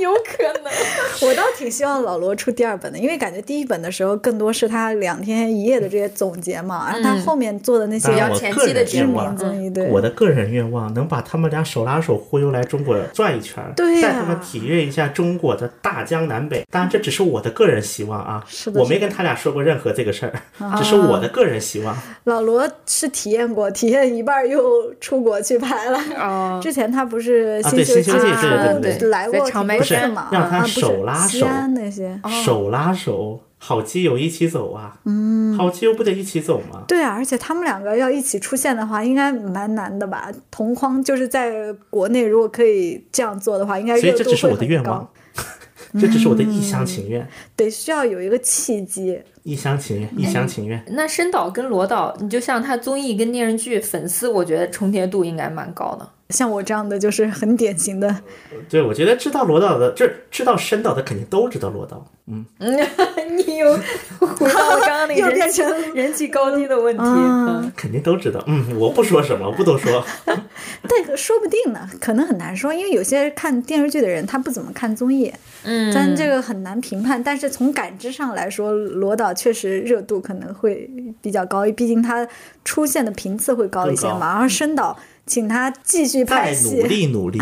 Speaker 9: 有可能，
Speaker 6: 哎我倒挺希望老罗出第二本的，因为感觉第一本的时候更多是他两天一夜的这些总结嘛，然后他后面做的那些
Speaker 5: 当
Speaker 6: 嗯
Speaker 9: 比
Speaker 5: 然，
Speaker 9: 较
Speaker 5: 我
Speaker 9: 前
Speaker 5: 个
Speaker 9: 期的
Speaker 5: 人
Speaker 9: 节
Speaker 6: 知
Speaker 5: 愿
Speaker 9: 目嗯
Speaker 7: 嗯
Speaker 6: 名
Speaker 5: 望，
Speaker 6: 综艺，对，
Speaker 5: 我的个人愿望能把他们俩手拉手忽悠来中国转一圈儿，
Speaker 6: 对呀
Speaker 5: 带他们体验一下中国的大江南北。当然，这只是我的个人希望啊，
Speaker 6: 是的
Speaker 5: 我没跟他俩说过任何这个事儿，
Speaker 9: 嗯
Speaker 5: 只是我的个人希望。
Speaker 6: 老罗是体验过，体验一半儿又出国去拍了。
Speaker 9: 哦
Speaker 7: 嗯
Speaker 6: 之前他不是
Speaker 5: 啊
Speaker 6: 新
Speaker 5: 对
Speaker 6: 秀
Speaker 5: 新秀记对对对
Speaker 6: 出来过
Speaker 9: 在长
Speaker 6: 挺
Speaker 9: 白
Speaker 6: 多次
Speaker 9: 山
Speaker 6: 嘛，
Speaker 5: 让他
Speaker 6: 啊不是
Speaker 5: 手拉
Speaker 6: 西
Speaker 5: 手
Speaker 6: 安那些。
Speaker 5: 手拉手，好基友一起走啊，
Speaker 6: 哦
Speaker 5: 嗯，好基友不得一起走吗？
Speaker 6: 对啊，而且他们两个要一起出现的话，应该蛮难的吧？同框就是在国内，如果可以这样做的话，应该
Speaker 5: 所以
Speaker 6: 热
Speaker 5: 这
Speaker 6: 度
Speaker 5: 只是
Speaker 6: 会
Speaker 5: 我的
Speaker 6: 很
Speaker 5: 愿
Speaker 6: 高嗯
Speaker 5: 望， 这只是我的一厢情愿，
Speaker 6: 得需要有一个契机。
Speaker 5: 一厢情愿，
Speaker 6: 哎
Speaker 5: 一厢情愿。
Speaker 9: 那申导跟罗导，你就像他综艺跟电视剧粉丝，我觉得重叠度应该蛮高 的。
Speaker 6: 像我这样的就是很典型的，
Speaker 5: 对，我觉得知道罗导的，就是知道申导的，肯定都知道罗导。
Speaker 9: 你有 回到刚刚那
Speaker 6: 又
Speaker 9: 个
Speaker 6: 变
Speaker 9: 人气
Speaker 6: 成
Speaker 9: 人气高低的问题。
Speaker 6: 啊
Speaker 9: 嗯
Speaker 5: 肯定都知道，嗯，我不说什么，我不多 说。
Speaker 6: 但说不定呢，可能很难说，因为有些看电视剧的人他不怎么看综艺，嗯，咱这个很难评判。但是从感知上来说，罗导确实热度可能会比较高，毕竟他出现的频次会高一些
Speaker 5: 更高
Speaker 6: 嘛。然后申导请他继续拍
Speaker 5: 再努
Speaker 6: 戏。
Speaker 5: 力努 力，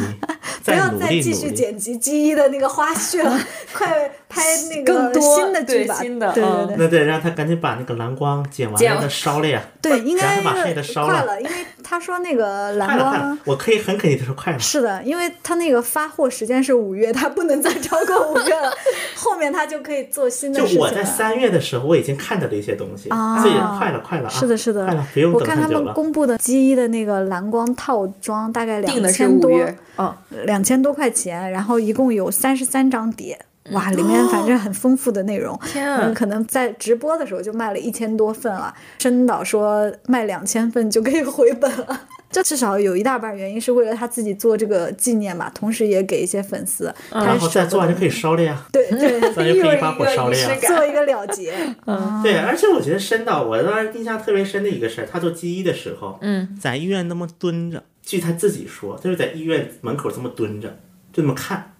Speaker 6: 不要
Speaker 5: 努
Speaker 6: 再
Speaker 5: 力
Speaker 6: 继
Speaker 5: 努
Speaker 6: 续
Speaker 5: 力。
Speaker 6: 剪辑 G 一的那个花絮 了，快拍那个
Speaker 9: 更多
Speaker 6: 新的剧
Speaker 9: 对
Speaker 6: 吧，
Speaker 9: 新的
Speaker 6: 对
Speaker 9: 嗯
Speaker 6: 对对
Speaker 5: 那得让他赶紧把那个蓝光剪完，
Speaker 9: 剪
Speaker 5: 让他烧了呀！
Speaker 6: 对，应该
Speaker 5: 咱把黑的烧
Speaker 6: 快
Speaker 5: 了
Speaker 6: 了，因为他说那个
Speaker 5: 快
Speaker 6: 蓝
Speaker 5: 了，快了
Speaker 6: 光。！
Speaker 5: 我可以很肯定的说，快了。
Speaker 6: 是的，因为他那个发货时间是五月，他不能再超过五月 了，后面他就可以做新的
Speaker 5: 就
Speaker 6: 事情
Speaker 5: 我在
Speaker 6: 了。
Speaker 5: 三月的时候，我已经看到了一些东西，
Speaker 6: 啊
Speaker 5: 所以快了，快了啊！
Speaker 6: 是的，是的
Speaker 5: 快了，不，用
Speaker 6: 我
Speaker 5: 等
Speaker 6: 看他
Speaker 5: 很久
Speaker 6: 们
Speaker 5: 了。
Speaker 6: 公布的 G 一的那个蓝光套装大概
Speaker 9: 定
Speaker 6: 两
Speaker 9: 的是
Speaker 6: 千
Speaker 9: 五
Speaker 6: 多，
Speaker 9: 月，嗯，
Speaker 6: 两千多块钱，然后一共有三十三张碟，哇，里面反正很丰富的内容。
Speaker 9: 嗯天啊
Speaker 6: 嗯，可能在直播的时候就卖了一千多份了，申导说卖两千份就可以回本了。 这至少有一大半原因是为了他自己做这个纪念吧，同时也给一些粉丝。他
Speaker 9: 嗯
Speaker 5: 然
Speaker 6: 是
Speaker 5: 后再做完就可以烧了呀，
Speaker 6: 对 对，
Speaker 5: 咱就可以把
Speaker 9: 又
Speaker 5: 火
Speaker 9: 有一
Speaker 5: 烧
Speaker 9: 个
Speaker 5: 了
Speaker 9: 仪
Speaker 5: 呀
Speaker 9: 式。感
Speaker 6: 做一个了结。
Speaker 9: 嗯
Speaker 6: 嗯
Speaker 9: 啊
Speaker 5: 对，而且我觉得申导，我当时印象特别深的一个事儿，他做 G 一的时候，
Speaker 6: 嗯
Speaker 10: 在医院那么蹲着，
Speaker 5: 据他自己说，他就在医院门口这么蹲着，就这么看，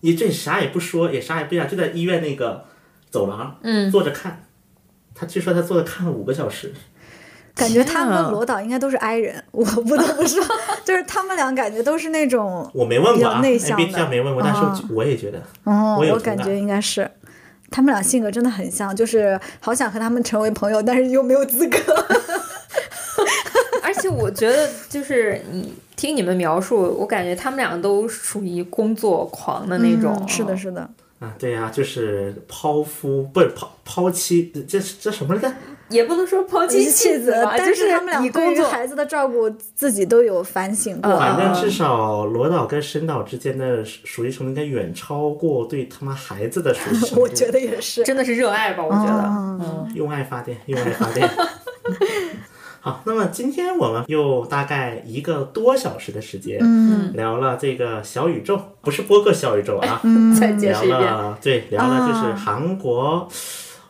Speaker 5: 也这啥也不说，也啥也不讲，就在医院那个走廊，嗯，坐着看。他据说他坐着看了五个小时，
Speaker 6: 感觉他
Speaker 9: 天
Speaker 6: 跟
Speaker 9: 啊
Speaker 6: 罗导应该都是 I 人，我不得不说， 就是他们俩感觉都是那种，
Speaker 5: 我没问过啊
Speaker 6: 比较内向的哦
Speaker 5: ，MBTI 没问过，但是我我也觉得，
Speaker 6: 嗯，
Speaker 5: 我有
Speaker 6: 我
Speaker 5: 同
Speaker 6: 感觉
Speaker 5: 感。
Speaker 6: 应该是。他们俩性格真的很像，就是好想和他们成为朋友，但是又没有资格。
Speaker 9: 而且我觉得，就是你听你们描述，我感觉他们俩都属于工作狂的那种。
Speaker 6: 嗯是
Speaker 5: 哦
Speaker 6: 的，是的，
Speaker 5: 啊
Speaker 6: 呃
Speaker 5: 啊，对呀、就是抛夫不是抛抛妻，这这什么来着？
Speaker 9: 也不能说抛弃
Speaker 6: 妻
Speaker 9: 子吧，
Speaker 6: 但
Speaker 9: 就是
Speaker 6: 他们俩
Speaker 9: 以
Speaker 6: 对
Speaker 9: 工
Speaker 6: 于
Speaker 9: 作
Speaker 6: 孩子的照顾自己都有反省过。
Speaker 5: 反正
Speaker 9: 啊
Speaker 5: 至少罗导跟申导之间的熟悉程度应该远超过对他们孩子的熟悉程度。
Speaker 6: 我觉得也是，
Speaker 9: 真的是热爱吧，我觉得。
Speaker 6: 啊
Speaker 9: 嗯，
Speaker 5: 用爱发电，用爱发电。 好，那么今天我们又大概一个多小时的时间，
Speaker 6: 嗯，
Speaker 5: 聊了这个小宇宙，不是播客小宇宙啊，
Speaker 6: 嗯
Speaker 9: 再解
Speaker 5: 聊
Speaker 9: 释一遍，
Speaker 5: 了对，聊了就是
Speaker 6: 啊
Speaker 5: 韩国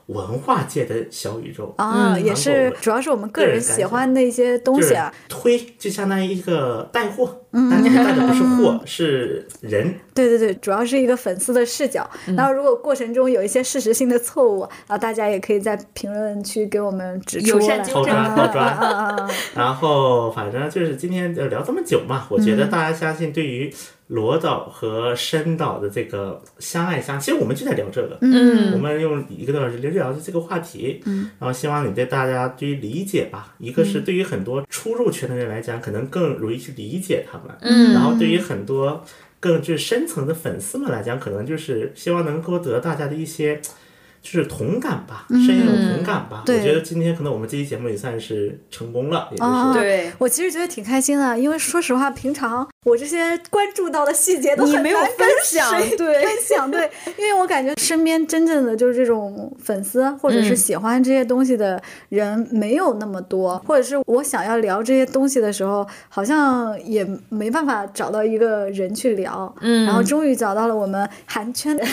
Speaker 5: 文化界的小宇宙，
Speaker 6: 啊，
Speaker 5: 嗯
Speaker 6: 也
Speaker 5: 韩
Speaker 6: 是
Speaker 5: 国，
Speaker 6: 主要是我们个
Speaker 5: 个人
Speaker 6: 人
Speaker 5: 感
Speaker 6: 喜
Speaker 5: 想
Speaker 6: 欢的一些东
Speaker 5: 就是
Speaker 6: 西啊，嗯
Speaker 5: 推，就相当于一个带货，但这个带的不是货， 是 人。
Speaker 6: 对对对，主要是一个粉丝的视角。
Speaker 5: 嗯
Speaker 6: 然后如果过程中有一些事实性的错误，然后大家也可以在评论区给我们指出
Speaker 9: 友善
Speaker 6: 来。
Speaker 9: 纠
Speaker 5: 后
Speaker 9: 正
Speaker 5: 抓后抓，
Speaker 6: 啊，
Speaker 5: 然后反正就是今天呃就聊这么久
Speaker 6: 嗯
Speaker 5: 嘛，我觉得大家相信对于罗导和申导的这个相爱相，其实我们就在聊这个，我
Speaker 9: 嗯，
Speaker 5: 们用一个多小时聊聊这个话题，嗯，然后希望你对大家对于理解吧，一个是
Speaker 6: 嗯
Speaker 5: 对于很多初入圈的人来讲，可能更容易去理解他们，
Speaker 9: 嗯
Speaker 5: 然后对于很多更就是深层的粉丝们来讲，可能就是希望能够得到大家的一些。就是同感吧，深有同感吧。
Speaker 6: 嗯对
Speaker 5: 我觉得今天可能我们这期节目也算是成功了，也就是、
Speaker 6: 啊
Speaker 9: 对。
Speaker 6: 我其实觉得挺开心的，因为说实话，平常我这些关注到的细节都
Speaker 9: 你
Speaker 6: 很
Speaker 9: 没有
Speaker 6: 难
Speaker 9: 分
Speaker 6: 跟
Speaker 9: 享
Speaker 6: 谁
Speaker 9: 对
Speaker 6: 分享 对，因为我感觉身边真正的就是这种粉丝或者是
Speaker 9: 嗯
Speaker 6: 喜欢这些东西的人没有那么多，或者是我想要聊这些东西的时候，好像也没办法找到一个人去聊，
Speaker 9: 嗯
Speaker 6: 然后终于找到了我们韩圈。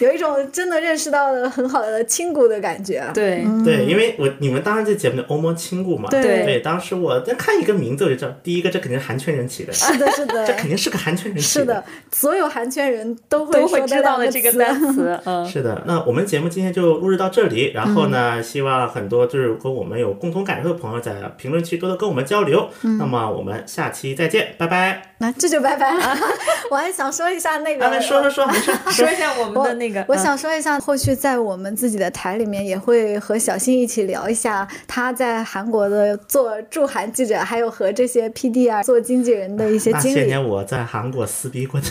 Speaker 6: 有一种真的认识到了很好的亲骨的感觉，
Speaker 9: 对，
Speaker 5: 对，因为我你们当时这节目的欧盟亲故嘛，
Speaker 6: 对
Speaker 5: 当时我在看一个名字我就知道，第一个这肯定是韩圈人起的，
Speaker 6: 是的，是的，
Speaker 5: 这肯定是个韩圈人起
Speaker 6: 是的，所有韩圈人都会
Speaker 9: 都
Speaker 6: 说
Speaker 9: 会知道的
Speaker 6: 的
Speaker 9: 这个单词， 嗯，
Speaker 5: 是的，那我们节目今天就录制到这里，然后呢，希望很多就是跟我们有共同感受的朋友在评论区多多跟我们交流。
Speaker 6: 嗯
Speaker 5: 那么我们下期再见，拜拜。
Speaker 6: 那这就拜拜了。
Speaker 9: 啊
Speaker 6: 我还想说一下那
Speaker 5: 啊，那
Speaker 6: 个，
Speaker 5: 说说说，没 事，说
Speaker 9: 说一下我们
Speaker 6: 我
Speaker 9: 的那个，
Speaker 6: 我
Speaker 9: 嗯
Speaker 6: 想说一下，后续在我们自己的台里面也会和小新一起聊一下他在韩国的做驻韩记者，还有和这些 PD 啊做经纪人的一些
Speaker 5: 那
Speaker 6: 经
Speaker 5: 些
Speaker 6: 历。
Speaker 5: 年我在韩国撕逼 过的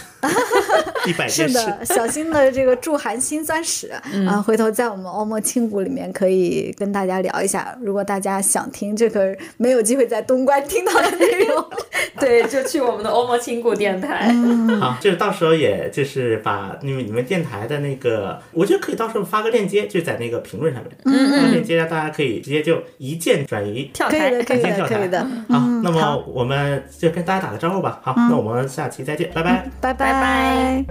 Speaker 5: 一百件
Speaker 6: 是
Speaker 5: 事。
Speaker 6: 的，小新的这个驻韩辛酸史啊、
Speaker 9: 嗯
Speaker 6: 回头在我们欧莫庆谷里面可以跟大家聊一下。如果大家想听这个没有机会在东关听到的内容，
Speaker 9: 对，就去我们的欧盟亲故电台，
Speaker 6: 嗯
Speaker 5: 好，就是到时候也就是把你们你们电台的那个，我觉得可以到时候发个链接，就在那个评论上面，
Speaker 6: 嗯
Speaker 5: 发个链接让大家可以直接就一键转移。
Speaker 9: 跳
Speaker 6: 可以
Speaker 9: 台
Speaker 6: 的，，可以
Speaker 5: 先跳
Speaker 6: 的，
Speaker 5: 台
Speaker 6: 可以 的。嗯
Speaker 5: 好，那么我们就跟大家打个招呼吧。好，那我们下期再见，拜拜。
Speaker 6: 拜拜
Speaker 9: 拜